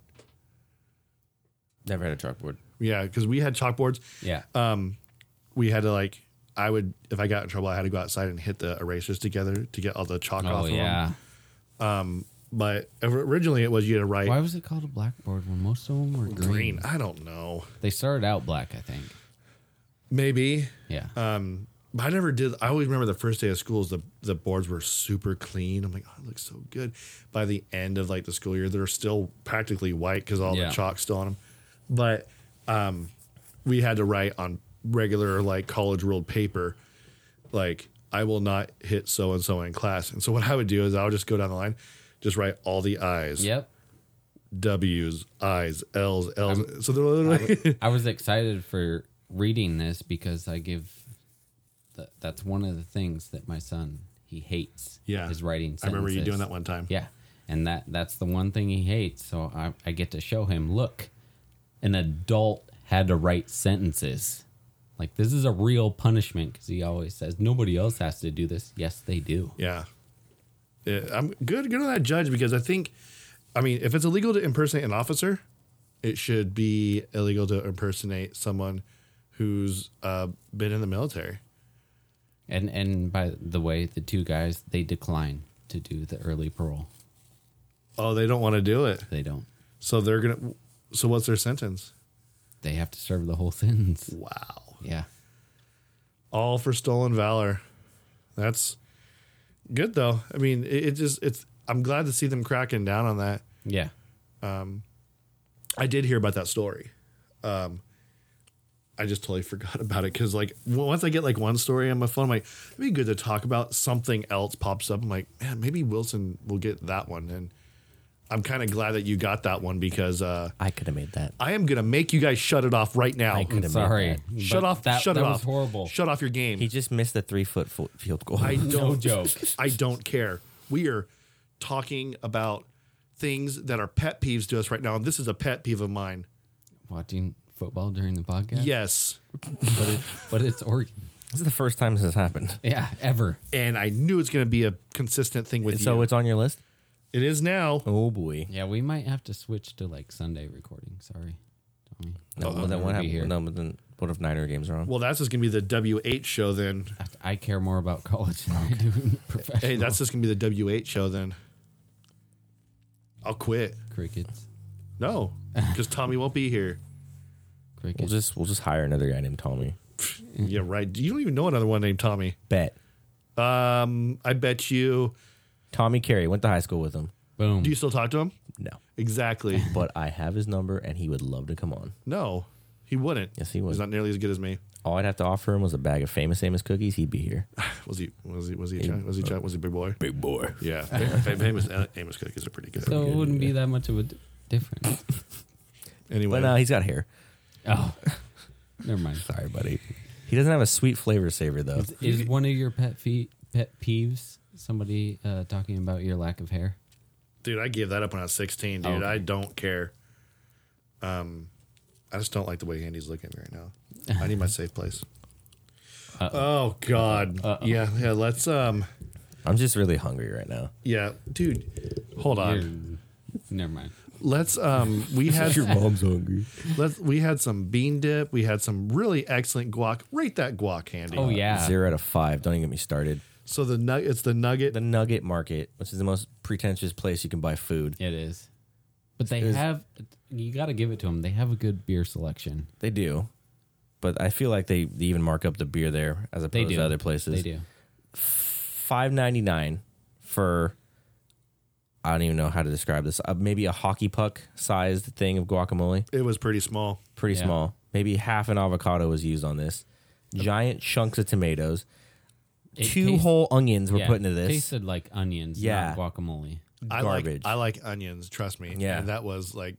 S6: Never had a chalkboard.
S3: Yeah, because we had chalkboards.
S4: Yeah.
S3: Um, we had to like I would if I got in trouble I had to go outside and hit the erasers together to get all the chalk off.
S4: oh,
S3: of 'em.
S4: yeah.
S3: But originally it was you had to write
S4: Why was it called a blackboard when most of them were green?
S3: green. I don't know.
S4: They started out black, I think.
S3: Maybe.
S4: Yeah.
S3: Um, but I never did. I always remember the first day of schools. The the boards were super clean. I'm like, oh, it looks so good. By the end of like the school year, they're still practically white because all
S4: Yeah.
S3: the chalk's still on them. But um, we had to write on regular like college ruled paper, like I will not hit so and so in class. And so what I would do is I would just go down the line, just write all the I's,
S4: yep.
S3: W's, I's, L's, L's. so they're literally
S4: I was excited for reading this because I give th- that's one of the things that my son he hates.
S3: Yeah.
S4: Is writing sentences.
S3: I remember you doing that one time.
S4: Yeah. And that that's the one thing he hates. So I, I get to show him, look, an adult had to write sentences. Like this is a real punishment because he always says nobody else has to do this. Yes, they do.
S3: Yeah. Yeah, I'm good. Good on that judge because I think, I mean, if it's illegal to impersonate an officer, it should be illegal to impersonate someone who's uh, been in the military.
S4: And and by the way, the two guys they decline to do the early parole.
S3: Oh, they don't want to do it,
S4: They don't.
S3: so they're gonna. So what's their sentence?
S4: They have to serve the whole sentence.
S3: Wow,
S4: Yeah.
S3: all for stolen valor. That's good though. I mean, it, it just it's. I'm glad to see them cracking down on that.
S4: Yeah.
S3: I did hear about that story. Um, I just totally forgot about it because like w- once I get like one story on my phone, I'm like it'd be good to talk about. Something else pops up. I'm like, man, maybe Wilson will get that one. And I'm kind of glad that you got that one because uh,
S6: I could have made that.
S3: I am gonna make you guys shut it off right now.
S6: could have-
S4: Sorry.
S3: Shut
S4: But
S3: off.
S4: That,
S3: shut
S4: that
S3: it
S4: was
S3: off.
S4: horrible.
S3: Shut off your game.
S6: He just missed the three foot field goal.
S3: I don't,
S4: No joke.
S3: I don't care. We are talking about things that are pet peeves to us right now. And this is a pet peeve of mine.
S4: Watching football during the podcast.
S3: Yes.
S4: But, it, but it's Oregon.
S6: this is the first time this has happened.
S4: Yeah. Ever.
S3: And I knew it's going to be a consistent thing with
S6: So
S3: you.
S6: it's on your list.
S3: It is now.
S6: Oh boy.
S4: Yeah, we might have to switch to like Sunday recording. Sorry, Tommy.
S6: No,
S4: I'll
S6: well, then
S4: never
S6: what
S4: be
S6: happened?
S4: here.
S6: No, but then what if Niner games are on?
S3: Well, that's just going to be the WH show then.
S4: I- I care more about college than I do professional
S3: Hey, that's just going to be the WH show then. I'll quit.
S4: crickets.
S3: No, because Tommy won't be here.
S6: We'll
S4: Crickets.
S6: just we'll just hire another guy named Tommy. Mm.
S3: Yeah, right. You don't even know another one named Tommy.
S6: Bet.
S3: Um, I bet you.
S6: Tommy Carey went to high school with him.
S4: Boom.
S3: Do you still talk to him?
S6: No.
S3: Exactly.
S6: But I have his number and he would love to come on.
S3: No, he wouldn't.
S6: Yes, he would.
S3: was not nearly as good as me.
S6: All I'd have to offer him was a bag of famous Amos cookies. He'd be here.
S3: Was he? Was he? Was he? A giant, was he? Giant, was he a big boy?
S6: Big boy.
S3: Yeah, fam- fam- famous uh, Amos cookies are pretty good.
S4: so it
S6: good,
S4: wouldn't be that much of a d- difference.
S3: anyway,
S6: But no, he's got hair.
S4: oh, never mind.
S6: Sorry, buddy. He doesn't have a sweet flavor saver though.
S4: Is one of your pet fee- pet peeves somebody uh, talking about your lack of hair?
S3: dude, I gave that up when I was sixteen,
S6: Oh.
S3: dude. I don't care. Um, I just don't like the way Andy's looking right now. I need my safe place. Oh God, yeah, yeah. Let's um,
S6: I'm just really hungry right now.
S3: yeah, dude. Hold on.
S4: You're- never mind.
S3: Let's um, we had
S6: mom's hungry.
S3: let's we had some bean dip. We had some really excellent guac. Rate that guac, Andy.
S4: Oh yeah.
S6: Zero out of five. Don't even get me started.
S3: So the nug it's the nugget.
S6: The Nugget Market, which is the most pretentious place you can buy food.
S4: It is. But they
S6: There's-
S4: have. You got to give it to them. They have a good beer selection.
S6: They do. But I feel like they, they even mark up the beer there as
S4: They
S6: opposed
S4: do
S6: to other places.
S4: They do.
S6: Five ninety nine for I don't even know how to describe this. Uh, maybe a hockey puck sized thing of guacamole.
S3: It was pretty small.
S6: Pretty
S4: Yeah.
S6: small. Maybe half an avocado was used on this. Giant chunks of tomatoes.
S4: It
S6: Two
S4: tastes-
S6: whole onions were
S4: yeah,
S6: put into this.
S4: Tasted like onions.
S6: Yeah.
S4: Yeah. Not guacamole.
S3: I
S6: Garbage.
S3: Like, I like onions. Trust me.
S6: Yeah.
S3: and that was like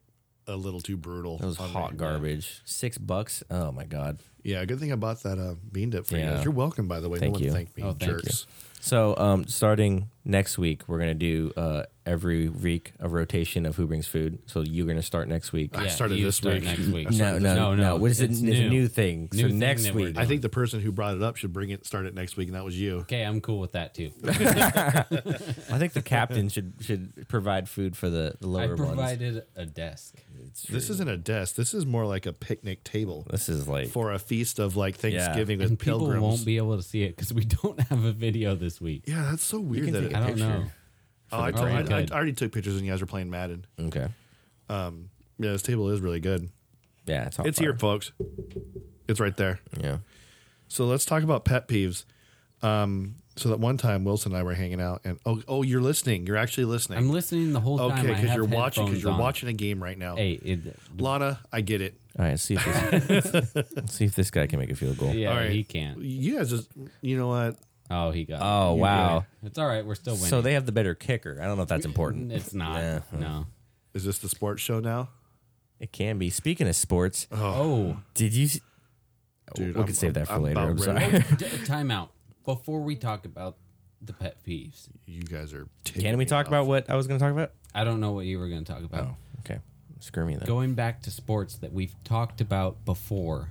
S3: a little too brutal.
S6: That was
S3: on me.
S6: hot garbage. Six bucks. Oh my god.
S3: Yeah, good thing I bought that uh, bean dip for you
S6: Yeah.
S3: guys. You're welcome, by the way.
S6: Thank
S3: no one
S6: you.
S3: thanked me,
S4: Oh, thank you.
S3: jerks.
S6: So, um, starting next week, we're gonna do uh, every week a rotation of who brings food. So you're gonna start next week.
S3: I started
S4: you
S3: this
S4: start
S3: week.
S4: Next week.
S6: No, no, no, no. What is it? It's, a new thing.
S4: New
S6: so
S4: thing
S6: next
S4: that we're
S6: week,
S4: doing.
S3: I think the person who brought it up should bring it start it next week, and that was you.
S4: Okay, I'm cool with that too.
S6: I think the captain should should provide food for the, the
S4: I
S6: lower ones.
S4: provided a desk.
S3: This isn't a desk. This is more like a picnic table
S6: This is like
S3: for a feast of like Thanksgiving with
S4: And people
S3: pilgrims.
S4: won't be able to see it because we don't have a video this week.
S3: yeah, that's so weird
S6: can
S3: that
S6: take
S3: it,
S4: I don't
S6: picture.
S4: know.
S3: oh, I,
S4: the
S3: I-
S4: crowd.
S3: I- I already took pictures when you guys were playing Madden.
S6: okay.
S3: Yeah, this table is really good.
S6: Yeah, it's, on
S3: It's
S6: fire.
S3: here, folks. It's right there.
S6: Yeah,
S3: So let's talk about pet peeves. Um, so that one time Wilson and I were hanging out, and oh, oh, you're listening. You're actually listening.
S4: I'm listening the whole time.
S3: okay,
S4: because
S3: because you're watching. Because you're
S4: on.
S3: watching a game right now.
S4: Hey, it,
S3: Lana, I get it.
S6: all right. See if this, let's see if this guy can make a field goal.
S4: yeah,
S3: All right,
S4: he can't.
S3: You guys just, you know what?
S4: Oh, he got.
S6: Oh,
S4: it. You're
S6: wow.
S4: good. It's all right. We're still winning.
S6: So they have the better kicker. I don't know if that's important.
S4: It's not.
S6: Yeah.
S4: No.
S3: Is this the sports show now?
S6: It can be. Speaking of sports,
S4: Oh,
S6: did you? s-
S3: Dude,
S6: we
S3: I'm-
S6: can save that for
S3: I'm
S6: later.
S3: about
S6: I'm
S3: ready.
S6: sorry.
S4: Oh. d- time out. Before we talk about the pet peeves,
S3: You guys are. ticking
S6: Can we
S3: me
S6: talk
S3: off.
S6: about what I was going to talk about?
S4: I don't know what you were going to talk about.
S6: Okay. Screw me then.
S4: Going back to sports that we've talked about before,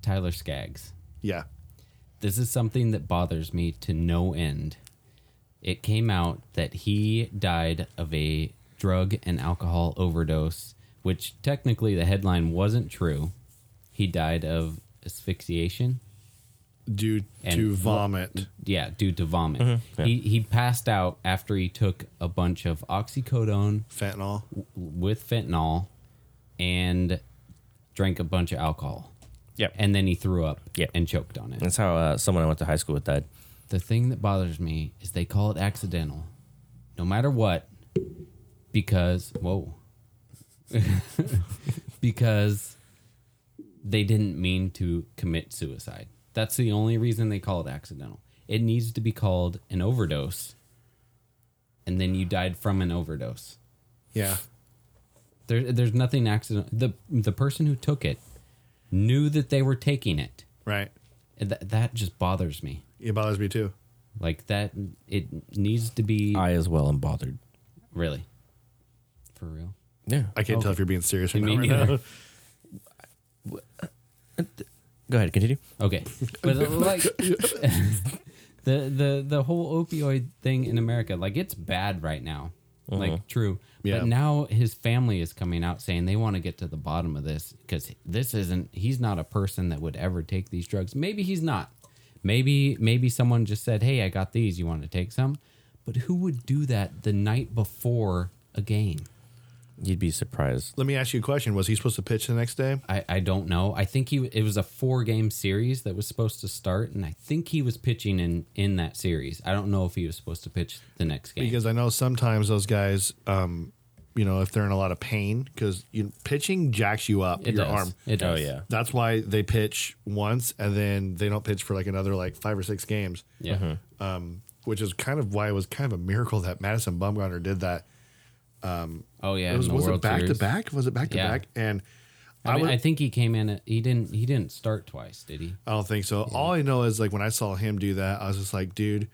S4: Tyler Skaggs.
S3: Yeah.
S4: This is something that bothers me to no end. It came out that he died of a drug and alcohol overdose, which technically the headline wasn't true. He died of asphyxiation.
S3: Due
S4: And
S3: to
S4: what-
S3: vomit.
S4: Yeah, due to vomit. He he passed out after he took a bunch of oxycodone
S3: Fentanyl.
S4: with fentanyl and drank a bunch of alcohol.
S6: Yep.
S4: And then he threw up
S6: Yep.
S4: and choked on it.
S6: That's how uh, someone I went to high school with died.
S4: The thing that bothers me is they call it accidental, no matter what, because, whoa, because they didn't mean to commit suicide. That's the only reason they call it accidental. It needs to be called an overdose, and then you died from an overdose.
S3: Yeah.
S4: There, there's nothing accident. The the person who took it knew that they were taking it.
S3: Right.
S4: And That that just bothers me.
S3: It bothers me too.
S4: Like that, it needs to be
S6: I as well am bothered.
S4: really for real.
S6: Yeah.
S3: I can't tell if you're being serious or
S4: Me
S3: not. Right
S4: neither.
S3: now.
S6: Go ahead, continue.
S4: Okay, but like the the the whole opioid thing in America, like it's bad right now. Like true,
S3: Yeah.
S4: but now his family is coming out saying they want to get to the bottom of this because this isn't. He's not a person that would ever take these drugs. Maybe he's not. Maybe maybe someone just said, "Hey, I got these. You want to take some?" But who would do that the night before a game?
S6: You'd be surprised.
S3: Let me ask you a question. Was he supposed to pitch the next day?
S4: I, I don't know. I think he it was a four game series that was supposed to start, and I think he was pitching in in that series. I don't know if he was supposed to pitch the next game.
S3: Because I know sometimes those guys, um, you know, if they're in a lot of pain, because you, pitching jacks you up
S4: it
S3: your
S4: does.
S3: arm.
S4: It does.
S6: Oh, yeah.
S3: That's why they pitch once and then they don't pitch for like another like five or six games.
S4: Yeah.
S6: Mm-hmm.
S3: Um, which is kind of why it was kind of a miracle that Madison Bumgarner did that.
S4: Oh yeah.
S3: it was
S4: in the
S3: was it
S4: World
S3: back to
S4: Series.
S3: back? Was it back to
S4: Yeah.
S3: back? And
S4: I,
S3: I,
S4: mean,
S3: would,
S4: I think he came in. He didn't. He didn't start twice, did he?
S3: I don't think so. All I know is like when I saw him do that, I was just like, dude,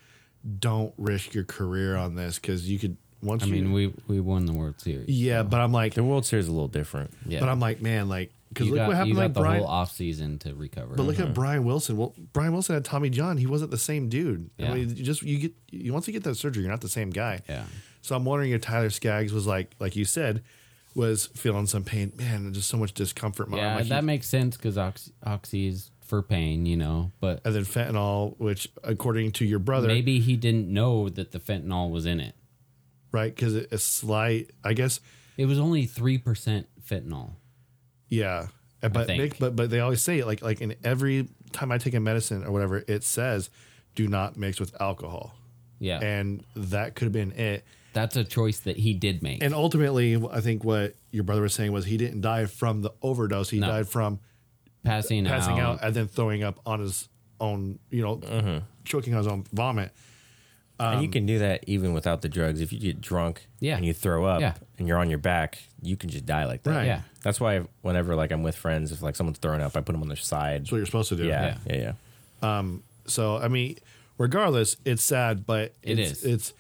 S3: don't risk your career on this because you could once
S4: I
S3: you
S4: mean, we we won the World Series.
S3: yeah. But I'm like,
S6: The World Series is a little different.
S4: Yeah.
S3: but I'm like, man, like because
S4: you
S3: look
S4: got,
S3: what
S4: you
S3: happened
S4: got
S3: like
S4: the
S3: Brian.
S4: whole off season to recover.
S3: But look at Brian Wilson. Well, Brian Wilson had Tommy John. He wasn't the same dude.
S4: Yeah.
S3: I mean, you just you get you once you get that surgery, you're not the same guy.
S4: Yeah.
S3: So I'm wondering if Tyler Skaggs was like like you said, was feeling some pain. Man, just so much discomfort. My arm.
S4: yeah,
S3: Like,
S4: that
S3: he-
S4: makes sense because oxy, oxy's for pain, you know. But
S3: and then fentanyl, which according to your brother,
S4: maybe he didn't know that the fentanyl was in it.
S3: right? Because a slight, I guess,
S4: It was only three percent fentanyl.
S3: yeah. Uh, But
S4: think.
S3: Nick, but but they always say it like like in every time I take a medicine or whatever, it says, do not mix with alcohol,
S4: Yeah.
S3: and that could have been it.
S4: That's a choice that he did make.
S3: And ultimately, I think what your brother was saying was he didn't die from the overdose. He died from
S4: passing,
S3: passing
S4: out.
S3: out and then throwing up on his own, you know, choking on his own vomit.
S6: and you can do that even without the drugs. If you get drunk
S4: Um, Yeah.
S6: and you throw up
S4: Yeah.
S6: and you're on your back, you can just die like that.
S3: Right.
S4: Yeah.
S6: That's why whenever like I'm with friends, if like someone's throwing up, I put them on their side.
S3: That's what you're supposed to do.
S6: yeah, yeah, yeah,
S3: So I mean, regardless, it's sad, but
S4: It
S3: it's,
S4: is.
S3: It's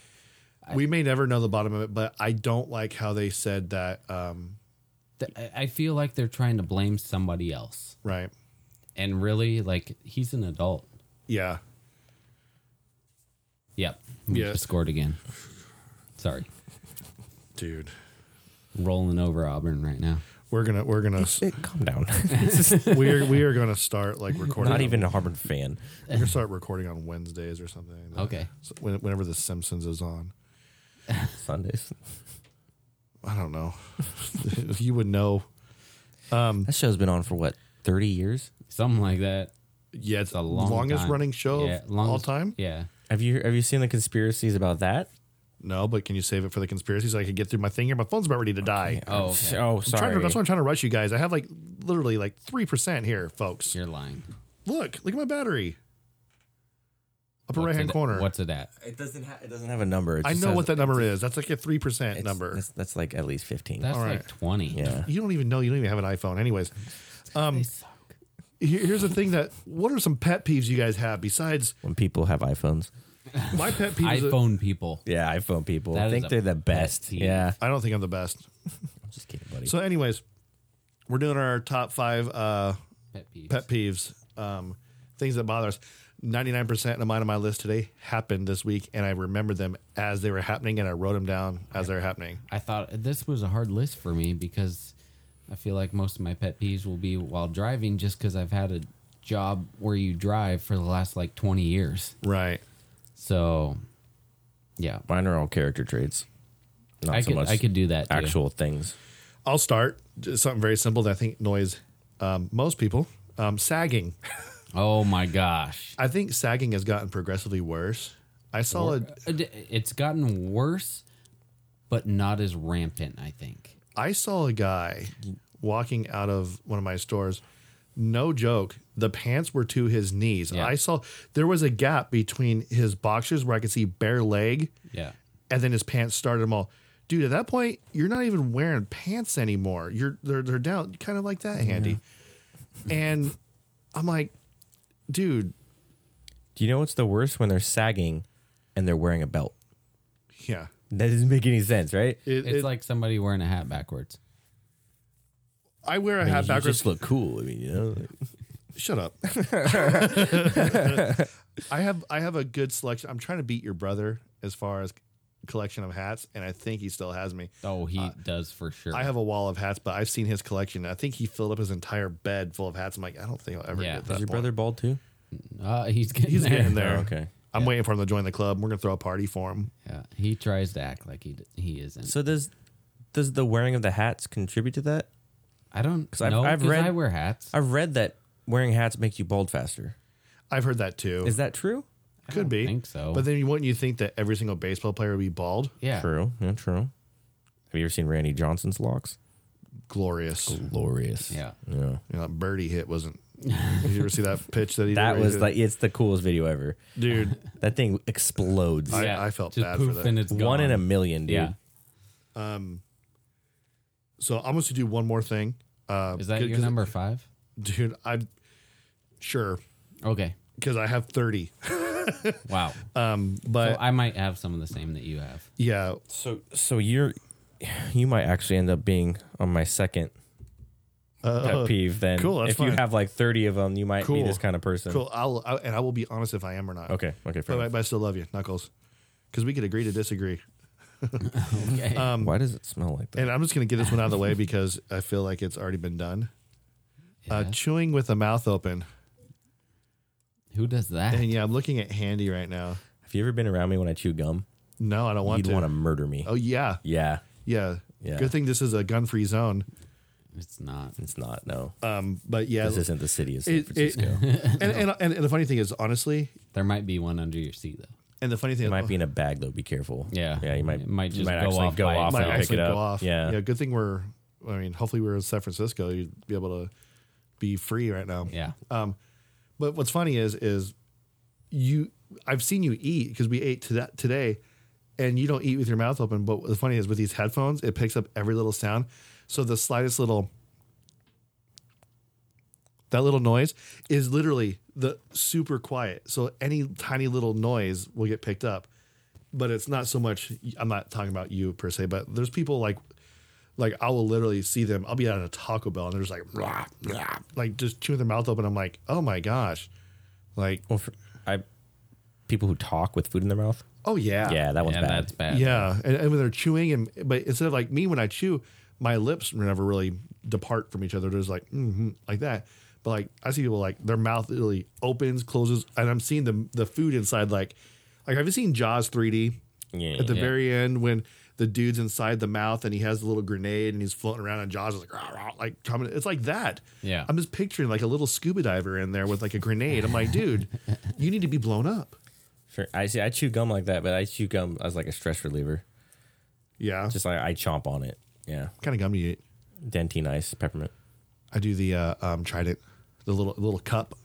S3: we may never know the bottom of it, but I don't like how they said that. Um,
S4: Th- I- I feel like they're trying to blame somebody else.
S3: right?
S4: And really, like, he's an adult.
S3: Yeah.
S4: Yep. We
S3: Yeah.
S4: just scored again. Sorry.
S3: Dude,
S4: Rolling over Auburn right now.
S3: we're gonna we're gonna
S6: Calm down.
S3: we're we are gonna start like recording.
S6: Not
S3: on-
S6: even a Harvard fan.
S3: we're gonna start recording on Wednesdays or something.
S4: Okay.
S3: So when, whenever the Simpsons is on.
S6: Sundays.
S3: I don't know. you would know.
S6: Um, That show's been on for what thirty years.
S4: Something like that.
S3: Yeah, it's
S4: It's
S3: the
S4: a long
S3: longest
S4: time.
S3: running show
S4: Yeah,
S3: of all
S4: longest-
S3: time.
S4: Yeah.
S6: Have you have you seen the conspiracies about that?
S3: No, but can you save it for the conspiracy so I could get through my thing here? My phone's about ready to die. I'm
S4: Oh, okay.
S6: Oh,
S3: trying
S6: sorry.
S3: to- that's why I'm trying to rush you guys. I have like literally like three percent here, folks.
S4: You're lying.
S3: Look, look at my battery. Upper
S4: What's
S3: right hand
S4: it-
S3: corner.
S4: What's it at?
S6: it doesn't have it doesn't have a number. It
S3: I
S6: just
S3: know
S6: has-
S3: what that number is. That's like a three percent
S6: it's-
S3: number.
S6: That's, that's like at least fifteen.
S4: That's
S3: All
S4: like
S3: right.
S4: 20.
S6: yeah.
S3: you don't even know. You don't even have an iPhone. Anyways, um, here- here's the thing that what are some pet peeves you guys have besides
S6: When people have iPhones.
S3: My pet peeve is that-
S4: iPhone people.
S6: Yeah, iPhone people.
S4: That
S6: I
S4: is
S6: think
S4: a
S6: they're the best.
S4: peeve.
S6: Yeah.
S3: I don't think I'm the best.
S6: I'm just kidding, buddy.
S3: So, anyways, we're doing our top five uh,
S4: Pet peeves.
S3: pet peeves, um, things that bother us. 99% of mine on my list today happened this week, and I remembered them as they were happening, and I wrote them down as they were happening.
S4: I thought this was a hard list for me because I feel like most of my pet peeves will be while driving just because I've had a job where you drive for the last like 20 years.
S3: Right.
S4: So, yeah.
S6: Mine are all character traits. Not
S4: I
S6: so
S4: could-
S6: much
S4: I could do that, too.
S6: Actual things.
S3: I'll start just something very simple that I think annoys um, most people um, sagging.
S4: Oh my gosh.
S3: I think sagging has gotten progressively worse. I saw a,
S4: It's gotten worse, but not as rampant, I think.
S3: I saw a guy walking out of one of my stores. No joke, the pants were to his knees.
S4: Yeah.
S3: I saw there was a gap between his boxers where I could see bare leg,
S4: Yeah.
S3: and then his pants started them all. Dude, at that point, you're not even wearing pants anymore. You're they're they're down, kind of like that, Handy. And I'm like, dude,
S6: Do you know what's the worst when they're sagging and they're wearing a belt?
S3: yeah,
S6: That doesn't make any sense, right?
S3: It-
S4: It's
S3: it-
S4: like somebody wearing a hat backwards.
S3: I wear a
S6: I mean,
S3: hat
S6: you
S3: backwards.
S6: just look cool. I mean, you know.
S3: Shut up. I have I have a good selection. I'm trying to beat your brother as far as collection of hats, and I think he still has me.
S4: Oh, he does for sure.
S3: I have a wall of hats, but I've seen his collection. I think he filled up his entire bed full of hats. I'm like, I don't think I'll ever
S4: Yeah.
S3: get
S4: Is
S3: that.
S6: Is your
S3: point.
S6: brother bald too?
S4: uh, he's getting
S3: He's
S4: there.
S3: getting there.
S6: Oh, okay.
S3: I'm waiting for him to join the club. We're gonna throw a party for him.
S4: Yeah. He tries to act like he d- he isn't.
S6: So does does the wearing of the hats contribute to that?
S4: I don't
S6: I've-
S4: know.
S6: I've
S4: 'cause
S6: read-
S4: I wear hats.
S6: I've read that wearing hats makes you bald faster.
S3: I've heard that too.
S6: Is that true?
S3: Could
S4: don't
S3: be.
S4: think so.
S3: But then wouldn't you think that every single baseball player would be bald?
S4: yeah.
S6: True. Yeah, true. Have you ever seen Randy Johnson's locks?
S3: Glorious.
S6: Glorious.
S4: Yeah.
S6: Yeah.
S3: You know, that birdie hit wasn't. Did you ever see that pitch that he did
S6: That
S3: where he
S6: was
S3: did-
S6: like it's the coolest video ever.
S3: dude.
S6: That thing explodes.
S3: I-
S4: yeah.
S3: felt
S4: Just
S3: bad for
S4: poof
S3: that.
S4: and it's
S6: One in a
S4: gone.
S6: million, dude.
S4: Yeah.
S3: So I'm going to do one more thing. Uh,
S4: Is that
S3: c-
S4: your
S3: 'cause-
S4: number five?
S3: dude? I sure
S4: Okay.
S3: because I have 30,
S4: Wow.
S3: but
S4: so I might have some of the same that you have.
S3: yeah,
S6: So so you're you might actually end up being on my second pet peeve then.
S3: Uh, cool, that's
S6: if you
S3: fine.
S6: have like 30 of them, you might be
S3: Cool.
S6: this kind of person.
S3: cool. I'll I, and I will be honest if I am or not.
S6: Okay. Okay. Fair
S3: but, I-
S6: enough.
S3: but I still love you, Knuckles, because we could agree to disagree.
S4: Okay.
S6: Why does it smell like that?
S3: And I'm just going to get this one out of the way because I feel like it's already been done. Uh,
S4: Yeah.
S3: chewing with the mouth open,
S4: Who does that?
S3: and yeah, I'm looking at Handy right now.
S6: Have you ever been around me when I chew gum?
S3: No, I don't want
S6: You'd
S3: to.
S6: want to murder me.
S3: Oh yeah,
S6: Yeah.
S3: yeah,
S6: Yeah.
S3: Good thing this is a gun-free zone.
S4: It's not.
S6: It's not. No.
S3: Um, but yeah,
S6: this isn't the city of San
S3: it- it-
S6: Francisco. It,
S3: and, and and the funny thing is, honestly,
S4: There might be one under your seat though.
S3: and the funny thing uh,
S6: might be in a bag though. Be careful.
S4: Yeah.
S6: Yeah. You might.
S4: It might
S6: you
S4: just go
S6: actually
S4: off
S6: go
S4: by
S6: off and
S4: itself.
S3: might
S6: pick
S3: actually
S6: it up.
S3: go off.
S6: Yeah.
S3: yeah. Good thing we're. I mean, hopefully we're in San Francisco. You'd be able to be free right now.
S4: Yeah.
S3: Um, but what's funny is is you. I've seen you eat because we ate to that today, and you don't eat with your mouth open. But the funny is with these headphones, it picks up every little sound. So the slightest little. That little noise is literally the super quiet. So any tiny little noise will get picked up. But it's not so much I'm not talking about you per se, but there's people like like I will literally see them. I'll be at a Taco Bell and they're just like "Rah, rah," like just chewing their mouth open. I'm like, oh my gosh. Like
S6: Well, for, I people who talk with food in their mouth.
S3: oh yeah.
S6: Yeah, that one's
S4: Ah, yeah,
S6: bad.
S4: that's bad.
S3: Yeah. And, and when they're chewing and but instead of like me when I chew, my lips never really depart from each other. They're just like mm like that. But like I see people like their mouth literally opens, closes, and I'm seeing the the food inside like like have you seen Jaws 3D?
S6: Yeah.
S3: At the very end when the dude's inside the mouth and he has the little grenade and he's floating around and Jaws is like rah, rah, like coming. It's like that.
S4: Yeah.
S3: I'm just picturing like a little scuba diver in there with like a grenade. I'm like, dude, you need to be blown up.
S6: For, I see. I chew gum like that, but I chew gum as like a stress reliever.
S3: Yeah.
S6: Just like I chomp on it. Yeah.
S3: what kind of gum do you eat?
S6: Dentine ice, peppermint.
S3: I do the uh, um, Trident, the little little cup.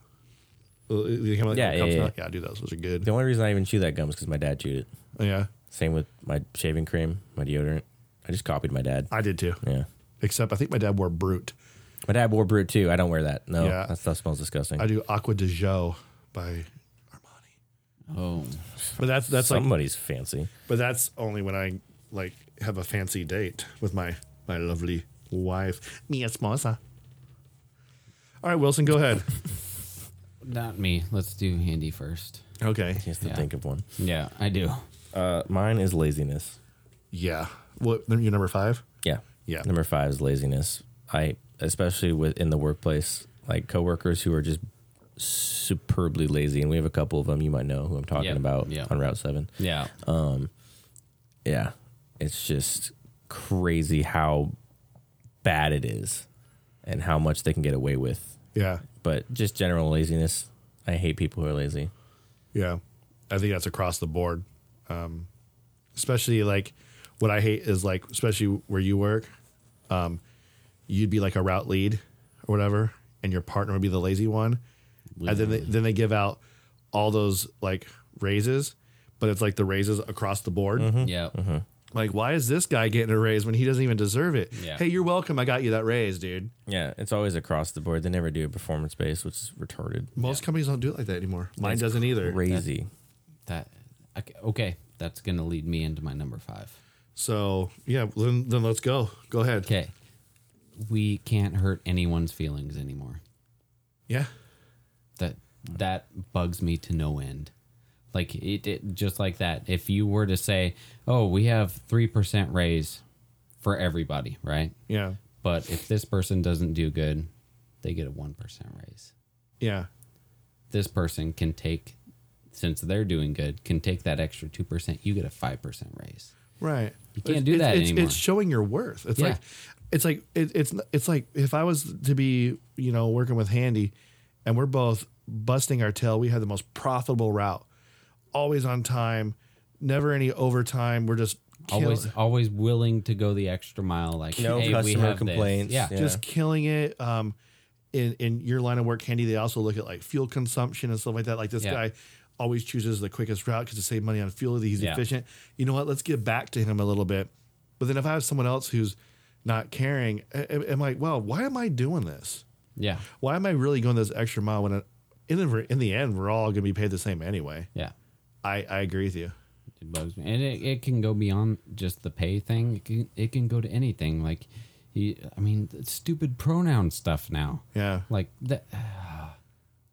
S3: Uh, they come out-
S6: Yeah,
S3: cups
S6: yeah,
S3: now?
S6: yeah.
S3: I do those. Those are
S6: The
S3: good.
S6: only reason I even chew that gum is because my dad chewed it.
S3: Yeah,
S6: Same with my shaving cream, my deodorant. I just copied my dad.
S3: I did too.
S6: yeah.
S3: Except I think my dad wore Brute.
S6: My dad wore Brute too. I don't wear that. No,
S3: Yeah.
S6: that stuff smells disgusting.
S3: I do Aqua de Joe by Armani.
S4: Oh,
S3: But that's that's like
S6: Somebody's fancy.
S3: But that's only when I like have a fancy date with my my lovely wife, mi esposa. All right, Wilson, go ahead.
S4: not me. Let's do handy first.
S3: okay.
S6: He has to
S4: Yeah.
S6: think of one.
S4: Yeah, I do.
S6: Uh, mine is laziness.
S3: Yeah. What? You're number five.
S6: Yeah.
S3: Yeah.
S6: Number five is laziness. I especially with in the workplace, like coworkers who are just superbly lazy, and we have a couple of them. You might know who I'm talking
S4: Yeah,
S6: about
S4: yeah.
S6: on Route Seven.
S4: Yeah.
S6: Uh, Yeah, it's just crazy how bad it is, and how much they can get away with.
S3: Yeah.
S6: But just general laziness. I hate people who are lazy.
S3: Yeah. I think that's across the board. Um, especially like what I hate is like, especially where you work, um, you'd be like a route lead or whatever, and your partner would be the lazy one. And then they, then they give out all those like raises, but it's like the raises across the board.
S4: yeah.
S6: uh-huh.
S3: Like, why is this guy getting a raise when he doesn't even deserve it?
S4: Yeah.
S3: Hey, you're welcome. I got you that raise, dude.
S6: Yeah, it's always across the board. They never do a performance based, which is retarded.
S3: Most companies don't do it like that anymore. Mine doesn't either.
S6: Crazy.
S4: That okay, okay. That's gonna lead me into my number five.
S3: So yeah, then, then let's go. Go ahead.
S4: Okay. We can't hurt anyone's feelings anymore.
S3: Yeah.
S4: That that bugs me to no end. Like it, it just like that. If you were to say, "Oh, we have three percent raise for everybody," right?
S3: Yeah.
S4: But if this person doesn't do good, they get a one percent raise.
S3: Yeah.
S4: This person can take, since they're doing good, can take that extra two percent. You get a five percent raise.
S3: Right.
S4: You can't do that
S3: it's,
S4: anymore.
S3: It's showing your worth. It's
S4: Yeah.
S3: like, it's like it, it's it's like if I was to be you know working with Handy, and we're both busting our tail. We had the most profitable route, always on time, never any overtime. We're just kill-
S4: always always willing to go the extra mile like
S6: No
S4: hey, we
S6: customer
S4: have
S6: complaints.
S4: this. yeah
S6: Yeah.
S3: just killing it. Um, in in your line of work, Handy, they also look at like fuel consumption and stuff like that. Like this
S4: Yeah.
S3: guy always chooses the quickest route because to save money on fuel, he's
S4: Yeah.
S3: efficient. You know what? Let's give back to him a little bit. But then if I have someone else who's not caring, I- I- I'm like, well, why am I doing this?
S4: yeah
S3: Why am I really going this extra mile when it, in the in the end we're all going to be paid the same anyway?
S4: yeah
S3: I I agree with you.
S4: it bugs me and it, it can go beyond just the pay thing it can, it can go to anything like you, i mean the stupid pronoun stuff now
S3: Yeah.
S4: like that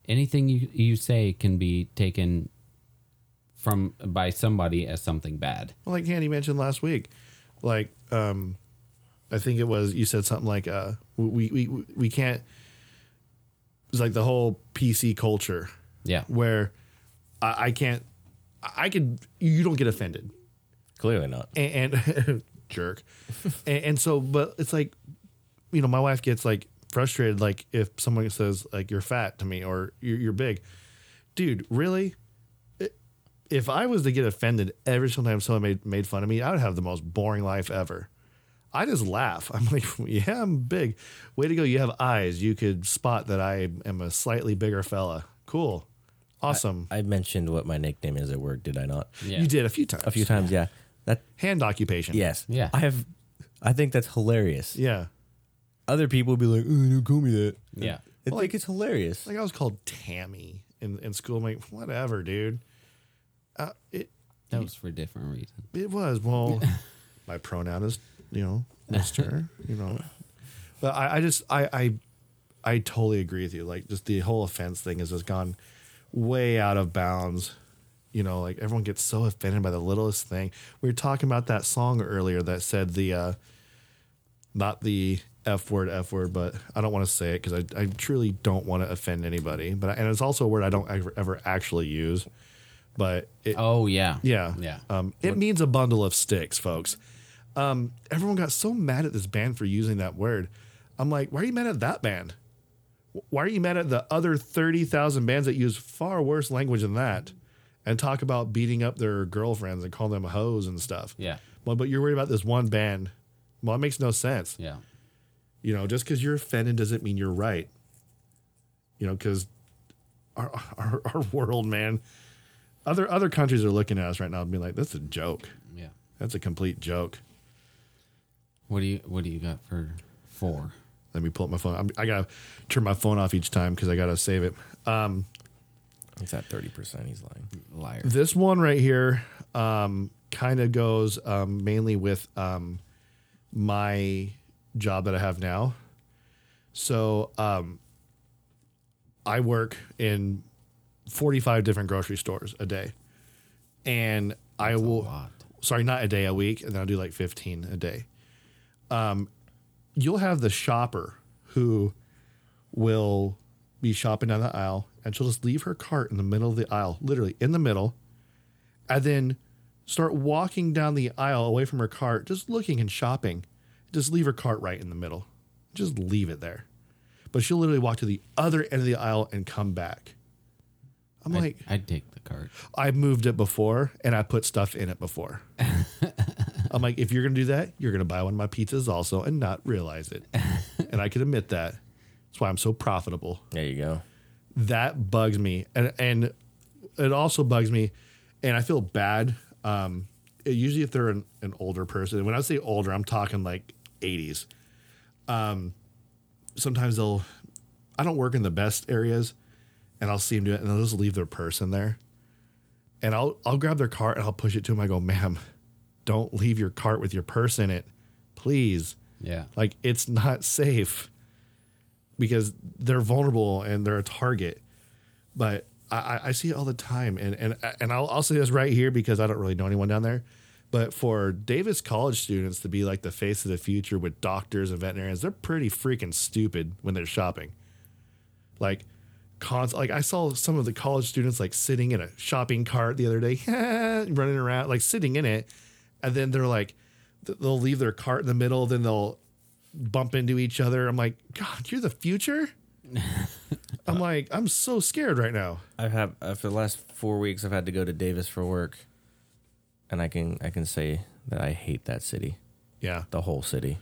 S4: anything you, you say can be taken from by somebody as something bad
S3: Well, like Handy mentioned last week, like um, I think it was you said something like uh, we we we- we can't. It's like the whole PC culture
S4: yeah
S3: where I, I can't. I I could. You don't get offended,
S6: Clearly not.
S3: and, and jerk, and, and so. But it's like, you know, my wife gets like frustrated, like if someone says like you're fat to me or you're, you're big, dude. Really, if I was to get offended every single time someone made, made fun of me, I would have the most boring life ever. I just laugh. I'm like, yeah, I'm big. Way to go. You have eyes. You could spot that I am a slightly bigger fella. Cool. Awesome.
S6: I mentioned what my nickname is at work, did I not?
S4: yeah
S3: You did a few times.
S6: A few times, yeah. That
S3: Hand occupation.
S6: yes.
S4: Yeah.
S6: I have I think that's hilarious.
S3: Yeah.
S6: Other people be like, oh, don't call me that.
S4: yeah
S6: I think it's hilarious.
S3: Like I was called Tammy in, in school. I'm like, whatever, dude. Uh, it,
S4: that was for different reasons
S3: It was. Well, my pronoun is, you know, Mr. you know. But I, I just, I, I, I totally agree with you. Like, just the whole offense thing has just gone way out of bounds. You know, like everyone gets so offended by the littlest thing. We were talking about that song earlier that said the, uh, not the F word, F word, but I don't want to say it because I, I truly don't want to offend anybody. But, I, and it's also a word I don't ever, ever actually use. But it,
S4: oh yeah
S3: yeah.
S4: yeah
S3: Um, it means a bundle of sticks, folks. Um, everyone got so mad at this band for using that word. I'm like, why are you mad at that band? Wh- Why are you mad at the other 30,000 bands that use far worse language than that and talk about beating up their girlfriends and calling them hoes and stuff?
S4: yeah
S3: Well, but you're worried about this one band. Well, it makes no sense.
S4: yeah
S3: You know, just because you're offended doesn't mean you're right. You know, because our, our our world, man, other other countries are looking at us right now and being like, "That's a joke.
S4: yeah
S3: That's a complete joke."
S4: what do you what do you got for four
S3: Let me pull up my phone. I'm, I gotta turn my phone off each time because I gotta save it. Um,
S6: It's at thirty percent. He's lying.
S7: Liar.
S3: This one right here um, kind of goes um, mainly with um, my job that I have now. So um, I work in 45 different grocery stores a day. And I will, sorry, not a day, a week. And then I'll do like 15 a day. Um, you'll have the shopper who will be shopping down the aisle and she'll just leave her cart in the middle of the aisle, literally in the middle, and then start walking down the aisle away from her cart, just looking and shopping. Just leave her cart right in the middle. Just leave it there. But she'll literally walk to the other end of the aisle and come back. I'm like,
S4: I'd, I'd take the cart.
S3: I moved it before and I put stuff in it before. I'm like, if you're gonna do that, you're gonna buy one of my pizzas also and not realize it. and I can admit that. That's why I'm so profitable.
S6: There you go.
S3: That bugs me. And and it also bugs me and I feel bad. Um it- usually if they're an, an older person, and when I say older, I'm talking like 80s. Um sometimes they'll I don't work in the best areas and I'll see them do it and they'll just leave their purse in there and I'll I'll grab their cart and I'll push it to him. I go, ma'am, don't leave your cart with your purse in it, please.
S4: Yeah.
S3: Like it's not safe because they're vulnerable and they're a target. But I, I- I see it all the time, and and and I'll, I'll say this right here because I don't really know anyone down there. But for Davis College students to be like the face of the future with doctors and veterinarians, they're pretty freaking stupid when they're shopping. Like, cons- like I saw some of the college students like sitting in a shopping cart the other day, running around, like sitting in it, and then they're like, th- they'll leave their cart in the middle, then they'll bump into each other. I'm like, God, you're the future. I'm like, I'm so scared right now.
S6: I have uh, for the last four weeks. I've had to go to Davis for work, and I can I can say that I hate that city,
S3: Yeah,
S6: the whole city,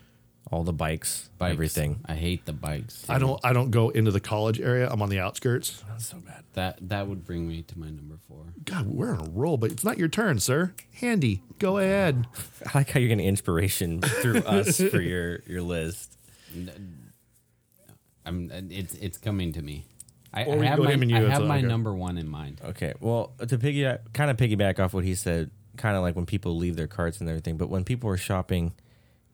S6: all the bikes,
S4: Bikes.
S6: everything.
S4: I hate the bikes.
S3: I don't, I don't go into the college area. I'm on the outskirts.
S6: That's so bad.
S4: That that would bring me to my number four.
S3: God, we're on a roll, but it's not your turn, sir. Handy, go ahead.
S6: I like how you're getting inspiration through us for your your list.
S4: I'm it's it's coming to me. I,
S3: Or
S4: I
S3: we
S4: have
S3: go
S4: my,
S3: him and you,
S4: I
S3: it's
S4: have my
S3: okay.
S4: number one in mind.
S6: Okay. Well, to piggyback, kind of piggyback off what he said, kind of like when people leave their carts and everything, but when people are shopping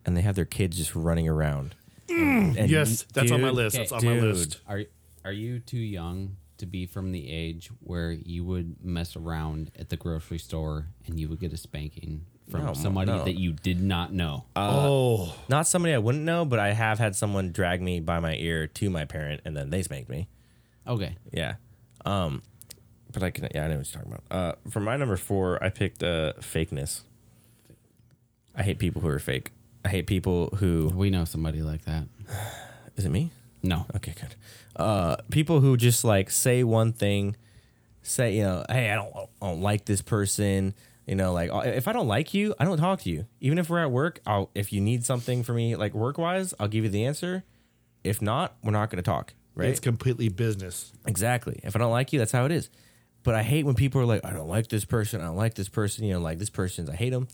S6: and they have their kids just running around. and-
S3: Mm, Yes, that's on my
S6: dude,
S3: list.
S4: okay,
S3: That's on my
S6: dude.
S3: list.
S4: Are are you too young to be from the age where you would mess around at the grocery store and you would get a spanking from
S6: No,
S4: somebody
S6: no.
S4: that you did not know?
S3: oh,
S6: Not somebody I wouldn't know, but I have had someone drag me by my ear to my parent and then they spanked me.
S4: okay.
S6: Yeah. Um, but I can, yeah, I know what you're talking about. Uh, for my number four, I picked uh, fakeness. I hate people who are fake. I hate people who.
S4: We know somebody like that.
S6: Is it me?
S4: No.
S6: Oh, Okay, good. Uh, people who just like say one thing, say you know, hey, I don't, I don't like this person. You know, like if I don't like you, I don't talk to you. Even if we're at work, I'll if you need something for me, like work wise, I'll give you the answer. If not, we're not going to talk. Right?
S3: it's completely business.
S6: Exactly. If I don't like you, that's how it is. But I hate when people are like, I don't like this person. I don't like this person. You know, like this person's, I hate them.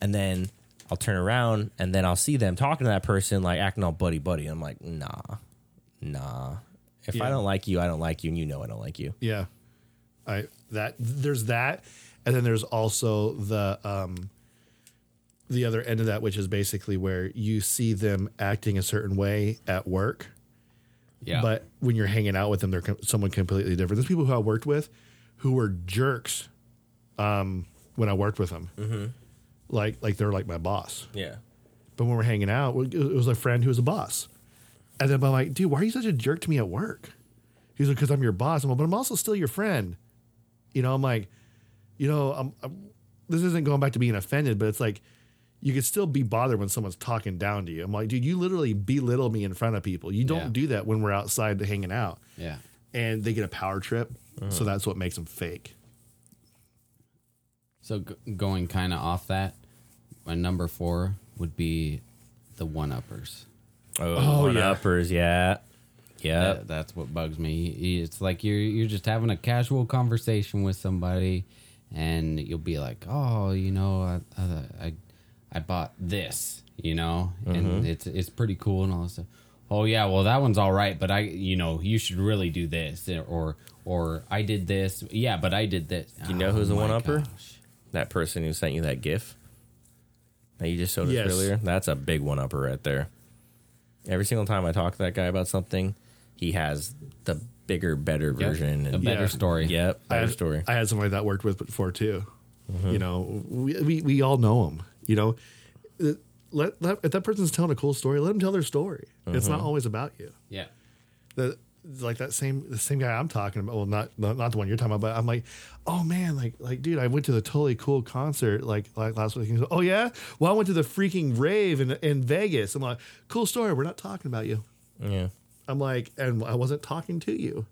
S6: And then I'll turn around and then I'll see them talking to that person, like acting all buddy buddy. I'm like, nah, nah. If I don't like you, I don't like you. And you know I don't like you.
S3: Yeah. I that there's that and then there's also the um the other end of that which is basically where you see them acting a certain way at work
S4: Yeah.
S3: but when you're hanging out with them they're com- someone completely different. There's people who I worked with who were jerks um when I worked with them. Like like they're like my boss.
S6: Yeah.
S3: But when we're hanging out, it was a friend who was a boss. And then I'm like, dude, why are you such a jerk to me at work? He's like, because I'm your boss. I'm like, but I'm also still your friend. You know, I'm like, you know, I'm, I'm- this isn't going back to being offended, but it's like, you could still be bothered when someone's talking down to you. I'm like, dude, you literally belittle me in front of people. You don't
S4: Yeah.
S3: do that when we're outside hanging out.
S4: yeah.
S3: And they get a power trip. So that's what makes them fake.
S4: So g- going kind of off that, my number four would be the one uppers.
S6: Oh,
S3: yeah.
S6: uppers. Yeah. Yeah.
S4: That- that's what bugs me. Y- It's like you're you're just having a casual conversation with somebody, and you'll be like, "Oh, you know, I
S6: Mm-hmm.
S4: I, I, I bought this, you know," and it's it's pretty cool and all this stuff. oh yeah, well that one's all right, but I, you know, you should really do this, eh, or or I did this, yeah, but I did this. Oh
S6: You know who's the one-upper? That person who sent you that GIF that you just showed
S3: Yes.
S6: us earlier. That's a big one upper right there. Every single time I talk to that guy about something, he has the bigger, better version.
S4: a
S6: and,
S4: better
S3: Yeah.
S4: story.
S6: Yep,
S3: I
S6: better
S3: had,
S6: story. Mm-hmm.
S3: I had somebody that worked with before too. You know, we, we we all know him. You know, Uh, let, let if that person's telling a cool story, let them tell their story. It's
S6: Mm-hmm.
S3: not always about you.
S4: yeah.
S3: the like that same the same guy I'm talking about. Well, not not not the one you're talking about, but I'm like, oh man, like like dude, I went to the totally cool concert like like last week. He's like, oh yeah, well I went to the freaking rave in in Vegas. I'm like, cool story. We're not talking about you.
S6: yeah.
S3: I'm like, and I wasn't talking to you.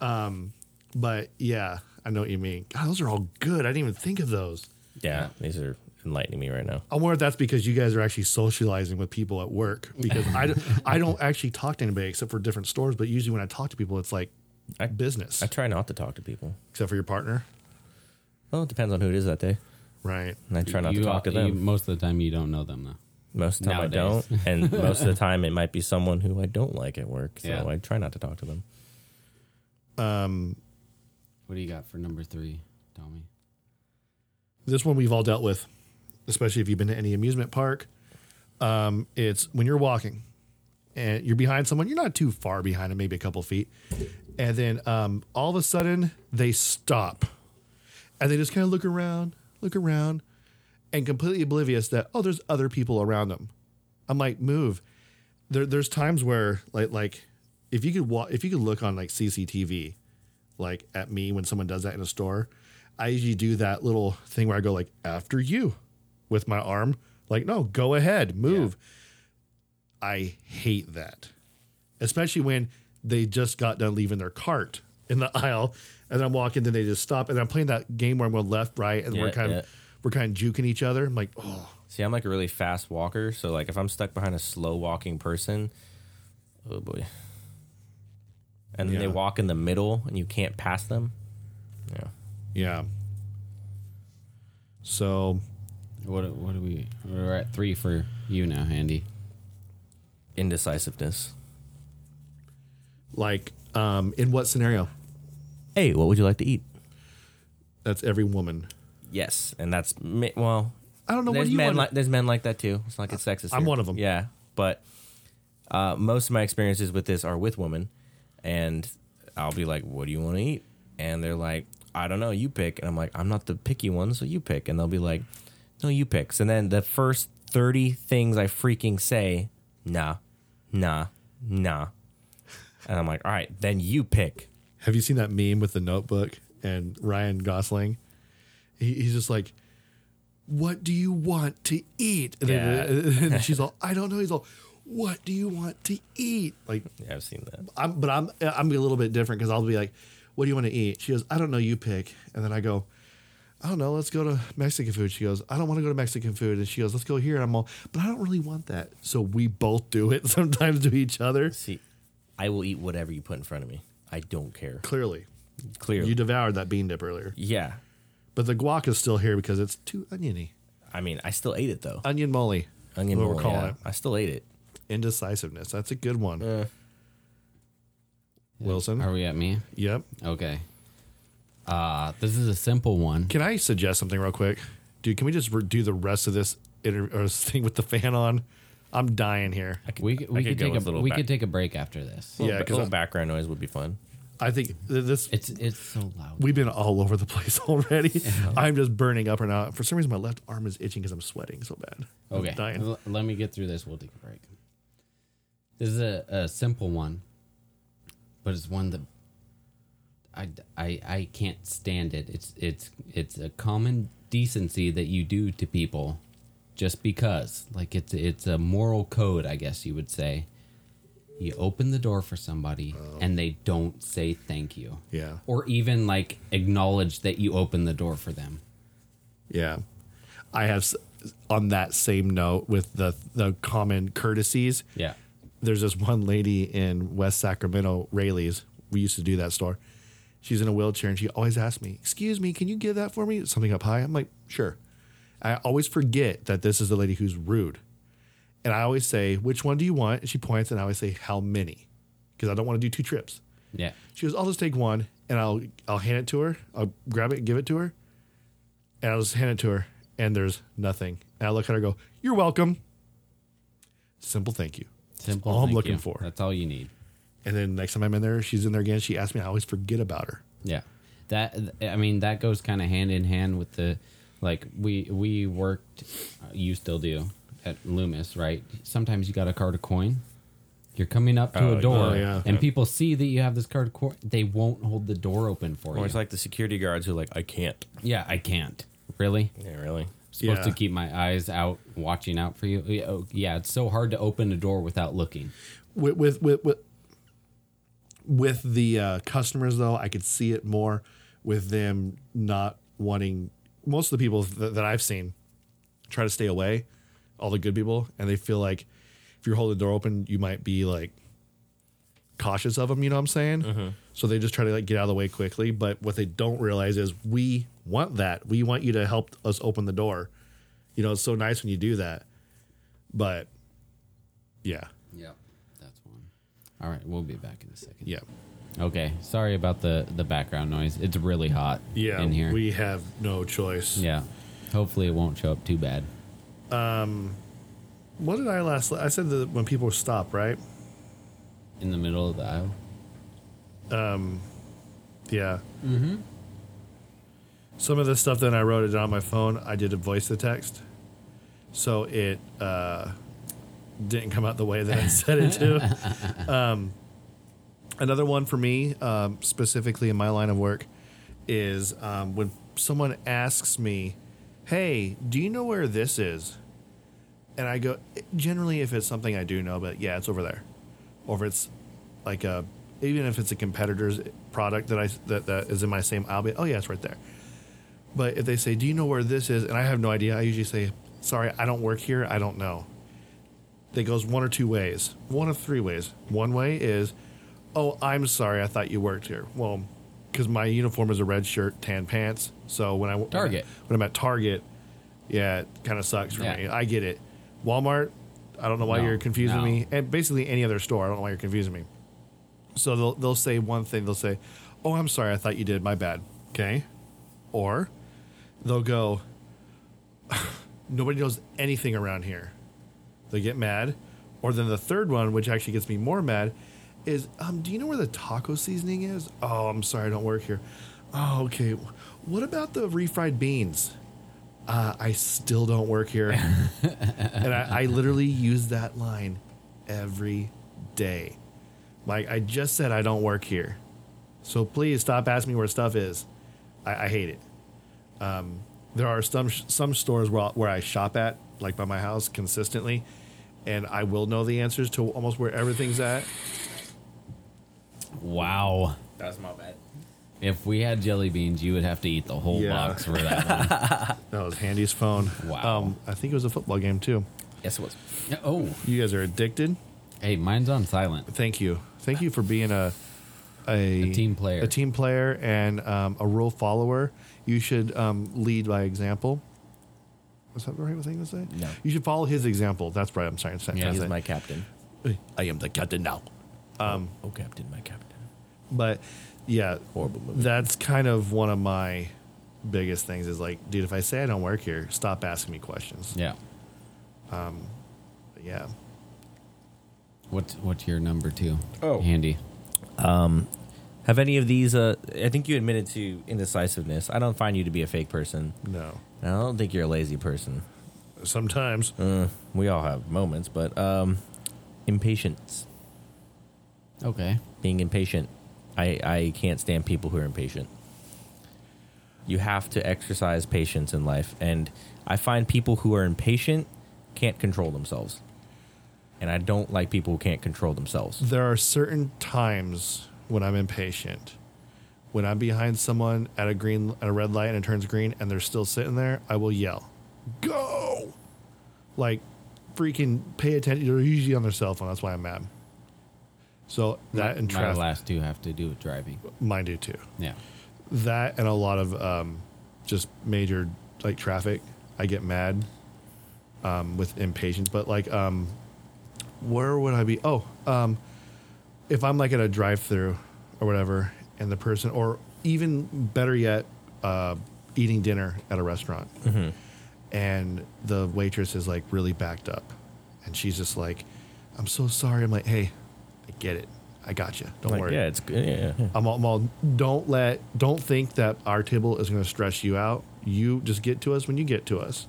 S3: Um, but yeah, I know what you mean. God, those are all good. I didn't even think of those.
S6: Yeah. These are enlightening me right now.
S3: I wonder if that's because you guys are actually socializing with people at work because I, don't- I don't actually talk to anybody except for different stores. But usually when I talk to people, it's like
S6: I-
S3: business.
S6: I try not to talk to people.
S3: except for your partner,
S6: Well, it depends on who it is that day.
S3: right?
S6: And I try not to talk to them.
S4: you- most of the time, you don't know them though.
S6: most of the time
S4: nowadays.
S6: I don't. And most of the time it might be someone who I don't like at work. So
S4: Yeah.
S6: I try not to talk to them.
S4: What do you got for number three, Tommy?
S3: This one we've all dealt with, especially if you've been to any amusement park. Um, it's when you're walking and you're behind someone, you're not too far behind them, maybe a couple feet, and then um, all of a sudden they stop and they just kind of look around, look around, and completely oblivious that oh, there's other people around them. I'm like, move. There, there's times where like like if you could wa- if you could look on like CCTV, like at me when someone does that in a store, I usually do that little thing where I go like after you with my arm, like no, go ahead, move. I hate that, especially when they just got done leaving their cart in the aisle, and I'm walking, then they just stop, and I'm playing that game where I'm going left, right, and we're
S6: Yeah,
S3: kind
S6: yeah.
S3: of we're kind of juking each other. I'm like, oh,
S6: See, I'm like a really fast walker, so like if I'm stuck behind a slow walking person, oh boy. And then they
S3: Yeah.
S6: walk in the middle and you can't pass them. Yeah.
S3: yeah. So
S4: What what do we? We're at three for you now, Andy.
S6: Indecisiveness.
S3: like um in what scenario
S6: Hey, what would you like to eat?
S3: that's every woman
S6: Yes, and that's mi- well.
S3: I don't know, what
S6: There's
S3: do you
S6: men
S3: wanna-
S6: like there's men like that too. It's not like it's sexist.
S3: I'm
S6: here.
S3: one of 'em.
S6: Yeah, but uh, most of my experiences with this are with women, and I'll be like, "What do you want to eat?" And they're like, "I don't know. You pick." And I'm like, "I'm not the picky one, so you pick." And they'll be like, "No, you pick." And then the first thirty things I freaking say, nah, nah, nah, and I'm like, "All right, then you pick."
S3: have you seen that meme with the notebook and ryan gosling he, he's just like what do you want to eat and, then, and she's all i don't know he's all what do you want to eat like
S6: Yeah, I've seen that.
S3: i'm but i'm i'm a little bit different because i'll be like what do you want to eat she goes i don't know you pick and then i go I don't know. Let's go to Mexican food. She goes, I don't want to go to Mexican food. And she goes, Let's go here. And I'm all, but I don't really want that. So we both do it sometimes to each other.
S6: See, I will eat whatever you put in front of me. I don't care.
S3: Clearly,
S6: Clearly.
S3: You devoured that bean dip earlier,
S6: yeah.
S3: but the guac is still here because it's too oniony.
S6: I mean, I still ate it though.
S3: Onion moly,
S6: Onion
S3: what
S6: bowl,
S3: we're calling
S6: yeah.
S3: it.
S6: I still ate it.
S3: Indecisiveness. That's a good one. Wilson.
S4: Are we at me?
S3: yep.
S4: Okay. Uh this is a simple one.
S3: Can I suggest something real quick, dude? Can we just re- do the rest of this inter- or this thing with the fan on? I'm dying here.
S4: we c- we
S6: could
S4: could
S6: go
S4: take a,
S6: with a little
S4: we
S6: back-
S4: could take a break after this.
S3: Yeah,
S6: because
S3: because
S6: background noise would be fun.
S3: I think th- this
S4: It's it's so loud.
S3: we've been all over the place already. I'm just burning up right now. For some reason, my left arm is itching because I'm sweating so bad. I'm
S4: Okay,
S3: dying.
S4: l- let me get through this. We'll take a break. This is a, a simple one, but it's one that I, I I can't stand it. It's it's it's a common decency that you do to people, just because. Like it's it's a moral code, I guess you would say. You open the door for somebody and they don't say thank you.
S3: Yeah.
S4: Or even like acknowledge that you opened the door for them.
S3: Yeah. I have s- on that same note with the the common courtesies.
S4: Yeah.
S3: There's this one lady in West Sacramento, Rayleigh's. We used to do that store. She's in a wheelchair and she always asks me, "Excuse me, can you give that for me?" Something up high. I'm like, "Sure." I always forget that this is the lady who's rude. And I always say, which one do you want? And she points, and I always say, how many? Because I don't want to do two trips.
S4: Yeah.
S3: She goes, I'll just take one, and I'll I'll hand it to her. I'll grab it, and give it to her, and I'll just hand it to her. And there's nothing. And I look at her, and go, you're welcome. Simple, thank you.
S4: Simple.
S3: all I'm
S4: thank
S3: looking
S4: you.
S3: for.
S4: That's all you need.
S3: And then next time I'm in there, she's in there again. She asked me, I always forget about her.
S4: Yeah. That I mean that goes kind of hand in hand with the like we we worked uh, you still do at Loomis, right? Sometimes you got a card of coin. You're coming up to
S6: Oh,
S4: a door
S3: oh, yeah.
S4: and people see that you have this card of coin, they won't hold the door open for
S6: Or
S4: you.
S6: it's like the security guards who are like, I can't.
S4: yeah, I can't. Really?
S6: Yeah, really.
S4: supposed
S3: Yeah.
S4: to keep my eyes out watching out for you. Yeah, oh, Yeah, it's so hard to open a door without looking.
S3: with with with with, with the uh, customers though, I could see it more with them not wanting. Most of the people th- that I've seen try to stay away, all the good people, and they feel like if you're holding the door open, you might be like cautious of them. You know what I'm saying? So they just try to like get out of the way quickly. But what they don't realize is we want that. We want you to help us open the door. You know, it's so nice when you do that. But yeah,
S4: Yeah. That's one. All right, we'll be back in a second.
S3: yeah.
S4: Okay, sorry about the the background noise. It's really hot
S3: Yeah,
S4: in here.
S3: we have no choice.
S4: yeah. Hopefully it won't show up too bad.
S3: What did I last? I said that when people stop, right?
S4: In the middle of the aisle.
S3: Yeah. Mm-hmm. Some of the stuff that I wrote it on my phone, I did a voice to text, so it uh, didn't come out the way that I said it to. um, another one for me, um, specifically in my line of work, is um, when someone asks me, "Hey, do you know where this is?" And I go, generally, if it's something I do know, but yeah, it's over there, or if it's like a even if it's a competitor's product that I that, that is in my same outfit, oh yeah, it's right there. But if they say, "Do you know where this is?" and I have no idea, I usually say, "Sorry, I don't work here. I don't know." That goes one or two ways, one of three ways. One way is, "Oh, I'm sorry, I thought you worked here." Well, because my uniform is a red shirt, tan pants, so when I when I-
S4: Target.
S3: when I'm at Target, yeah, it kind of sucks for
S4: Yeah.
S3: me. I get it. Walmart, I don't know why
S4: No,
S3: you're confusing
S4: no.
S3: me, and basically any other store, I don't know why you're confusing me. So they'll they'll say one thing. They'll say, "Oh, I'm sorry. I thought you did. My bad." Okay, or they'll go, "Nobody knows anything around here." They get mad, or then the third one, which actually gets me more mad, is, um, "Do you know where the taco seasoning is?" Oh, I'm sorry, I don't work here. Oh, okay. What about the refried beans? Uh, I still don't work here, and I, I literally use that line every day. Like I just said, I don't work here, so please stop asking me where stuff is. I, I hate it. Um, there are some some stores where I, where I shop at, like by my house, consistently, and I will know the answers to almost where everything's at.
S4: Wow.
S6: That's my bad.
S4: If we had jelly beans, you would have to eat the whole
S3: Yeah.
S4: box for that
S3: That was Handy's phone.
S4: Wow.
S3: Um, I think it was a football game too.
S6: Yes, it was.
S4: one. oh.
S3: You guys are addicted.
S4: Hey, mine's on silent.
S3: Thank you. Thank you for being a a,
S4: A team player.
S3: a team player, and um, a rule follower. You should um, lead by example. Is that the right thing to say?
S6: No.
S3: You should follow his example. That's right. I'm sorry. I'm sorry.
S4: Yeah,
S3: trying to
S6: He's
S3: say-
S6: my captain.
S3: I am the captain now.
S6: Oh, captain, my captain.
S3: But yeah,
S6: Horrible movie.
S3: that's kind of one of my biggest things is like, dude, if I say I don't work here, stop asking me questions.
S4: Yeah.
S3: But yeah.
S4: What's what's your number two?
S6: Oh.
S4: Handy.
S6: Have any of these? Uh, I think you admitted to indecisiveness. I don't find you to be a fake person.
S3: No.
S6: I don't think you're a lazy person.
S3: Sometimes.
S6: Uh, we all have moments, but um, impatience.
S4: Okay.
S6: Being impatient. I, I can't stand people who are impatient. You have to exercise patience in life. And I find people who are impatient can't control themselves. And I don't like people who can't control themselves.
S3: there are certain times when I'm impatient. When I'm behind someone at a green at a red light and it turns green and they're still sitting there, I will yell, "Go!" Like freaking pay attention. They're usually on their cell phone. That's why I'm mad. So that and
S4: My
S3: traffic,
S4: last two have to do with driving.
S3: mine do too.
S4: Yeah.
S3: That and a lot of um, just major like traffic. I get mad. um, with impatience, but like, um, where would I be? Oh, um, if I'm like at a drive-through or whatever, and the person, or even better yet, uh, eating dinner at a restaurant,
S6: Mm-hmm.
S3: and the waitress is like really backed up, and she's just like, "I'm so sorry." I'm like, "Hey, I get it. I got you. Don't
S6: Like,
S3: worry."
S6: yeah, it's good. Yeah, yeah.
S3: I'm all, I'm all, don't let, don't think that our table is going to stress you out. You just get to us when you get to us.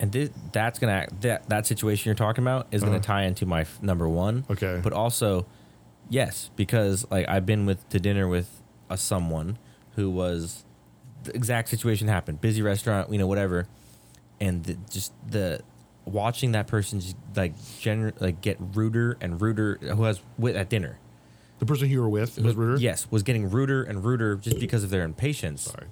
S6: And thi- that's gonna act, that that situation you're talking about is gonna tie into my f- number one.
S3: Uh-huh. Okay.
S6: but also, yes, because like I've been with to dinner with a someone who was the exact situation happened, busy restaurant, you know, whatever, and the, just the watching that person just like gener- like get ruder and ruder who has with at dinner.
S3: The person you were with was Ruder.
S6: Yes, was getting ruder and ruder just because of their impatience.
S3: Sorry.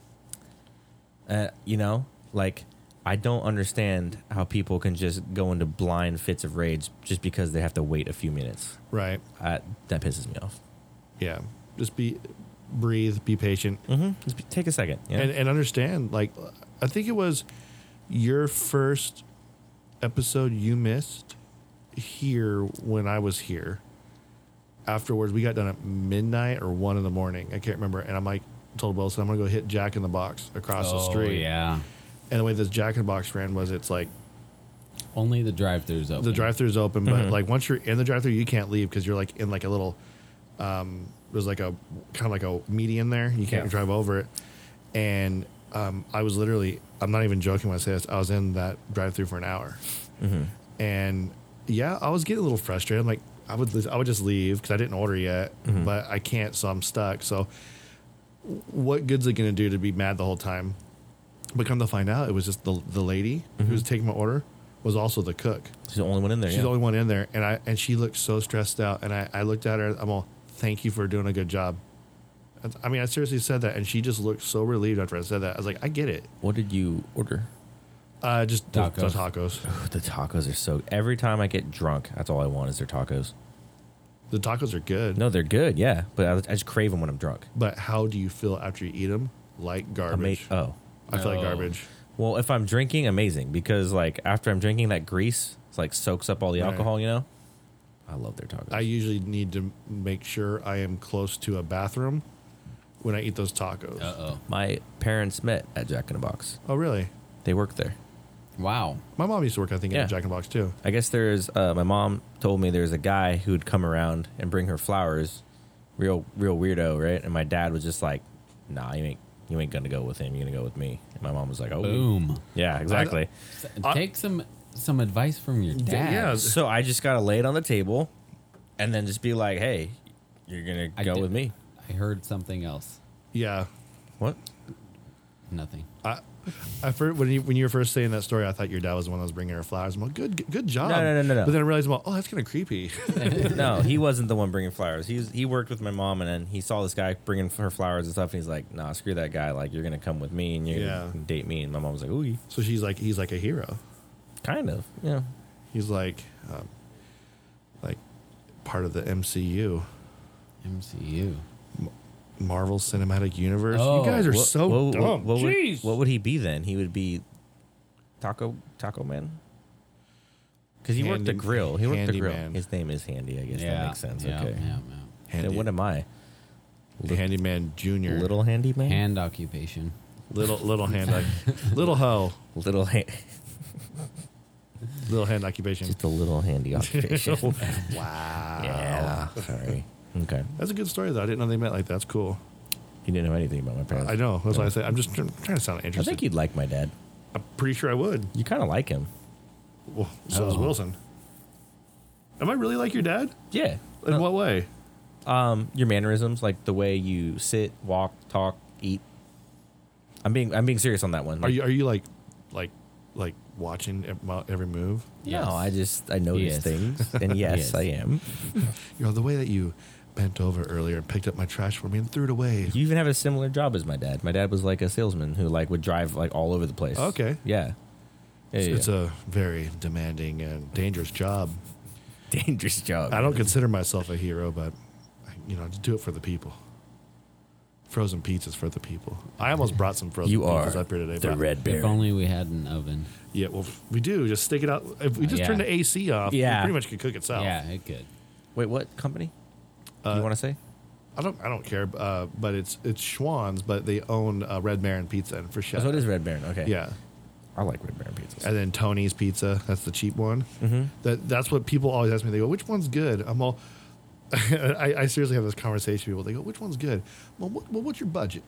S6: Uh, you know, like I don't understand how people can just go into blind fits of rage just because they have to wait a few minutes.
S3: Right.
S6: Uh, that pisses me off.
S3: Yeah. Just be, breathe, be patient,
S6: Mm-hmm. Just be- take a second. you know?
S3: Hmm. and uh, and understand. Like, I think it was your first episode you missed here when I was here. Afterwards, we got done at midnight or one in the morning. I can't remember. And I'm like, told Wilson, I'm gonna go hit Jack in the Box across the street.
S4: Oh, yeah.
S3: And the way this Jack in the Box ran was, it's like
S4: Only the drive-throughs open.
S3: the drive throughs open, but like once you're in the drive through, you can't leave because you're like in like a little, um, there's like a kind of like a median there. You can't
S6: Yeah.
S3: drive over it. And um, I was literally, I'm not even joking when I say this. I was in that drive through for an hour, and yeah, I was getting a little frustrated. I'm like, I would, I would just leave because I didn't order yet, but I can't, so I'm stuck. So, what good's it gonna do to be mad the whole time? But come to find out, it was just the the lady who was taking my order was also the cook.
S6: She's the only one in there.
S3: She's
S6: yeah.
S3: the only one in there, and I and she looked so stressed out. And I, I looked at her. I'm all, thank you for doing a good job. That's- I mean, I seriously said that, and she just looked so relieved after I said that. I was like, I get it.
S6: what did you order?
S3: Uh, just the- the
S4: Tacos.
S3: tacos.
S6: Oh, the tacos are so. Every time I get drunk, that's all I want is their tacos.
S3: The tacos are good,
S6: No, they're good. Yeah, but I, I just crave them when I'm drunk.
S3: but how do you feel after you eat them? Like
S6: Ama-
S3: garbage.
S6: oh,
S3: I feel like
S4: No.
S3: garbage.
S6: well, if I'm drinking, amazing because like after I'm drinking, that grease it's like soaks up all the
S3: Right.
S6: alcohol. You know, I love their tacos.
S3: I usually need to make sure I am close to a bathroom when I eat those tacos.
S4: Uh-oh.
S6: My parents met at Jack in the Box.
S3: Oh, really?
S6: They work there.
S4: Wow.
S3: My mom used to work, I think, in
S6: Yeah.
S3: a Jack in the Box too.
S6: I guess there's. Uh, my mom told me there's a guy who'd come around and bring her flowers, real real weirdo, right? And my dad was just like, "Nah, you ain't you ain't gonna go with him. You're gonna go with me." And my mom was like, "Oh,
S4: Boom.
S6: yeah, exactly."
S4: Take some some advice from your dad.
S3: yeah.
S6: so I just gotta lay it on the table, and then just be like, "Hey, you're gonna
S4: I
S6: go
S4: did-
S6: with me."
S4: I heard something else.
S3: Yeah.
S6: What?
S4: Nothing.
S3: I first, when you when you were first saying that story, I thought your dad was the one that was bringing her flowers. I'm like, good, good- good job.
S6: No, no, no, no, no.
S3: But then I realized, well, oh, that's kind of creepy.
S6: no, he wasn't the one bringing flowers. He was, he worked with my mom, and then he saw this guy bringing her flowers and stuff, and he's like, "Nah, screw that guy. Like, you're gonna come with me and you're
S3: Yeah.
S6: gonna date me." And my mom was like, "Ooh,
S3: so she's like, he's like a hero.
S6: kind of, yeah."
S3: He's like, um, like part of the MCU,
S4: MCU.
S3: Marvel Cinematic Universe.
S4: Oh,
S3: you guys are
S6: What-
S3: so
S6: what,
S3: dumb.
S6: What, what would, what would he be then? He would be Taco Taco Man. Because he worked the
S3: Handy-
S6: grill. He worked the grill.
S3: handyman.
S6: His name is Handy. I guess that makes sense.
S4: Yeah,
S6: okay.
S4: Yeah,
S3: Handy,
S6: Then what am I?
S3: the handyman junior, little
S6: Little Handy Man.
S4: yeah. Hand occupation.
S3: little little hand, like, little hoe,
S6: little hand.
S3: little hand occupation.
S6: Just a little handy occupation.
S3: wow,
S6: yeah. Sorry. Okay.
S3: that's a good story though. I didn't know they met like that. that's cool.
S6: You didn't know anything about my parents.
S3: I know. That's why I say I'm just trying trying to sound
S6: I
S3: interested.
S6: think you'd like my dad.
S3: I'm pretty sure I would.
S6: You kind of like him.
S3: Well, so does
S4: Oh.
S3: Wilson. Am I really like your dad?
S6: Yeah.
S3: In what way?
S6: Um, your mannerisms, like the way you sit, walk, talk, eat. I'm being I'm being serious on that one.
S3: Are you are you like like like watching ev- mo- every move?
S6: No,
S4: Yes.
S6: I just I notice
S4: Yes.
S6: things, and yes,
S4: Yes.
S6: I am.
S3: You know the way that you bent over earlier and picked up my trash for me and threw it away.
S6: You even have a similar job as my dad. My dad was like a salesman who like would drive like all over the place.
S3: Okay.
S6: Yeah. Yeah,
S3: It's,
S6: yeah,
S3: it's
S6: yeah.
S3: a very demanding and dangerous job.
S6: dangerous job.
S3: I don't consider myself a hero, but I, you know, I do it for the people. Frozen pizzas for the people. I almost brought some frozen
S6: You are
S3: pizzas up here today.
S6: the
S3: but-
S6: red
S4: If
S6: bear.
S4: only we had an oven.
S3: Yeah, well, we do. Just stick it out. If we just
S4: yeah.
S3: turn the AC off,
S6: Yeah.
S3: it pretty much could cook
S6: Oh.
S3: itself.
S4: Yeah, it could.
S6: Wait, what company? you want to say?
S3: I don't. I don't care. Uh, but it's it's Schwann's, but they own uh, Red Baron Pizza and Fresh.
S6: Oh, so it is Red Baron. Okay.
S3: Yeah,
S6: I like Red Baron pizzas.
S3: and then Tony's Pizza. That's the cheap one. Mm-hmm. That that's what people always ask me. They go, "Which one's good?" I'm all. I, I seriously have this conversation with people. They go, "Which one's good?" Well, what, well, what's your budget?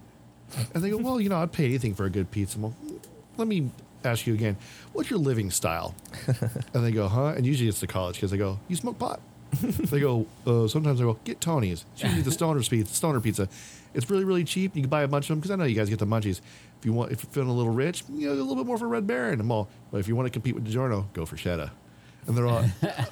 S3: And they go, "Well, you know, I'd pay anything for a good pizza." I'm all, let me ask you again. What's your living style? and they go, "Huh?" And usually it's the college kids. They go, "You smoke pot?" they go, uh, "Sometimes I go get Tony's. It's usually the stoner pizza. Stoner pizza. It's really really cheap. You can buy a bunch of them because I know you guys get the munchies. If you want, if you're feeling a little rich, you know, a little bit more for Red Baron. I'm all, but if you want to compete with DiGiorno, go for Shetta." And they're all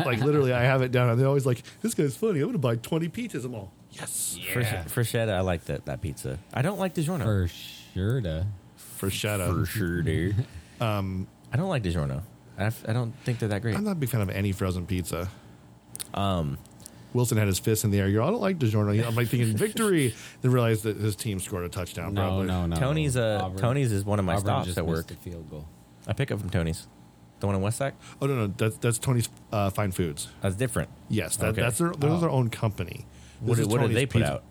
S3: like, literally, I have it down. And they're always like, "This guy's funny. I'm gonna buy 20 pizzas." I'm all, "Yes,
S6: Yeah. Freshetta, I like that, that pizza. I don't like DiGiorno.
S4: For sure to.
S3: for Shetta."
S6: sure, dude. um, I don't like DiGiorno. I, f- I don't think they're that great.
S3: I'm not a big fan of any frozen pizza. Um,
S6: Um,
S3: Wilson had his fist in the air. You're, I don't like DiGiorno. I'm like thinking victory. Then realized that his team scored a touchdown.
S4: No,
S3: probably.
S4: no, no.
S6: Tony's, uh, Tony's is one of my
S4: Auburn
S6: stops
S4: just
S6: at
S4: missed
S6: work.
S4: a field goal.
S6: I pick up from Tony's. The one in Westack?
S3: Oh no, no, that's that's Tony's uh, Fine Foods.
S6: That's different.
S3: Yes, that,
S6: Okay.
S3: that's their those are their own company. This
S6: Oh.
S3: is
S6: What, did, what did
S3: Tony's
S6: they put
S3: pizza-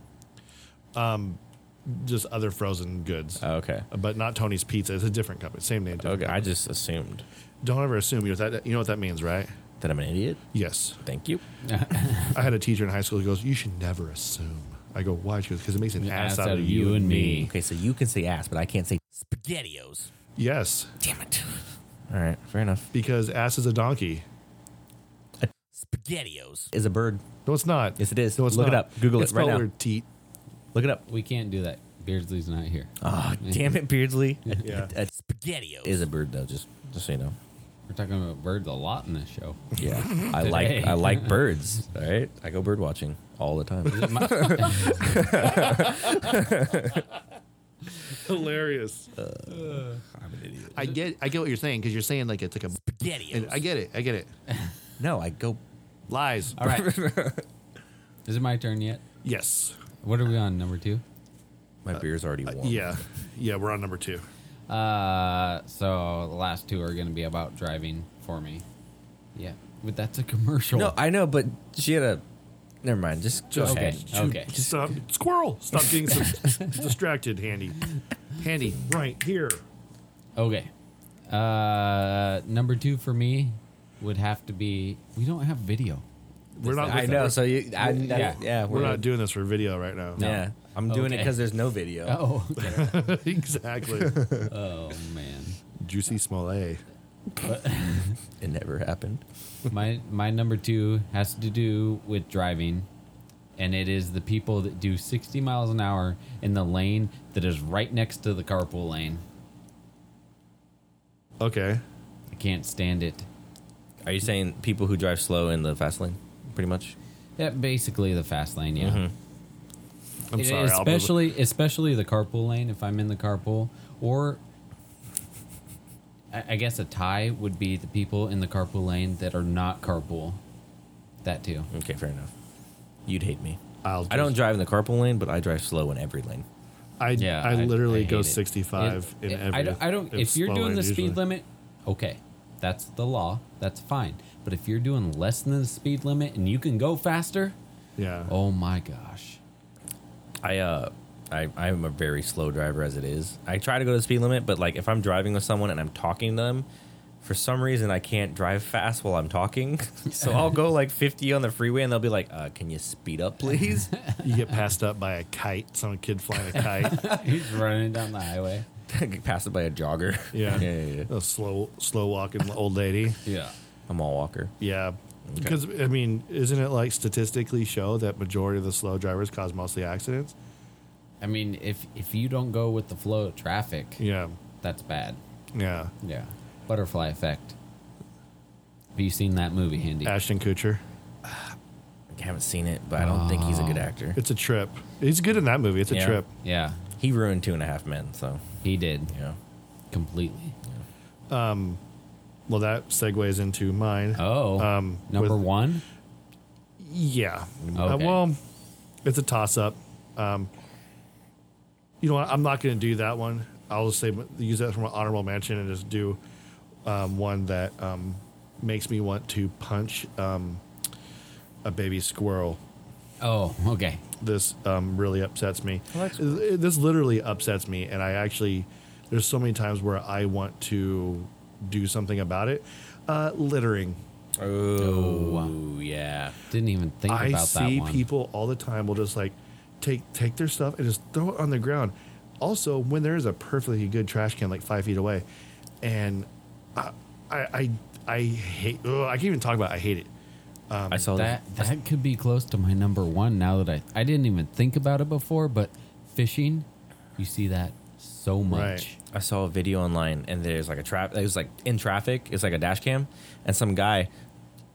S6: out?
S3: Just other frozen goods,
S6: Oh, okay.
S3: but not Tony's Pizza. It's a different company, same name. different
S6: Okay. I just assumed
S3: company. Don't ever assume you know that you know what that means, right?
S6: that I'm an idiot.
S3: Yes,
S6: Thank you.
S3: I had a teacher in high school who goes, "You should never assume." I go, "Why?" She goes, "Because it makes an ass, out, of you and me."
S6: Okay, so you can say ass, but I can't say spaghettios.
S3: Yes,
S6: Damn it. All right, fair enough.
S3: because ass is a donkey.
S6: Spaghettios is a bird.
S3: No, it's not.
S6: Yes, it is.
S3: No, it's
S6: Look it
S3: not.
S6: up. Google
S3: it's
S6: it right
S3: spelled
S6: now.
S3: weird, teat.
S6: Look it up.
S4: We can't do that. Beardsley's not here.
S6: Oh, damn it, Beardsley.
S3: Yeah.
S6: A, a spaghettios is a bird though, just just so you know.
S4: We're talking about birds a lot in this show.
S6: Yeah. I like I like birds. All right. I go bird watching all the time.
S3: Hilarious.
S4: Uh,
S6: I'm an idiot.
S3: I get. I get what you're saying because you're saying like it's like a.
S6: Spaghettios.
S3: I get it. I get it.
S6: no, I go
S3: Lies.
S4: All right. Is it my turn yet?
S3: Yes.
S4: What are we on? Number two?
S6: my beer's already warm.
S3: Uh, Yeah. Yeah. We're on number two.
S4: Uh, so the last two are going to be about driving for me. Yeah. But that's a commercial.
S6: No, I know, but she had a never mind. Just go
S4: Okay,
S6: ahead.
S4: okay.
S3: Stop. Squirrel. Stop getting so distracted, Handy. Handy, right here.
S4: Okay. Uh, number two for me would have to be we don't have video.
S3: We're not.
S6: I know, so you I, that, yeah.
S4: Yeah.
S3: We're, not doing this for video right now.
S6: Yeah. I'm doing it
S4: Okay.
S6: because there's no video.
S4: Oh, okay.
S3: exactly.
S4: oh man.
S3: Juicy Smollett.
S6: It never happened.
S4: My my number two has to do with driving, and it is the people that do 60 miles an hour in the lane that is right next to the carpool lane.
S3: Okay.
S4: I can't stand it.
S6: Are you saying people who drive slow in the fast lane? Pretty much.
S4: Yeah, basically the fast lane, yeah.
S3: I'm
S4: It-
S3: sorry. I'll be-
S4: especially especially the carpool lane. If I'm in the carpool, or I, I guess a tie would be the people in the carpool lane that are not carpool. That too.
S6: Okay, fair enough. You'd hate me.
S3: I'll
S6: I don't
S3: just-
S6: drive in the carpool lane, but I drive slow in every lane.
S3: I,
S4: Yeah,
S3: I literally
S4: I
S3: go
S4: hate it.
S3: 65 in
S4: It- it-
S3: every.
S4: I don't. I don't
S3: in
S4: if you're
S3: slow
S4: doing
S3: lane
S4: the
S3: usually.
S4: speed limit, okay, that's the law. That's fine. But if you're doing less than the speed limit and you can go faster,
S3: Yeah.
S4: oh my gosh,
S6: I uh I, I'm a very slow driver as it is. I try to go to the speed limit, but like if I'm driving with someone and I'm talking to them, for some reason I can't drive fast while I'm talking. so I'll go like 50 on the freeway and they'll be like, uh, "Can you speed up, please?"
S3: You get passed up by a kite. Some kid flying a kite.
S4: he's running down the highway.
S6: Get passed by a jogger.
S3: Yeah.
S6: yeah, yeah, yeah.
S3: A slow, slow walking old lady.
S4: Yeah.
S6: A mall walker.
S3: Yeah. Because, I mean, isn't it like statistically show that majority of the slow drivers cause mostly accidents?
S4: I mean, if if you don't go with the flow of traffic,
S3: Yeah.
S4: that's bad.
S3: Yeah.
S4: Yeah. Butterfly effect. Have you seen that movie, Handy?
S3: Ashton Kutcher.
S6: I haven't seen it, but I don't think he's a good actor.
S3: It's a trip. He's good in that movie. It's a
S6: Yeah.
S3: trip.
S4: yeah,
S6: He ruined Two and a Half Men, so
S4: he did
S6: yeah.
S4: completely.
S3: Well, that segues into mine.
S4: Oh,
S3: Um,
S4: number
S3: with-
S4: one.
S3: Yeah. Uh,
S4: Okay.
S3: well, it's a toss up. Um, you know what? I'm not going to do that one. I'll just say use that from an honorable mention and just do um, one that um, makes me want to punch um, a baby squirrel.
S4: Oh, okay.
S3: This um, really upsets me. Th- This literally upsets me, and I actually there's so many times where I want to do something about it. Uh, littering.
S6: Oh, yeah.
S4: Didn't even think
S3: I
S4: about that
S3: see
S4: one.
S3: people all the time will just like take take their stuff and just throw it on the ground. Also, when there is a perfectly good trash can like five feet away, and I I I, I hate ugh, I can't even talk about it. I hate it.
S6: I saw
S4: that
S6: Um, that.
S4: that could be close to my number one now that I I didn't even think about it before, but fishing, you see that so much.
S3: Right.
S6: I saw a video online, and there's like a trap. It was like in traffic. It's like a dash cam, and some guy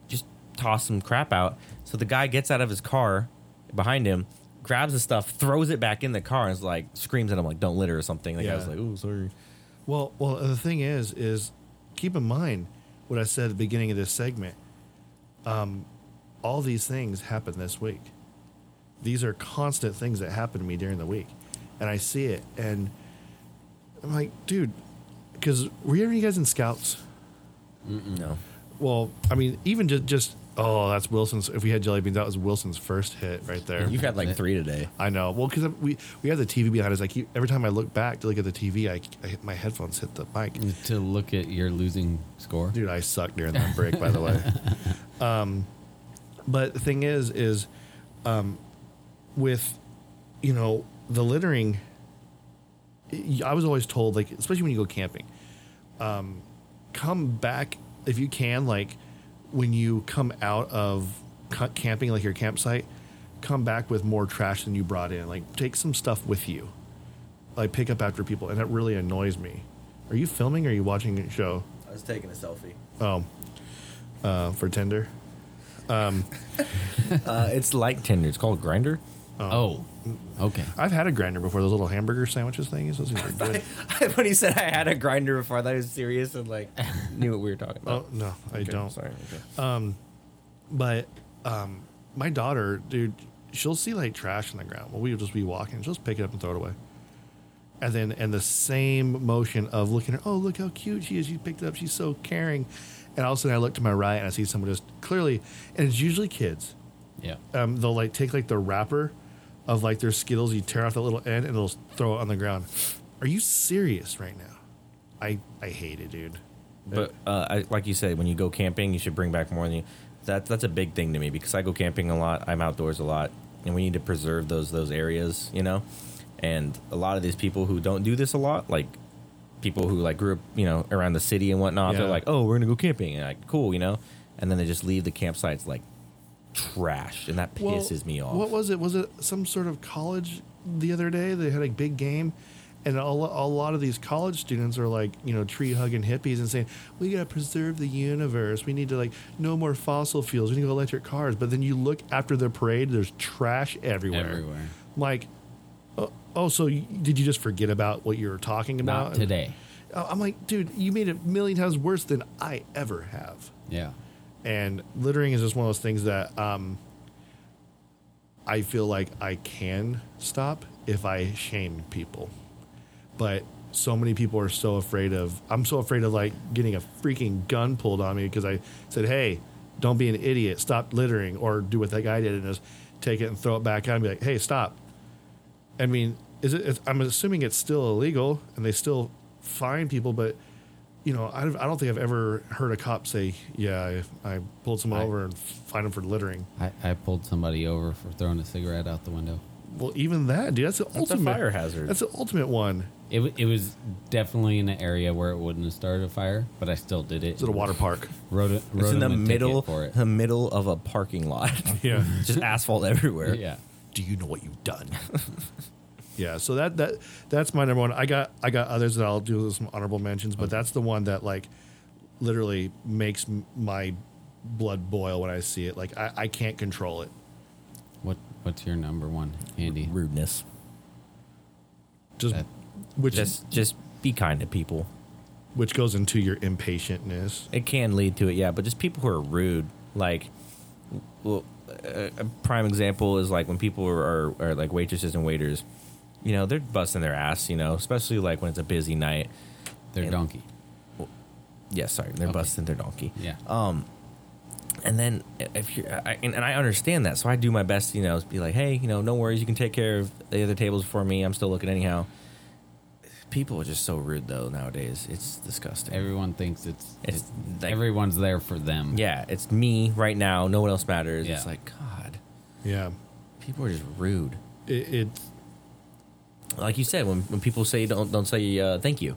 S6: just tossed some crap out. So the guy gets out of his car behind him, grabs the stuff, throws it back in the car, and is like screams at him like "Don't litter" or something. The
S3: Yeah.
S6: guy's like, "Ooh, sorry."
S3: Well, well, the thing is, is keep in mind what I said at the beginning of this segment. Um, all these things happen this week. These are constant things that happen to me during the week, and I see it, and I'm like, dude, because were you guys in Scouts?
S6: No.
S3: Well, I mean, even just just oh, that's Wilson's. If we had jelly beans, that was Wilson's first hit right there.
S6: You've had like three today.
S3: I know. Well, because we we have the TV behind us. I keep every time I look back to look at the TV, I, I hit my headphones hit the mic.
S4: To look at your losing score.
S3: Dude, I sucked during that break, by the way. Um, but the thing is, is um, with you know the littering. y- I was always told, like, especially when you go camping, um, come back if you can. Like, when you come out of ca- camping, like your campsite, come back with more trash than you brought in. Like, take some stuff with you. Like, pick up after people, and that really annoys me. Are you filming? Or are you watching a show?
S6: I was taking a selfie.
S3: Oh, uh, for Tinder.
S6: Uh, it's like Tinder. It's called Grinder.
S4: Oh, okay.
S3: I've had a grinder before. Those little hamburger sandwiches things. Those things are good.
S6: when he said I had a grinder before, I thought he was serious and like knew what we were talking
S3: oh
S6: about.
S3: no, I
S6: Okay,
S3: don't. Uh,
S6: Sorry. Okay.
S3: But um, my daughter, dude, she'll see like trash on the ground. Well, we'll just be walking. She'll just pick it up and throw it away. And then, and the same motion of looking at, her, oh, look how cute she is. She picked it up. She's so caring. And all of a sudden, I look to my right and I see someone just clearly, and it's usually kids.
S4: Yeah.
S3: Um, they'll like take like the wrapper of like their Skittles, you tear off that little end, and it'll throw it on the ground. Are you serious right now? I I hate it, dude.
S6: But uh, I, like you said, when you go camping, you should bring back more than you. That that's a big thing to me because I go camping a lot. I'm outdoors a lot, and we need to preserve those those areas, you know. And a lot of these people who don't do this a lot, like people who like grew up, you know, around the city and whatnot,
S3: Yeah.
S6: they're like, "Oh, we're gonna go camping," and like, "Cool," you know. And then they just leave the campsites like trash, and that pisses me off.
S3: What was it? Was it some sort of college the other day? They had a big game, and all, a lot of these college students are like, you know, tree hugging hippies and saying, "We gotta preserve the universe. We need to like no more fossil fuels. We need to go electric cars." But then you look after the parade, there's trash everywhere.
S4: Everywhere.
S3: Like, oh, oh so you, did you just forget about what you were talking about
S4: Not today.
S3: Uh, I'm like, dude, you made it a million times worse than I ever have
S4: Yeah.
S3: and littering is just one of those things that um, I feel like I can stop if I shame people, but so many people are so afraid of. I'm so afraid of like getting a freaking gun pulled on me because I said, "Hey, don't be an idiot. Stop littering," or do what that guy did and just take it and throw it back out and be like, "Hey, stop." I mean, is it? It's, I'm assuming it's still illegal, and they still fine people. But you know, I, don't- I don't think I've ever heard a cop say, "Yeah, I, I pulled someone over and fined him for littering."
S4: I, I pulled somebody over for throwing a cigarette out the window.
S3: Well, even that, dude, that's the
S6: a
S3: ultimate
S6: fire hazard.
S3: That's the ultimate one.
S4: It, wa- it was definitely in an area where it wouldn't have started a fire, but I still did it.
S3: It's at a water park.
S4: Wrote it. Wrote
S6: it's in
S4: him
S6: the
S4: a ticket
S6: middle,
S4: for it.
S6: the middle of a parking lot.
S3: Yeah.
S6: just asphalt everywhere.
S4: Yeah.
S3: Do you know what you've done? yeah. So that that that's my number one. I got I got others that I'll do with some honorable mentions, but that's the one that like literally makes m- my blood boil when I see it. Like I, I can't control it.
S4: What What's your number one, Andy?
S6: Rudeness.
S3: Just
S4: That-
S3: which
S6: Just just be kind to people.
S3: which goes into your impatientness.
S6: It can lead to it, yeah. But just people who are rude, like, well, a, a prime example is like when people are, are, are like waitresses and waiters. you know, they're busting their ass, you know, especially like when it's a busy night.
S4: They're
S6: And-
S4: donkey.
S6: Yeah, sorry, they're
S4: Okay.
S6: busting their donkey.
S4: Yeah.
S6: and then uh, if you I, and, and I understand that, so I do my best, you know, to be like, hey, you know, no worries, you can take care of the other tables for me. I'm still looking anyhow. People are just so rude though nowadays. It's disgusting.
S4: Everyone thinks it's,
S6: It's
S4: it's
S6: like-
S4: everyone's there for them.
S6: yeah, it's me right now. No one else matters. It's
S4: Yeah.
S6: like God,
S3: Yeah.
S6: people are just rude.
S3: It, it
S6: Like you said, when, when people say don't don't say uh, thank you,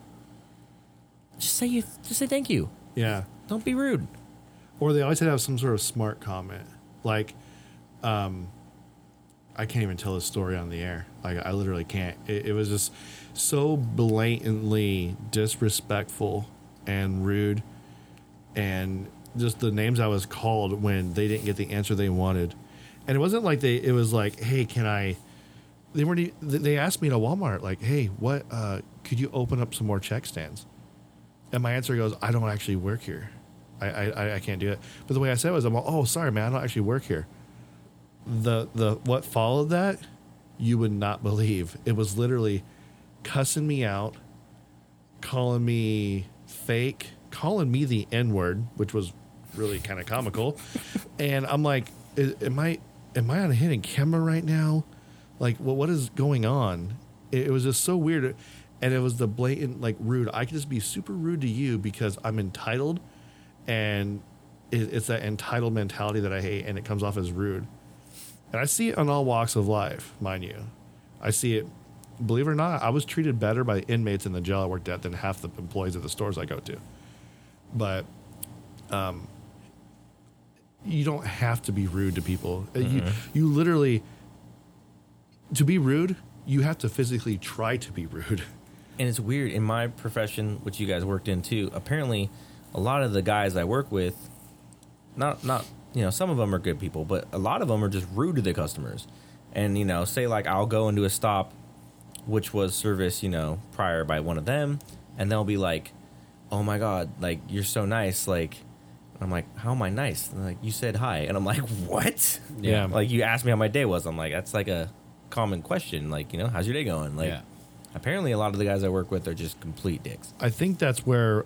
S6: just say you just say thank you.
S3: yeah.
S6: Don't be rude.
S3: Or they always had to have some sort of smart comment. Like, um, I can't even tell this story on the air. Like, I literally can't. It, it was just so blatantly disrespectful and rude, and just the names I was called when they didn't get the answer they wanted. And it wasn't like they. It was like, hey, can I? They weren't. e- They they asked me to Walmart, like, hey, what? Uh, could you open up some more check stands? And my answer goes, I don't actually work here. I, I, I- I can't do it. But the way I said it was, I'm like, oh, sorry, man, I don't actually work here. The the what followed that, you would not believe. It was literally cussing me out, calling me fake, calling me the N word, which was really kind of comical. and I'm like, "I- am I am I on a hidden camera right now? Like, what what is going on? It, it was just so weird, and it was the blatant like rude. I could just be super rude to you because I'm entitled, and it, it's that entitled mentality that I hate, and it comes off as rude. And I see it on all walks of life, mind you. I see it. Believe it or not, I was treated better by the inmates in the jail I worked at than half the employees at the stores I go to. But um, you don't have to be rude to people. Uh, You, you literally, to be rude, you have to physically try to be rude.
S6: and it's weird in my profession which you guys worked in too apparently a lot of the guys i work with not not you know some of them are good people but a lot of them are just rude to the customers and you know say like i'll go and do a stop which was service you know prior by one of them and they'll be like oh my god like you're so nice like and i'm like how am i nice and they're like you said hi and i'm like what
S4: Yeah.
S6: like you asked me how my day was i'm like that's like a common question like you know how's your day going like
S4: Yeah.
S6: Apparently, a lot of the guys I work with are just complete dicks.
S3: I think that's where,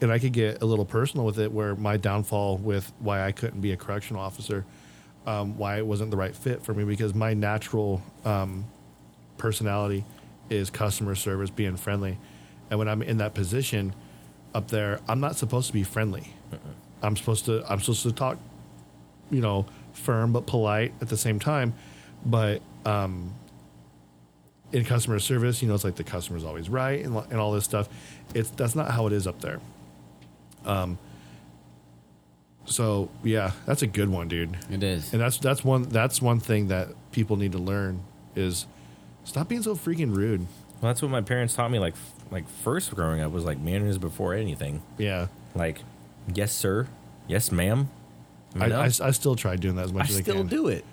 S3: and I could get a little personal with it, where my downfall with why I couldn't be a correctional officer, um, why it wasn't the right fit for me, because my natural um, personality is customer service, being friendly. And when I'm in that position up there, I'm not supposed to be friendly. I'm supposed to I'm supposed to talk, you know, firm but polite at the same time. But um, in customer service, you know, it's like the customer's always right and, and all this stuff. It's that's not how it is up there. Um. So yeah, that's a good one, dude.
S4: It is.
S3: And that's that's one that's one thing that people need to learn is stop being so freaking rude.
S6: Well, that's what my parents taught me. Like, like first growing up was like manners before anything.
S3: Yeah.
S6: Like, yes sir, yes ma'am.
S3: I,
S6: No.
S3: I, I still try doing that as much
S6: I
S3: as I
S6: still
S3: can.
S6: do it.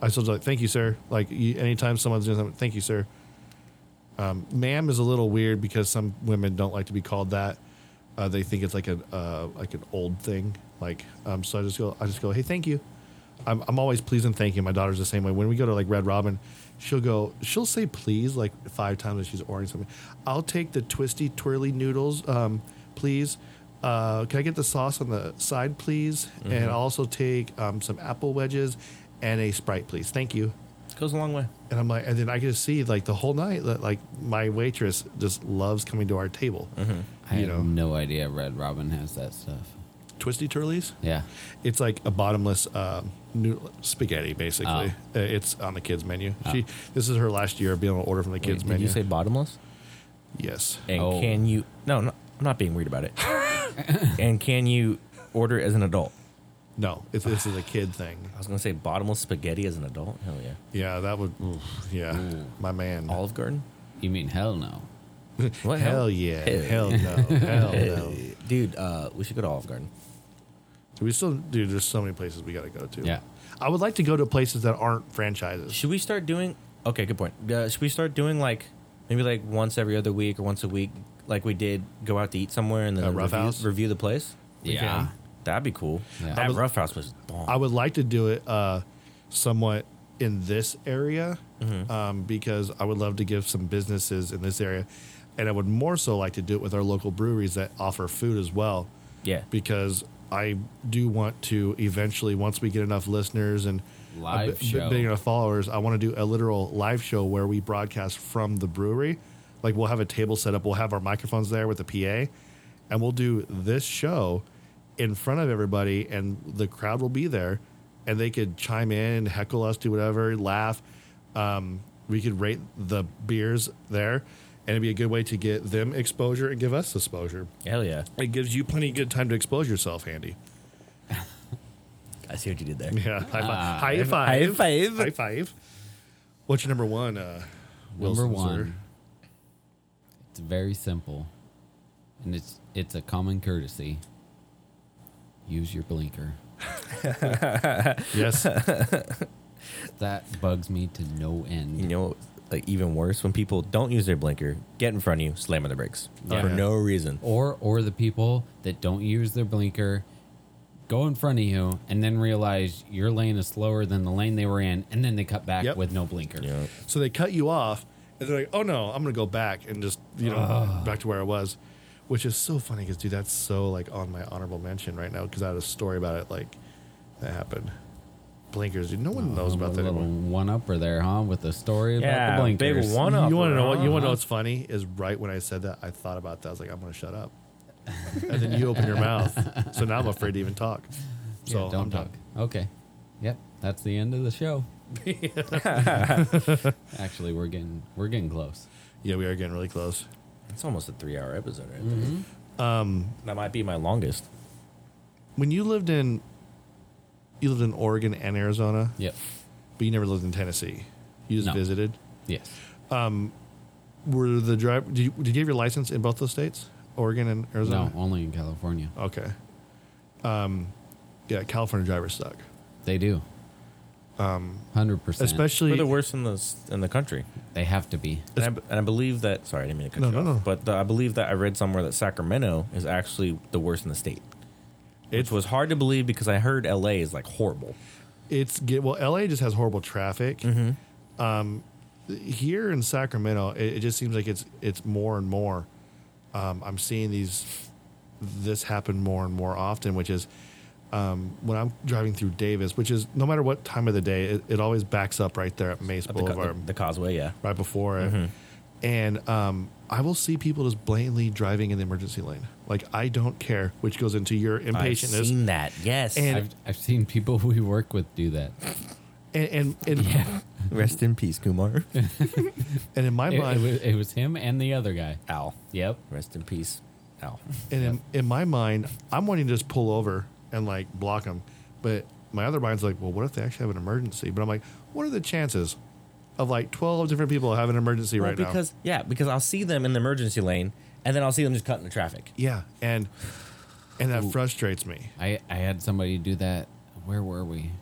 S3: I still do like thank you, sir. Like you, anytime someone's doing something, thank you, sir. Um, ma'am is a little weird because some women don't like to be called that. Uh, they think it's like an uh, like an old thing. Like um, so, I just go I just go hey thank you. I'm I'm always please and thank you. My daughter's the same way. When we go to like Red Robin, she'll go she'll say please like five times if she's ordering something. I'll take the twisty twirly noodles, um, please. Uh, can I get the sauce on the side, please? And I'll also take um, some apple wedges and a sprite, please. Thank you.
S6: Goes a long way.
S3: And I'm like, and then I get to see like the whole night that like my waitress just loves coming to our table.
S4: I
S3: You
S4: have
S3: know,
S4: no idea Red Robin has that stuff.
S3: twisty turlies.
S4: Yeah.
S3: It's like a bottomless um, noodle, spaghetti, basically.
S6: Oh.
S3: Uh, It's on the kids menu. She this is her last year of being able to order from the
S6: Wait,
S3: kids
S6: did
S3: menu.
S6: you say bottomless?
S3: yes.
S6: And
S4: Oh.
S6: can you? No, no, I'm not being weird about it. and can you order as an adult?
S3: No, it's, this is a kid thing.
S6: I was gonna say bottomless spaghetti as an adult. Hell yeah.
S3: Yeah, that would. yeah, my man.
S6: Olive Garden.
S4: You mean hell no?
S6: What
S3: hell yeah, hell no, hell no.
S6: Dude, uh, we should go to Olive Garden.
S3: We still, dude. There's so many places we gotta go to.
S4: Yeah.
S3: I would like to go to places that aren't franchises.
S6: Should we start doing? Okay, good point. Uh, should we start doing like maybe like once every other week or once a week, like we did, go out to eat somewhere and then
S3: At
S6: review,
S3: Rough House?
S6: review the place?
S4: Yeah.
S6: That'd be cool.
S4: Yeah. I
S6: That
S3: was-
S6: Rough House was bomb.
S3: I would like to do it uh, somewhat in this area um, because I would love to give some businesses in this area, and I would more so like to do it with our local breweries that offer food as well.
S6: Yeah.
S3: because I do want to eventually, once we get enough listeners and a
S4: Live
S3: bi- bi-
S4: show.
S3: big enough followers, I want to do a literal live show where we broadcast from the brewery. Like we'll have a table set up, we'll have our microphones there with the PA, and we'll do this show in front of everybody, and the crowd will be there, and they could chime in, heckle us, do whatever, laugh. Um, we could rate the beers there, and it'd be a good way to get them exposure and give us exposure.
S6: Hell yeah.
S3: It gives you plenty of good time to expose yourself, Handy.
S5: I see what you did there.
S3: Yeah, high
S4: Ah,
S3: five. high
S5: High
S3: five.
S5: five.
S3: High five. What's your number one? Uh,
S4: Number
S3: Wilson,
S4: one.
S3: sir?
S4: It's very simple, and it's it's a common courtesy. Use your blinker.
S3: Yes.
S4: That bugs me to no end.
S6: You know, like even worse when people don't use their blinker, get in front of you, slam on the brakes
S3: Yeah.
S6: for
S3: Yeah.
S6: no reason.
S4: or or the people that don't use their blinker go in front of you and then realize your lane is slower than the lane they were in and then they cut back
S3: Yep.
S4: with no blinker
S6: Yeah.
S3: so they cut you off, and they're like, "Oh no, I'm gonna go back and just you know
S4: Ah.
S3: back to where I was," which is so funny because dude, that's so like on my honorable mention right now because I had a story about it like that happened. Blinkers, dude. No one knows about
S4: a
S3: that
S4: Oh, little
S3: anymore.
S4: one upper there huh with the
S6: Yeah,
S4: story about the
S6: big
S4: blinkers
S6: one-
S3: You want to know what? You want to
S4: Uh-huh.
S3: know what's funny is right when I said that, I thought about that. I was like, I'm gonna shut up, and then you open your mouth, so now I'm afraid to even talk.
S4: Yeah,
S3: So
S4: don't
S3: I'm
S4: talk
S3: done.
S4: okay yep that's the end of the show actually we're getting we're getting close
S3: Yeah, we are getting really close.
S6: It's almost a three hour episode right there. Um that might be my longest.
S3: When you lived in, you lived in Oregon and Arizona,
S4: yep
S3: but you never lived in Tennessee. You just
S4: No.
S3: visited.
S4: yes
S3: Were the drive? Did you, did you give your license in both those states, Oregon and Arizona?
S4: no only in california
S3: Okay. Um, yeah, California drivers suck,
S4: they do um 100%
S3: especially
S6: We're the worst in the s- in the country.
S4: they have to be
S6: And I, and I believe that. Sorry, I didn't mean to cut
S3: No,
S6: you
S3: no,
S6: off.
S3: no.
S6: But the, I believe that I read somewhere that Sacramento is actually the worst in the state. Which
S3: It's-
S6: was hard to believe because I heard LA is like horrible.
S3: it's get well. LA just has horrible traffic. Um,
S6: Mm-hmm.
S3: here in Sacramento, it, it just seems like it's it's more and more. Um, I'm seeing these this happen more and more often, which is um, when I'm driving through Davis, which is no matter what time of the day, it, it always backs up right there at Mace
S6: The, co-
S3: Boulevard
S6: the, Mm-hmm. the causeway, yeah.
S3: right before it. And um, I will see people just blatantly driving in the emergency lane. Like I don't care, which goes into your
S6: I've
S3: impatientness.
S6: seen that. Yes.
S3: And-
S4: I've, I've seen people we work with do that.
S3: And and, and,
S6: Rest in peace, Kumar.
S3: and in my
S4: It, it
S3: mind,
S4: was, it was him and the other guy.
S6: Al.
S4: Yep.
S6: Rest in peace, Al.
S3: and in, in my mind, I'm wanting to just pull over and like block them. But my other mind's like, well, what if they actually have an emergency? But I'm like, what are the chances of like 12 different people having an emergency right now?
S6: because yeah, because I'll see them in the emergency lane, and then I'll see them just cutting the traffic.
S3: Yeah, and and that frustrates me.
S4: I, I had somebody do that. Where were we?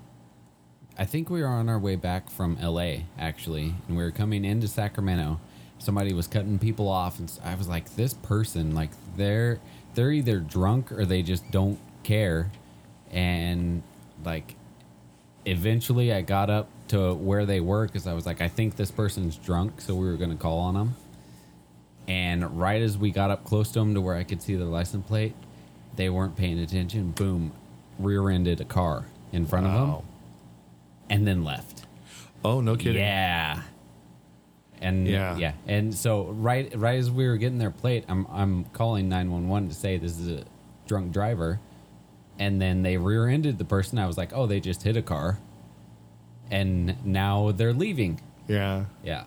S4: I think we were on our way back from LA, actually, and we were coming into Sacramento. Somebody was cutting people off, and s- I was like, this person, like, they're they're either drunk or they just don't care. And, like, eventually I got up to where they were because I was like, I think this person's drunk, so we were going to call on them. And right as we got up close to them to where I could see the license plate, they weren't paying attention. Boom, rear ended a car in front of
S3: Wow.
S4: them and then left.
S3: Oh, no kidding.
S4: Yeah. And
S3: Yeah.
S4: yeah. And so right right as we were getting their plate, I'm I'm calling 911 to say this is a drunk driver. And then they rear-ended the person. I was like, "Oh, they just hit a car." And now they're leaving.
S3: Yeah.
S4: Yeah.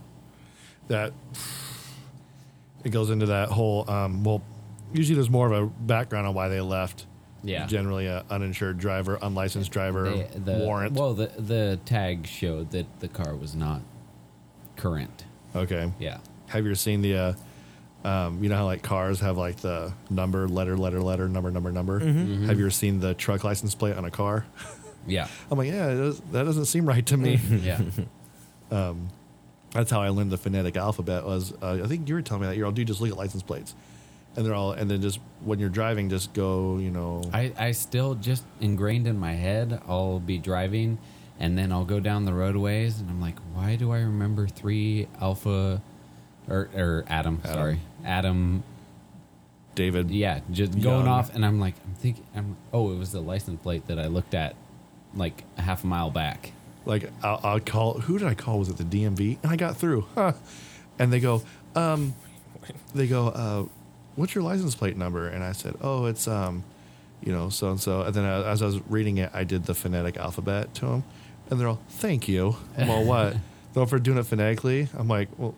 S3: that it goes into that whole um, well usually there's more of a background on why they left
S4: Yeah.
S3: generally a uninsured driver unlicensed driver
S4: They- the,
S3: warrant
S4: Well, the the tag showed that the car was not current.
S3: okay
S4: Yeah.
S3: have you ever seen the uh, um, you know how like cars have like the number letter letter letter number number number have you ever seen the truck license plate on a car
S4: Yeah.
S3: i'm like yeah that does- that doesn't seem right to me
S4: Yeah.
S3: That's how I learned the phonetic alphabet. Was uh, I think you were telling me that you're all do just look at license plates, and they're all and then just when you're driving, just go you know
S4: I, I still just ingrained in my head, I'll be driving and then I'll go down the roadways, and I'm like, why do I remember three alpha, or or Adam, sorry, Adam.
S3: David.
S4: Yeah, just going
S3: Young.
S4: off, and I'm like, I'm thinking, I'm oh, it was the license plate that I looked at, like a half a mile back.
S3: Like I'll, I'll call. Who did I call? Was it the DMV? And I got through. Huh. And they go, um, they go, uh, what's your license plate number? And I said, oh, it's um, you know, so and so. And then I, as I was reading it, I did the phonetic alphabet to them, and they're all, thank you. I'm all what? Though for doing it phonetically, I'm like, well,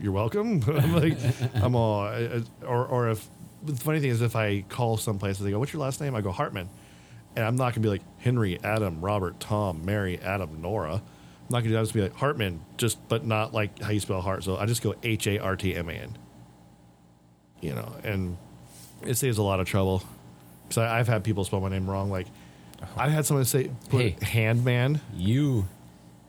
S3: you're welcome. I'm like, I'm all, I- I- or, or if, the funny thing is, if I call someplace and they go, what's your last name? I go, Hartman. And I'm not going to be like, Henry, Adam, Robert, Tom, Mary, Adam, Nora. I'm not going to do that. I'll just be like, Hartman, just, but not like how you spell heart. So I just go H A R T M A N. You know, and it saves a lot of trouble. Because I've had people spell my name wrong. Like,
S6: Uh-huh.
S3: I've had someone say, put
S4: Hey.
S3: Handman.
S4: You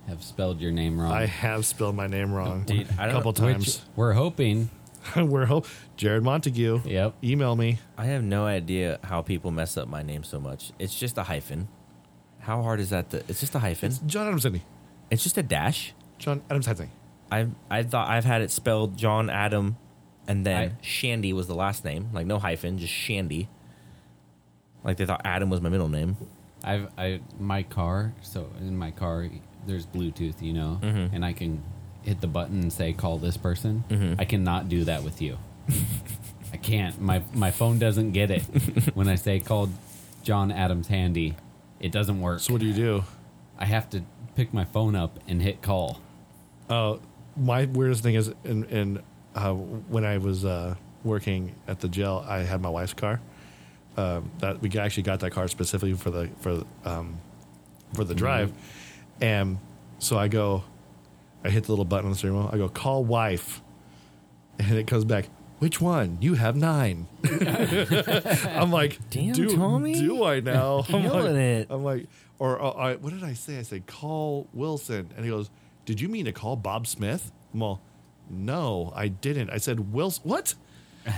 S4: have spelled your name wrong.
S3: I have spelled my name wrong
S6: Dude,
S3: a
S6: I don't-
S3: couple
S4: which
S3: times.
S4: we're hoping.
S3: We're hope Jared Montague.
S4: Yep.
S3: Email me.
S6: I have no idea how people mess up my name so much. It's just a hyphen. How hard is that? To, it's just a hyphen.
S3: It's
S6: It's,
S3: John Adams Sidney.
S6: just a dash.
S3: John Adams Sidney.
S6: I've I thought I've had it spelled John Adam, and then
S4: I-
S6: Shandy was the last name. Like no hyphen, just Shandy. Like they thought Adam was my middle name.
S4: I've I my car. So in my car, there's Bluetooth, you know,
S3: Mm-hmm.
S4: and I can hit the button and say call this person.
S3: Mm-hmm.
S4: I cannot do that with you. I can't. My my phone doesn't get it when I say call John Adams Handy. It doesn't work.
S3: So what do you do?
S4: I have to pick my phone up and hit call.
S3: My weirdest thing is, in, in uh, when I was uh, working at the jail, I had my wife's car. Um, that we actually got that car specifically for the for um, for the drive, and so I go, I hit the little button on the steering wheel. I go call wife, and it comes back. Which one? You have nine. I'm like,
S6: Damn,
S3: do,
S6: Tommy.
S3: do I now? I'm
S6: Killing
S3: like,
S6: it.
S3: I'm like, or uh, I, what did I say? I said, call Wilson. And he goes, did you mean to call Bob Smith? I'm all, no, I didn't. I said, Wilson, what?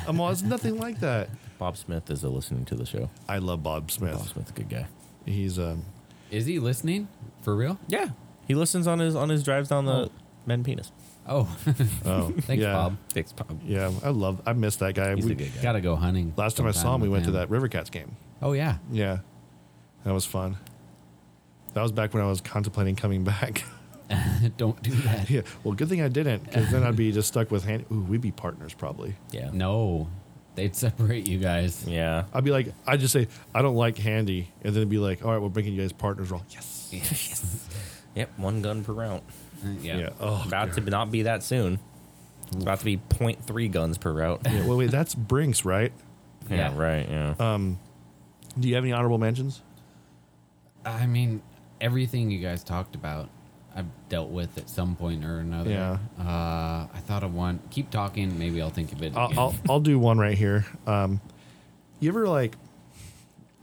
S3: I'm all, it's nothing like that.
S6: Bob Smith is uh, listening to the show.
S3: I love Bob Smith.
S6: Bob Smith's a good guy.
S3: He's, um,
S4: Is he listening for real?
S6: Yeah, he listens on his on his drives down the men penis.
S4: Oh,
S3: oh,
S4: thanks,
S3: yeah.
S4: Bob.
S6: Thanks, Bob.
S3: Yeah, I love, I miss that guy.
S6: He's
S3: We-
S6: a good guy.
S4: Gotta go hunting.
S3: last time I saw
S4: sometime
S3: him, we
S4: with
S3: went to
S4: him.
S3: that River Cats game.
S4: Oh yeah.
S3: Yeah, that was fun. That was back when I was contemplating coming back.
S4: Don't do that.
S3: yeah, well, good thing I didn't, because then I'd be just stuck with hand. Ooh, we'd be partners probably.
S6: Yeah.
S4: No, they'd separate you guys.
S6: Yeah.
S3: I'd be like, I just say, I don't like handy, and then it'd be like, all right, we're making you guys partners. Wrong. Yes.
S6: Yep. One gun per round.
S4: Yeah.
S3: Oh.
S6: About to not be that soon. It's About to be 0.3 guns per route.
S3: Yeah, wait, wait, that's Brinks, right?
S4: Yeah.
S6: Right. Yeah.
S3: Do you have any honorable mentions?
S4: I mean, everything you guys talked about, I've dealt with at some point or another.
S3: Yeah.
S4: Uh, I thought of one. Keep talking. Maybe I'll think of it.
S3: I'll,
S4: again.
S3: I'll, I'll do one right here. Um, you ever like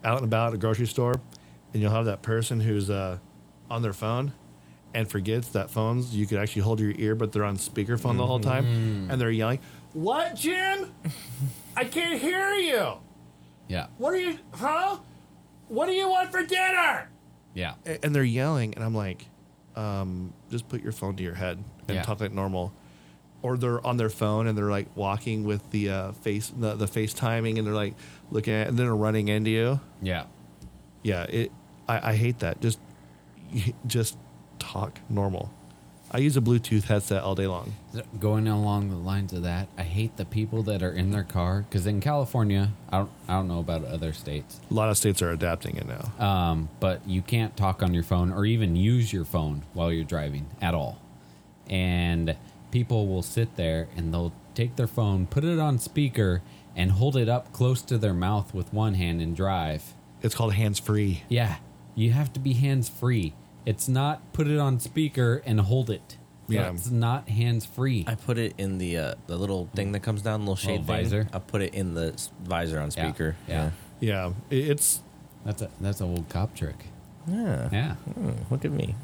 S3: out and about at a grocery store, and you'll have that person who's uh, on their phone and forgets that phones you could actually hold your ear, but they're on speakerphone the whole time, and they're yelling, "What, Jim? I can't hear you.
S4: yeah.
S3: What are you? Huh? What do you want for dinner?"
S4: Yeah.
S3: A- and they're yelling, and I'm like, um, just put your phone to your head and
S4: Yeah.
S3: talk like normal. Or they're on their phone and they're like walking with the uh, face the, the FaceTiming and they're like looking at and then they're running into you.
S4: Yeah.
S3: Yeah, it. I, I hate that. Just just talk normal. I use a Bluetooth headset all day long.
S4: So Going along the lines of that, I hate the people that are in their car because in California, I don't, I don't know about other states,
S3: A lot of states are adapting it now.
S4: um, but you can't talk on your phone or even use your phone while you're driving at all. And people will sit there and they'll take their phone, put it on speaker, and hold it up close to their mouth with one hand and drive.
S3: It's called hands free.
S4: Yeah, you have to be hands free. It's not put it on speaker and hold it.
S3: Yeah.
S4: That's not hands free.
S6: I put it in the uh, the little thing that comes down, little shade
S4: Little
S6: thing.
S4: visor?
S6: I put it in the s- visor on
S4: Yeah,
S6: speaker.
S4: Yeah.
S3: Yeah, it- it's
S4: That's a that's an old cop trick.
S6: Yeah.
S4: Yeah.
S6: Hmm, look at me.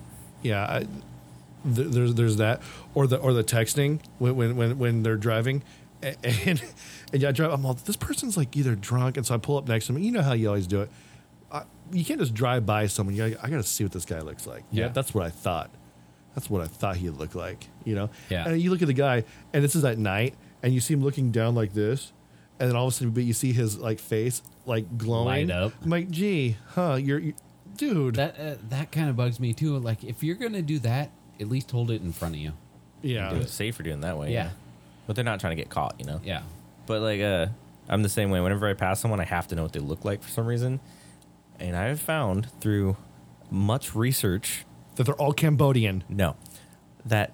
S3: yeah I, th- there's there's that or the or the texting when when when, when they're driving A- and and yeah, I drive. I'm all this person's like either drunk, and so I pull up next to them. You know how you always do it. I, you can't just drive by someone. You gotta, I gotta see what this guy looks like. Yeah,
S4: Yeah.
S3: that's what I thought. That's what I thought he looked like. You know.
S4: Yeah.
S3: And you look at the guy, and this is at night, and you see him looking down like this, and then all of a sudden, but you see his like face like glowing
S4: Light up.
S3: I'm like, gee, huh? You're, you, dude.
S4: That uh, that kind of bugs me too. Like if you're gonna do that, at least hold it in front of you.
S3: yeah.
S6: It's safer doing that way.
S4: Yeah.
S6: But they're not trying to get caught, you know?
S4: Yeah.
S6: But like, uh, I'm the same way. Whenever I pass someone, I have to know what they look like for some reason. And I've found through much research,
S3: That they're all Cambodian.
S6: no, that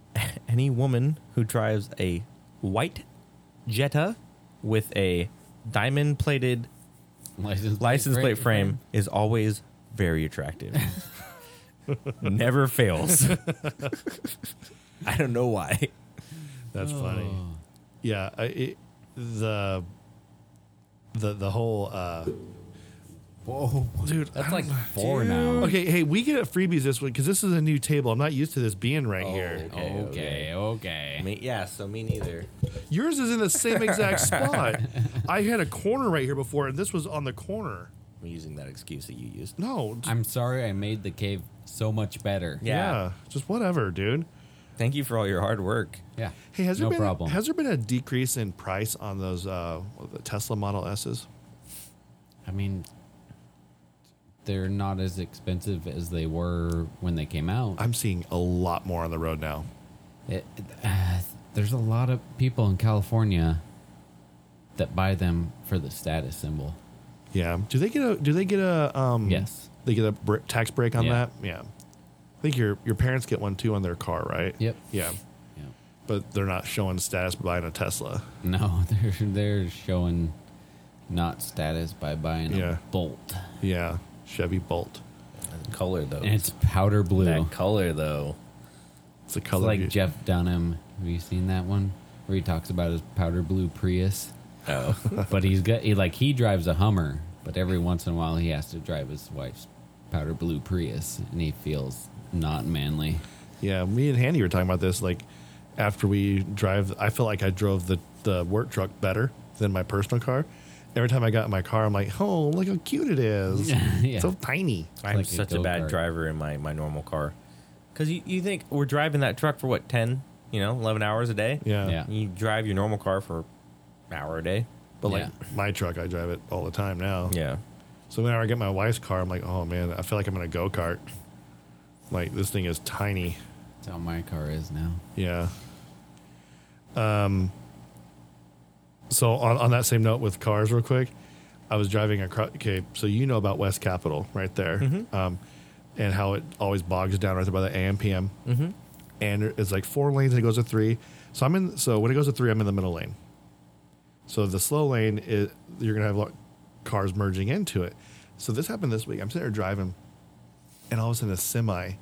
S6: any woman who drives a white Jetta with a diamond plated
S4: License plate
S6: license plate
S4: frame.
S6: frame is always very attractive. Never fails. I don't know why.
S3: That's funny.
S4: Oh.
S3: Yeah, I, it, the the the whole. Uh, Whoa, dude!
S4: That's like four now.
S3: Okay, hey, we get at freebies this week because this is a new table. I'm not used to this being right
S4: Oh.
S3: here.
S4: Okay. Okay.
S6: Me, yeah, so me neither.
S3: Yours is in the same exact spot. I had a corner right here before, and this was on the corner.
S6: I'm using that excuse that you used.
S3: No, j-
S4: I'm sorry I made the cave so much better.
S3: yeah. just whatever, dude.
S6: Thank you for all your hard work.
S4: Yeah.
S3: Hey, has there
S4: no
S3: been
S4: problem.
S3: has there been a decrease in price on those uh, the Tesla Model S's?
S4: I mean, they're not as expensive as they were when they came out.
S3: I'm seeing a lot more on the road now.
S4: It, uh, there's a lot of people in California that buy them for the status symbol.
S3: Yeah. Do they get a do they get a um
S4: Yes.
S3: They get a br- tax break on
S4: Yeah.
S3: that? Yeah. I think your your parents get one too on their car, right?
S4: Yep.
S3: Yeah.
S4: Yeah.
S3: But they're not showing status by buying a Tesla.
S4: No, they're they're showing not status by buying
S3: Yeah.
S4: a bolt.
S3: Yeah. Chevy Bolt.
S6: color though.
S4: And it's powder blue.
S6: that color though.
S3: It's a
S4: It's
S3: color.
S4: like
S3: view.
S4: Jeff Dunham. Have you seen that one where he talks about his powder blue Prius?
S6: Oh,
S4: But he's got he, like he drives a Hummer, but every once in a while he has to drive his wife's powder blue Prius, and he feels not manly.
S3: Yeah. Me and Handy were talking about this. Like after we drive, I feel like I drove the the work truck better than my personal car. Every time I got in my car, I'm like, oh, look how cute it is.
S4: Yeah.
S3: So tiny.
S6: I'm
S4: like a
S6: such a, bad
S4: go-kart.
S6: driver in my my normal car. Cause you, you think we're driving that truck for what ten, you know, eleven hours a day.
S3: Yeah.
S4: Yeah.
S6: You drive your normal car for an hour a day. But like,
S4: Yeah.
S3: My truck, I drive it all the time now.
S6: yeah.
S3: So whenever I get my wife's car, I'm like, oh man, I feel like I'm in a go kart. Like this thing is tiny.
S4: That's how my car is now.
S3: Yeah. Um. So on, on that same note with cars, real quick, I was driving across. Okay, so you know about West Capitol right there, um, and how it always bogs down right there by the AM PM, mm-hmm. and it's like four lanes and it goes to three. So I'm in. So when it goes to three, I'm in the middle lane. So the slow lane is you're gonna have a lot cars merging into it. So this happened this week. I'm sitting there driving, and all of a sudden a semi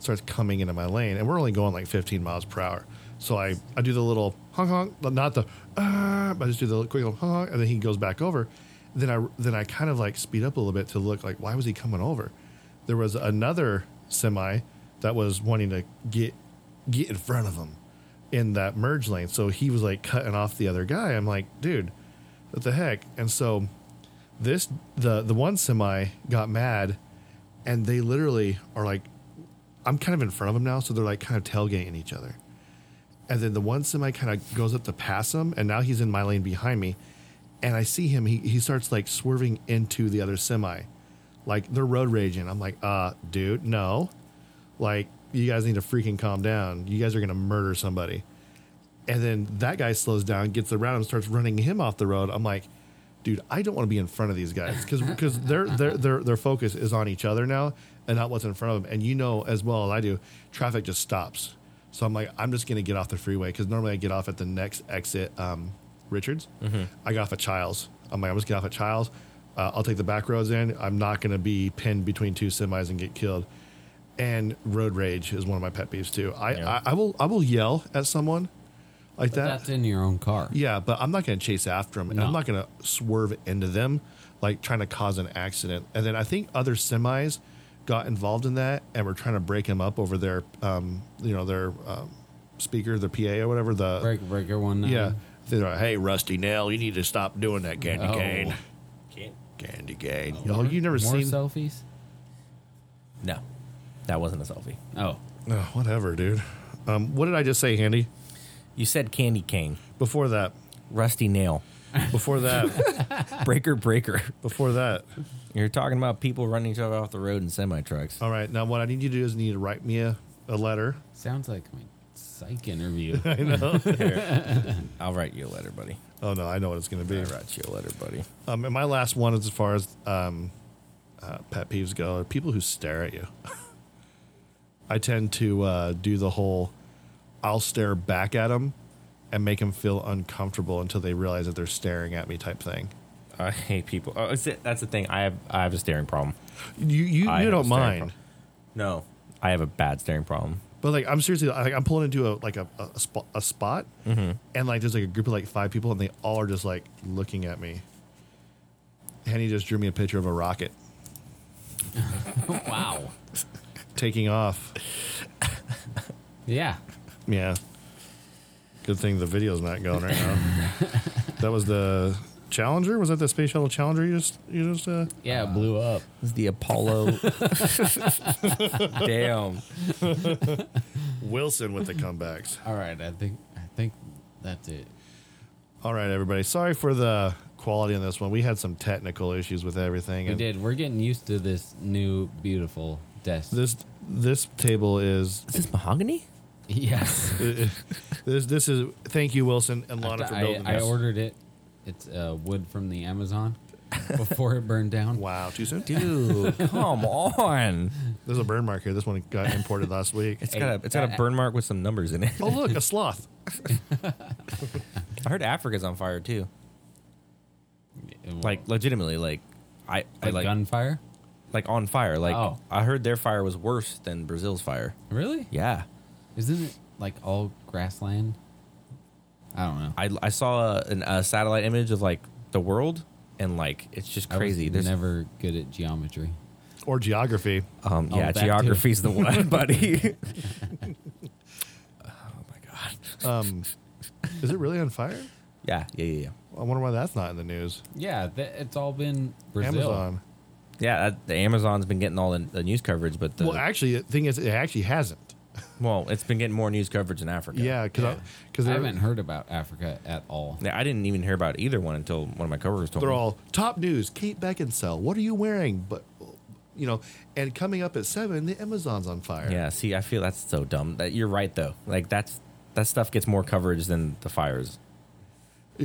S3: starts coming into my lane, and we're only going like 15 miles per hour. So I, I do the little honk honk, but not the ah, but I just do the little quick little honk, honk, and then he goes back over. Then I then I kind of like speed up a little bit to look like why was he coming over? There was another semi that was wanting to get get in front of him in that merge lane. So he was like cutting off the other guy. I'm like, dude, what the heck? And so this the the one semi got mad and they literally are like I'm kind of in front of them now, so they're like kind of tailgating each other. And then the one semi kind of goes up to pass him, and now he's in my lane behind me. And I see him, he, he starts like swerving into the other semi. Like they're road raging. I'm like, uh, dude, no. Like, you guys need to freaking calm down. You guys are going to murder somebody. And then that guy slows down, gets around him, starts running him off the road. I'm like, dude, I don't want to be in front of these guys because because their their their their focus is on each other now and not what's in front of them. And you know as well as I do, traffic just stops. So I'm like, I'm just gonna get off the freeway because normally I get off at the next exit, um, Richards. I got off at Childs. I'm like, I'm just get off at Childs. Uh, I'll take the back roads in. I'm not gonna be pinned between two semis and get killed and road rage is one of my pet peeves too. I, I, I will I will yell at someone like that.
S4: That's in your own car.
S3: yeah, but I'm not going to chase after them, and I'm
S4: No.
S3: not going to swerve into them, like trying to cause an accident. And then I think other semis got involved in that, and were trying to break them up over their, um, you know, their um, speaker, their PA or whatever. The
S4: Break breaker one.
S3: yeah, they're like, hey, Rusty Nail, you need to stop doing that candy
S4: Oh.
S3: cane.
S6: Can't
S5: Candy cane.
S3: Y'all, Oh, you never
S4: More
S3: seen?
S4: selfies?
S6: No, that wasn't a selfie.
S4: Oh,
S3: Oh, whatever, dude. Um, what did I just say, Handy?
S6: You said candy cane,
S3: Before that,
S6: rusty nail,
S3: before that,
S6: breaker, breaker.
S3: before that.
S6: You're talking about people running each other off the road in semi trucks.
S3: All right. Now, what I need you to do is need to write me a, a letter.
S4: sounds like my psych interview.
S3: I know.
S6: I'll write you a letter, buddy.
S3: oh no, I know what it's going to be.
S6: I'll write you a letter, buddy.
S3: Um, and my last one is as far as um, uh, pet peeves go are people who stare at you. I tend to uh, do the whole I'll stare back at them and make them feel uncomfortable until they realize that they're staring at me type thing.
S6: I hate people. Oh, that's it. That's the thing. I have I have a staring problem.
S3: You you,
S6: I
S3: you
S6: have a
S3: don't
S6: staring
S3: mind.
S6: problem. No, I have a bad staring problem.
S3: But like I'm seriously like I'm pulling into a like a a, spot, a spot and like there's like a group of like five people and they all are just like looking at me. Henny just drew me a picture of a rocket
S4: wow.
S3: taking off.
S4: Yeah.
S3: Yeah. Good thing the video's not going right now. that was the Challenger. Was that the space shuttle Challenger? You just you just uh,
S4: Yeah, it blew up.
S6: It's the Apollo. Damn.
S3: Wilson with the comebacks.
S4: All right, I think I think that's it.
S3: All right, everybody. Sorry for the quality on this one. We had some technical issues with everything.
S4: We did. We're getting used to this new beautiful desk.
S3: This this table is
S6: Is this mahogany?
S4: yes.
S3: this this is thank you Wilson and Lana for
S4: I,
S3: building
S4: I
S3: this.
S4: ordered it. It's uh, wood from the Amazon before it burned down.
S3: Wow, too soon.
S6: Dude, come on.
S3: There's a burn mark here. This one got imported last week.
S6: It's got a it's got a burn mark with some numbers in it.
S3: Oh look, a sloth.
S6: I heard Africa's on fire too.
S4: It-
S6: Like legitimately, like I, I
S4: like,
S6: like
S4: gunfire.
S6: like on fire. Like
S4: Oh.
S6: I heard their fire was worse than Brazil's fire.
S4: Really?
S6: Yeah.
S4: Isn't it like all grassland? I don't know.
S6: I, I saw a, an, a satellite image of like the world and like it's just
S4: I was
S6: crazy. There's
S4: never good at geometry.
S3: Or geography.
S6: um
S4: Oh,
S6: yeah,
S4: that too.
S6: geography's the one, buddy. oh my god.
S3: Um, is it really on fire?
S6: Yeah, yeah, yeah, yeah.
S3: I wonder why that's not in the news.
S4: Yeah, th- it's all been Brazil.
S3: Amazon.
S6: Yeah, that, the Amazon's been getting all the, the news coverage, but the,
S3: well, actually, the thing is, it actually hasn't.
S6: well, it's been getting more news coverage in Africa.
S3: Yeah, because because
S4: I
S3: they're,
S4: haven't heard about Africa at all.
S6: Yeah, I didn't even hear about either one until one of my coworkers told
S3: they're
S6: me.
S3: all top news. Kate Beckinsale. What are you wearing? But you know, and coming up at seven, the Amazon's on fire.
S6: yeah, see, I feel that's so dumb. That you're right though. Like that's that stuff gets more coverage than the fires.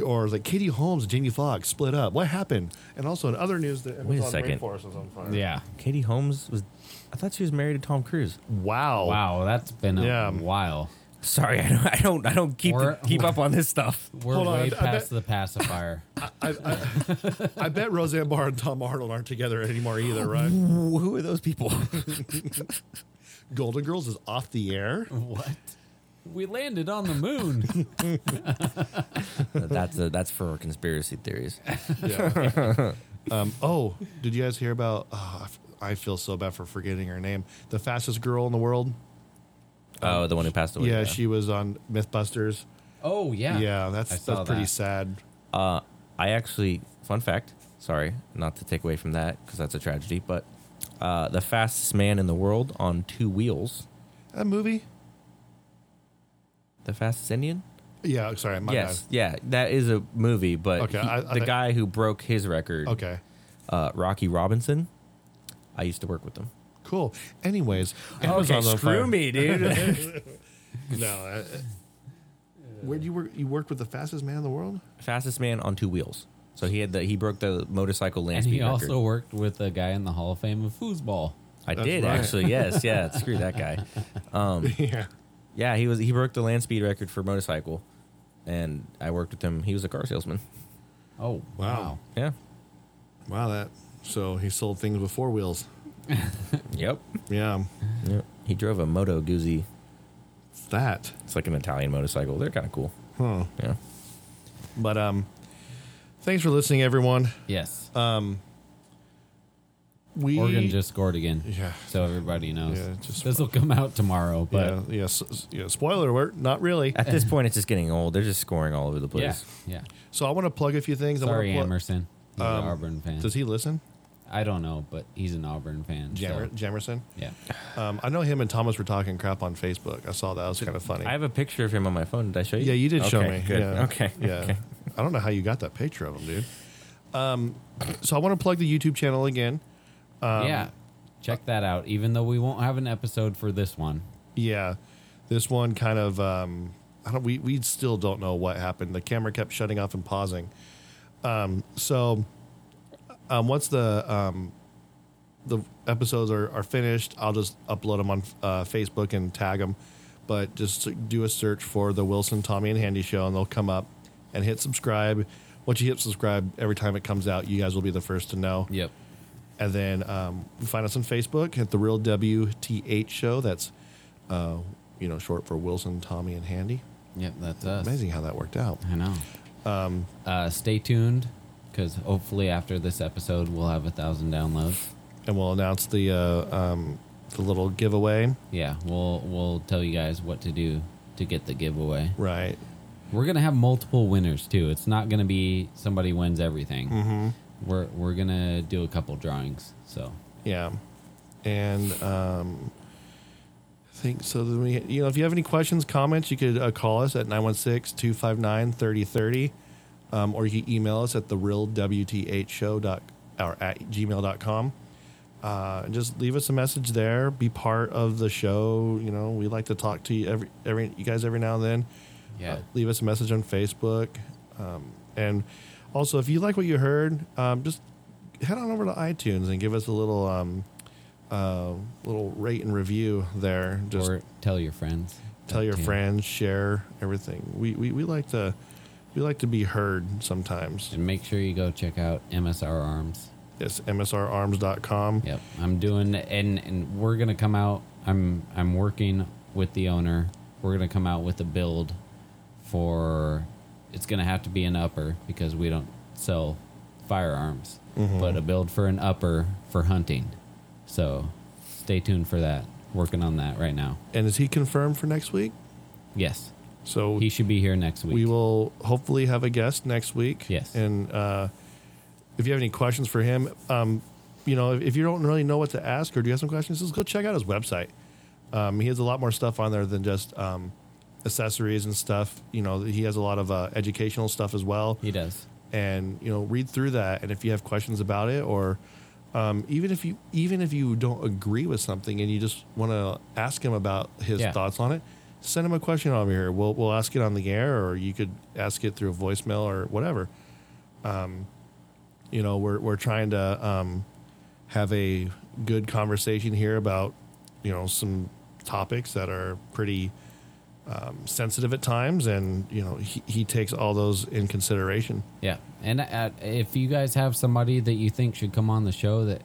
S3: Or like Katie Holmes and Jamie Foxx split up. What happened? And also in other news, the
S6: Wait a
S3: Amazon
S6: second.
S3: rainforest is on fire.
S4: Yeah.
S6: Katie Holmes was I thought she was married to Tom Cruise.
S3: Wow.
S4: Wow, that's been a
S3: Yeah.
S4: while.
S6: Sorry, I don't I don't, I don't keep
S4: Or-
S6: keep up on this stuff.
S4: We're
S3: Hold on, I
S4: way
S3: bet-
S4: past the pacifier.
S3: I, I, I bet Roseanne Barr and Tom Arnold aren't together anymore either, right?
S6: Who who are those people?
S3: Golden Girls is off the air.
S4: what? We landed on the moon.
S6: that's a, that's for conspiracy theories.
S3: Um, oh, did you guys hear about? Oh, I f- I feel so bad for forgetting her name. The fastest girl in the world.
S6: Oh, the one who passed away.
S3: Yeah, she was on MythBusters.
S4: oh yeah.
S3: Yeah, that's
S4: I
S3: that's
S4: saw
S3: pretty
S4: that.
S3: sad.
S6: Uh, I actually, fun fact. Sorry, not to take away from that because that's a tragedy. But uh, the fastest man in the world on two wheels,
S3: That movie.
S6: the fastest Indian.
S3: Yeah, sorry, my
S6: yes, yeah, that is a movie. But
S3: Okay,
S6: he-
S3: I- I
S6: the
S3: think-
S6: guy who broke his record,
S3: bad. Okay,
S6: uh, Rocky Robinson. I used to work with him.
S3: cool. Anyways, Amazon's on fire.
S6: me, dude.
S3: No, I, uh, I- where you work? You worked with the fastest man in the world.
S6: fastest man on two wheels. So he had the he broke the motorcycle land
S4: And
S6: speed
S4: he also
S6: record.
S4: worked with a guy in the Hall of Fame of foosball.
S6: I
S3: That's
S6: did
S3: right.
S6: actually, yes, yeah. Screw that guy.
S3: yeah.
S6: Yeah, he was he broke the land speed record for motorcycle, and I worked with him. He was a car salesman.
S4: Oh wow.
S3: Wow.
S6: Yeah.
S3: Wow, that. So he sold things with four wheels.
S6: Yep.
S3: Yeah,
S6: Yep. He drove a Moto Guzzi.
S3: that.
S6: It's like an Italian motorcycle. They're kind of cool.
S3: Huh.
S6: Yeah.
S3: But um, thanks for listening, everyone.
S4: Yes.
S3: Uh, We
S4: Oregon just scored again.
S3: Yeah.
S4: So everybody knows.
S3: Yeah, just-
S4: this will come out tomorrow,
S3: yeah,
S4: but
S3: yeah, s- s- yeah. Spoiler alert, not really.
S6: At this point, it's just getting old. They're just scoring all over the
S4: yeah.
S6: place.
S4: Yeah.
S3: So I want to plug a few things. I
S4: Sorry,
S3: want to
S4: Emerson. He's an Auburn fan.
S3: um, Does he listen?
S4: I don't know, but he's an Auburn fan. so-
S3: Jammer, Jamerson?
S4: yeah.
S3: Um, I know him and Thomas were talking crap on Facebook. I saw that. It was kind of funny.
S6: I have a picture of him on my phone. Did I show you?
S3: yeah, you did show
S6: Okay,
S3: me.
S6: Good.
S3: Yeah.
S6: Okay.
S3: Yeah.
S6: Okay.
S3: I don't know how you got that picture of him, dude. Um, so I want to plug the YouTube channel again. Um,
S4: yeah. Check that out. Even though we won't have an episode for this one,
S3: Yeah, this one kind of um, I don't. We we still don't know what happened. The camera kept shutting off and pausing. Um, so um, once the um, the episodes are, are finished, I'll just upload them on uh, Facebook and tag them. But just do a search for the Wilson Tommy and Handy Show, and they'll come up. And hit subscribe. Once you hit subscribe, every time it comes out, you guys will be the first to know.
S4: yep.
S3: And then um, you find us on Facebook at the Real WTH Show. That's uh, you know short for Wilson, Tommy, and Handy.
S4: Yep, that's us.
S3: Amazing how that worked out.
S4: I know. Um, uh, stay tuned because hopefully after this episode we'll have a thousand downloads.
S3: And we'll announce the uh, um, the little giveaway.
S4: Yeah, we'll we'll tell you guys what to do to get the giveaway.
S3: Right.
S4: We're gonna have multiple winners too. It's not gonna be somebody wins everything. Mm-hmm. We're we're gonna do a couple drawings. So
S3: Yeah. And um, I think so. Then we, you know, if you have any questions, comments, you could uh, call us at 916-259-3030. Um, or you can email us at the real WTH show dot or at gmail.com. Uh, and just leave us a message there. Be part of the show. You know, we like to talk to you every, every, you guys every now and then.
S4: Yeah.
S3: Uh, leave us a message on Facebook. Um, and also, if you like what you heard, um, just head on over to iTunes and give us a little um, uh, little rate and review there. Just
S4: or tell your friends.
S3: tell
S4: That
S3: your
S4: too.
S3: friends, share everything. We, we, we like to we like to be heard sometimes.
S4: And make sure you go check out MSR Arms.
S3: It's msrarms.com.
S4: Yep, I'm doing, and and we're gonna come out. I'm I'm working with the owner. We're gonna come out with a build for. It's gonna have to be an upper because we don't sell firearms,
S3: Mm-hmm.
S4: but a build for an upper for hunting. So, stay tuned for that. Working on that right now.
S3: And is he confirmed for next week?
S4: Yes,
S3: So
S4: he should be here next week.
S3: we will hopefully have a guest next week.
S4: Yes.
S3: And uh, if you have any questions for him, um, you know, if, if you don't really know what to ask or do you have some questions, just go check out his website. Um, he has a lot more stuff on there than just um, accessories and stuff. You know, he has a lot of uh, educational stuff as well
S4: He does.
S3: and you know read through that and if you have questions about it or um, even if you even if you don't agree with something and you just want to ask him about his
S4: Yeah.
S3: thoughts on it send him a question over here we'll, we'll ask it on the air or you could ask it through a voicemail or whatever um, you know we're, we're trying to um, have a good conversation here about you know some topics that are pretty um, sensitive at times and you know he, he takes all those in consideration
S4: Yeah, and uh if you guys have somebody that you think should come on the show that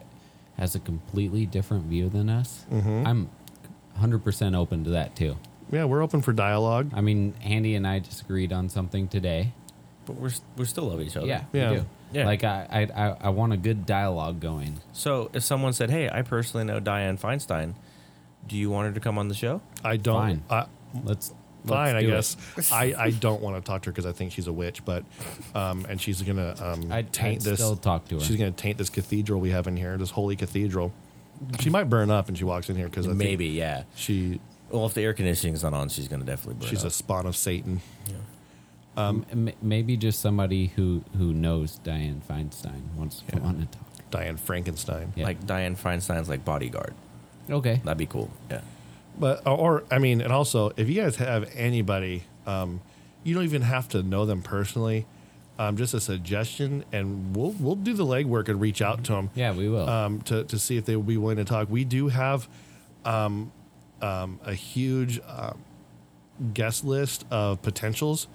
S4: has a completely different view than us,
S3: Mm-hmm.
S4: I'm 100% open to that too.
S3: Yeah, we're open for dialogue.
S4: I mean, Andy and I disagreed on something today.
S6: But we're we still love each other.
S4: Yeah,
S3: Yeah.
S4: we do.
S6: Yeah.
S4: Like I, I, I, I want a good dialogue going.
S6: So if someone said, "Hey, I personally know Diane Feinstein. Do you want her to come on the show?"
S3: I don't.
S4: Fine.
S3: I,
S4: Let's.
S3: fine,
S4: let's
S3: I
S4: do it.
S3: guess. I, I don't want to talk to her because I think she's a witch, but um, and she's gonna um
S4: I'd-
S3: taint
S4: I'd
S3: this.
S4: still talk to her.
S3: She's gonna taint this cathedral we have in here, this holy cathedral. She might burn up when she walks in here because
S6: Maybe, yeah.
S3: she
S6: Well, if the air conditioning's not on, she's gonna definitely burn
S3: she's a
S6: up.
S3: spawn of Satan.
S4: M- maybe just somebody who who knows Diane Feinstein wants to come on and talk.
S3: Diane Frankenstein.
S4: Yeah.
S6: like Diane Feinstein's like bodyguard.
S4: Okay.
S6: That'd be cool. Yeah.
S3: But or, or I mean, and also if you guys have anybody, um, you don't even have to know them personally. Um, just a suggestion, and we'll we'll do the legwork and reach out to them.
S4: Yeah, we will.
S3: Um, to to see if they will be willing to talk. We do have, um, um, a huge um, guest list of potentials.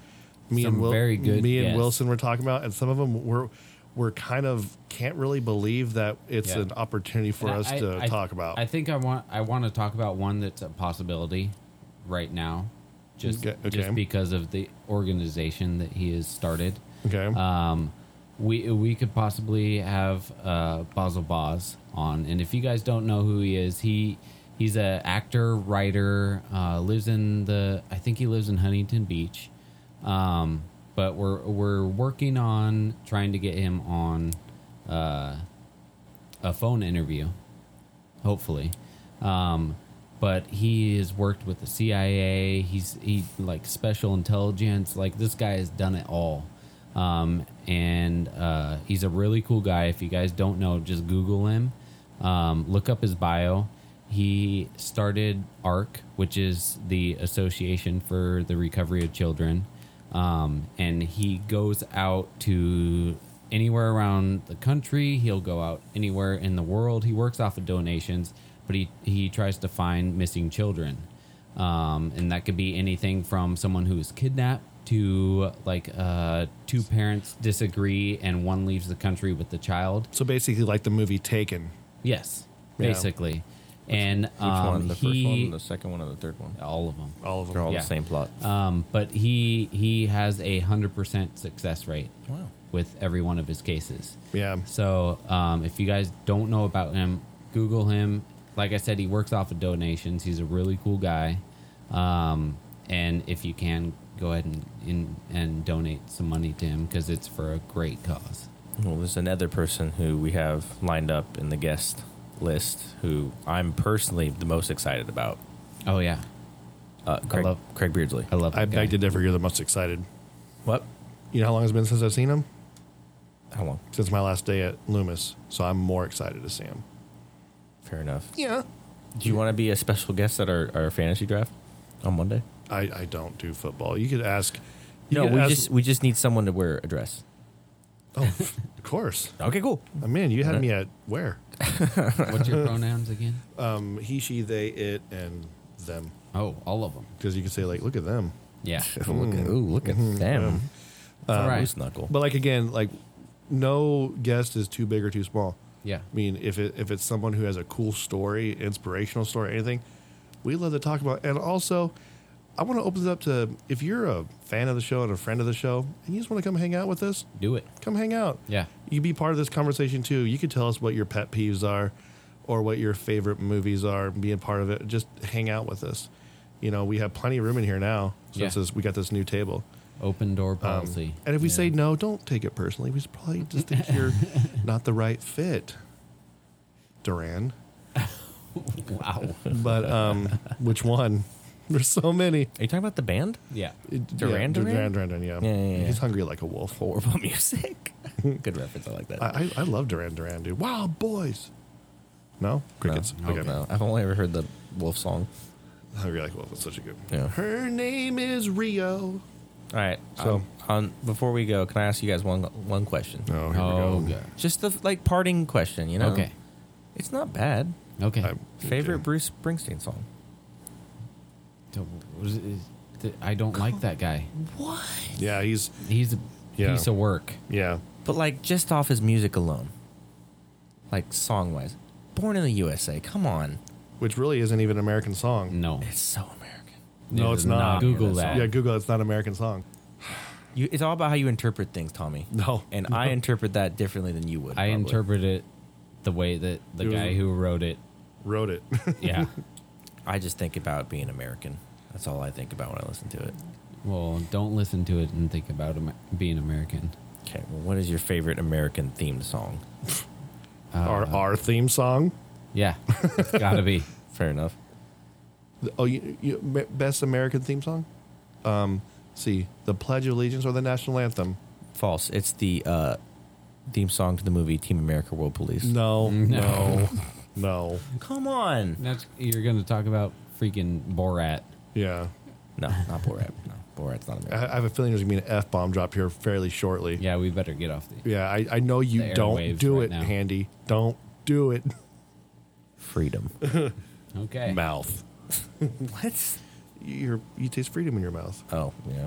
S3: Me
S4: Some
S3: and Wil-
S4: very good
S3: me and
S4: guests.
S3: Wilson were talking about, and some of them were we're kind of can't really believe that it's
S4: Yeah.
S3: an opportunity for
S4: And
S3: us
S4: I-
S3: to
S4: I-
S3: talk about.
S4: I think I want I want to talk about one that's a possibility right now, just
S3: Okay, okay.
S4: just because of the organization that he has started.
S3: okay.
S4: Um, we we could possibly have uh, Basil Boz on, and if you guys don't know who he is, he he's a actor, writer, uh, lives in the I think he lives in Huntington Beach, um, but we're we're working on trying to get him on a phone interview, hopefully. Um, but he has worked with the CIA. He's he like special intelligence. Like this guy has done it all, um, and uh, he's a really cool guy. If you guys don't know, just Google him. Um, look up his bio. He started ARC, which is the Association for the Recovery of Children, um, and he goes out to anywhere around the country. He'll go out anywhere in the world. He works off of donations, but he, he tries to find missing children. Um, and that could be anything from someone who is kidnapped to like uh, two parents disagree and one leaves the country with the child.
S3: So basically, like the movie Taken.
S4: Yes,
S3: Yeah.
S4: basically. And
S6: Which one?
S4: um,
S6: The
S4: he,
S6: first one, the second one, or the third one?
S4: all of them.
S3: All of
S6: They're all
S4: Yeah.
S6: the same plot.
S4: Um, but he he has a hundred percent success rate
S6: Wow.
S4: with every one of his cases.
S3: Yeah.
S4: So um, if you guys don't know about him, Google him. Like I said, he works off of donations. He's a really cool guy. Um, and if you can, go ahead and and, and donate some money to him because it's for a great cause.
S6: Well, there's another person who we have lined up in the guest list who I'm personally the most excited about.
S4: Oh yeah,
S6: Uh, Craig,
S4: love-
S6: Craig Beardsley.
S4: I love.
S3: I
S4: that guy.
S3: beg to differ. You're the most excited.
S6: What?
S3: You know how long it's been since I've seen him?
S6: How long?
S3: Since my last day at Loomis. So I'm more excited to see him.
S6: Fair enough.
S3: Yeah.
S6: Do you want to be a special guest at our, our fantasy draft on Monday?
S3: I, I don't do football. You could ask. You
S6: No,
S3: could
S6: we
S3: ask-
S6: just we just need someone to wear a dress.
S3: Oh, of course.
S6: Okay, cool.
S3: I mean, you
S6: Uh-huh.
S3: had me at where?
S4: What's your pronouns again?
S3: Um, he, she, they, it, and them.
S4: Oh, all of them.
S3: Because you could say like, look at them.
S4: Yeah.
S6: look at, ooh, look at
S3: Mm-hmm.
S6: them.
S4: Mm-hmm.
S6: Uh,
S4: All right.
S6: Loose knuckle.
S3: But like again, like no guest is too big or too small.
S4: Yeah.
S3: I mean, if it, if it's someone who has a cool story, inspirational story, anything, we love to talk about. And also, I want to open it up to if you're a fan of the show and a friend of the show, and you just want to come hang out with us,
S4: Do it.
S3: come hang out.
S4: Yeah.
S3: You be part of this conversation too. You could tell us what your pet peeves are or what your favorite movies are, being part of it. Just hang out with us. You know, we have plenty of room in here now since
S4: Yeah.
S3: this, we got this new table.
S4: Open door
S3: Um,
S4: policy.
S3: and if we say no, don't take it personally. We probably just think you're not the right fit, Duran.
S4: wow.
S3: But um, which one? There's so many.
S6: Are you talking about the band?
S4: Yeah.
S3: It-
S6: Duran
S3: yeah,
S6: Duran?
S3: Duran Duran, yeah.
S6: Yeah, yeah, yeah.
S3: He's hungry like a wolf.
S6: Horrible music. Good reference. I like that.
S3: I, I, I love Duran Duran, dude. Wow, boys. No? Crickets.
S6: No, no, I've only ever heard the Wolf song.
S3: Hungry like a wolf. It's such a good
S6: Yeah.
S3: Her name is Rio.
S6: All right.
S3: So-
S6: So, on before we go, can I ask you guys one one question?
S3: Oh, here
S4: Oh,
S3: we go.
S4: God.
S6: Just the like parting question. You know.
S4: Okay.
S6: It's not bad.
S4: Okay.
S3: I-
S6: Favorite
S3: Okay.
S6: Bruce Springsteen song.
S4: So, was it- is- th- I don't like that guy.
S3: Yeah, he's,
S4: He's a
S3: Yeah.
S4: piece of work.
S3: yeah.
S6: But like just off his music alone, like song wise, "Born in the USA." Come on,
S3: Which really isn't even an American song.
S4: No.
S6: it's so American.
S3: No,
S4: It
S3: it's
S4: is
S3: not.
S4: Google that.
S3: Yeah, Google, it's not an American song.
S6: You, it's all about how you interpret things, Tommy.
S3: No.
S6: And I interpret that differently than you would.
S4: I
S6: probably.
S4: interpret it the way that the
S3: It was-
S4: guy who wrote it.
S3: Wrote it.
S4: Yeah.
S6: I just think about being American. That's all I think about when I listen to it.
S4: well, don't listen to it and think about Amer- being American.
S6: Okay. Well, what is your favorite American themed song?
S3: our, our theme song.
S4: Yeah. It's got to be.
S6: Fair enough.
S3: Oh, you, you, me- best American theme song? Um, see, the Pledge of Allegiance or the National Anthem?
S6: False. It's the uh, theme song to the movie Team America: World Police.
S3: No, no, no.
S6: Come on.
S4: That's you're going to talk about freaking Borat.
S3: Yeah,
S6: No, not Borat. No, Borat's not
S3: I,
S6: American.
S3: I have a feeling there's gonna be an F bomb drop here fairly shortly.
S4: Yeah, we better get off the.
S3: yeah. I, I know you
S4: The
S3: don't
S4: airwaves
S3: do
S4: right
S3: it,
S4: now.
S3: Handy. Don't do it.
S6: Freedom.
S4: Okay.
S3: Mouth.
S6: what?
S3: Your you taste freedom in your mouth.
S6: Oh yeah.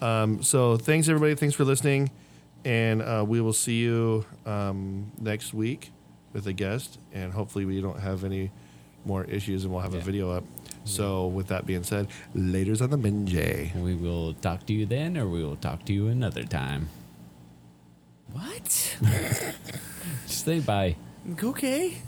S3: Um, so thanks everybody. Thanks for listening, and uh, we will see you um, next week with a guest, and hopefully we don't have any more issues, and we'll have a
S4: Yeah.
S3: video up. So with that being said, later's on the Minjay.
S4: We will talk to you then or we will talk to you another time.
S6: What?
S4: Just say bye.
S6: okay.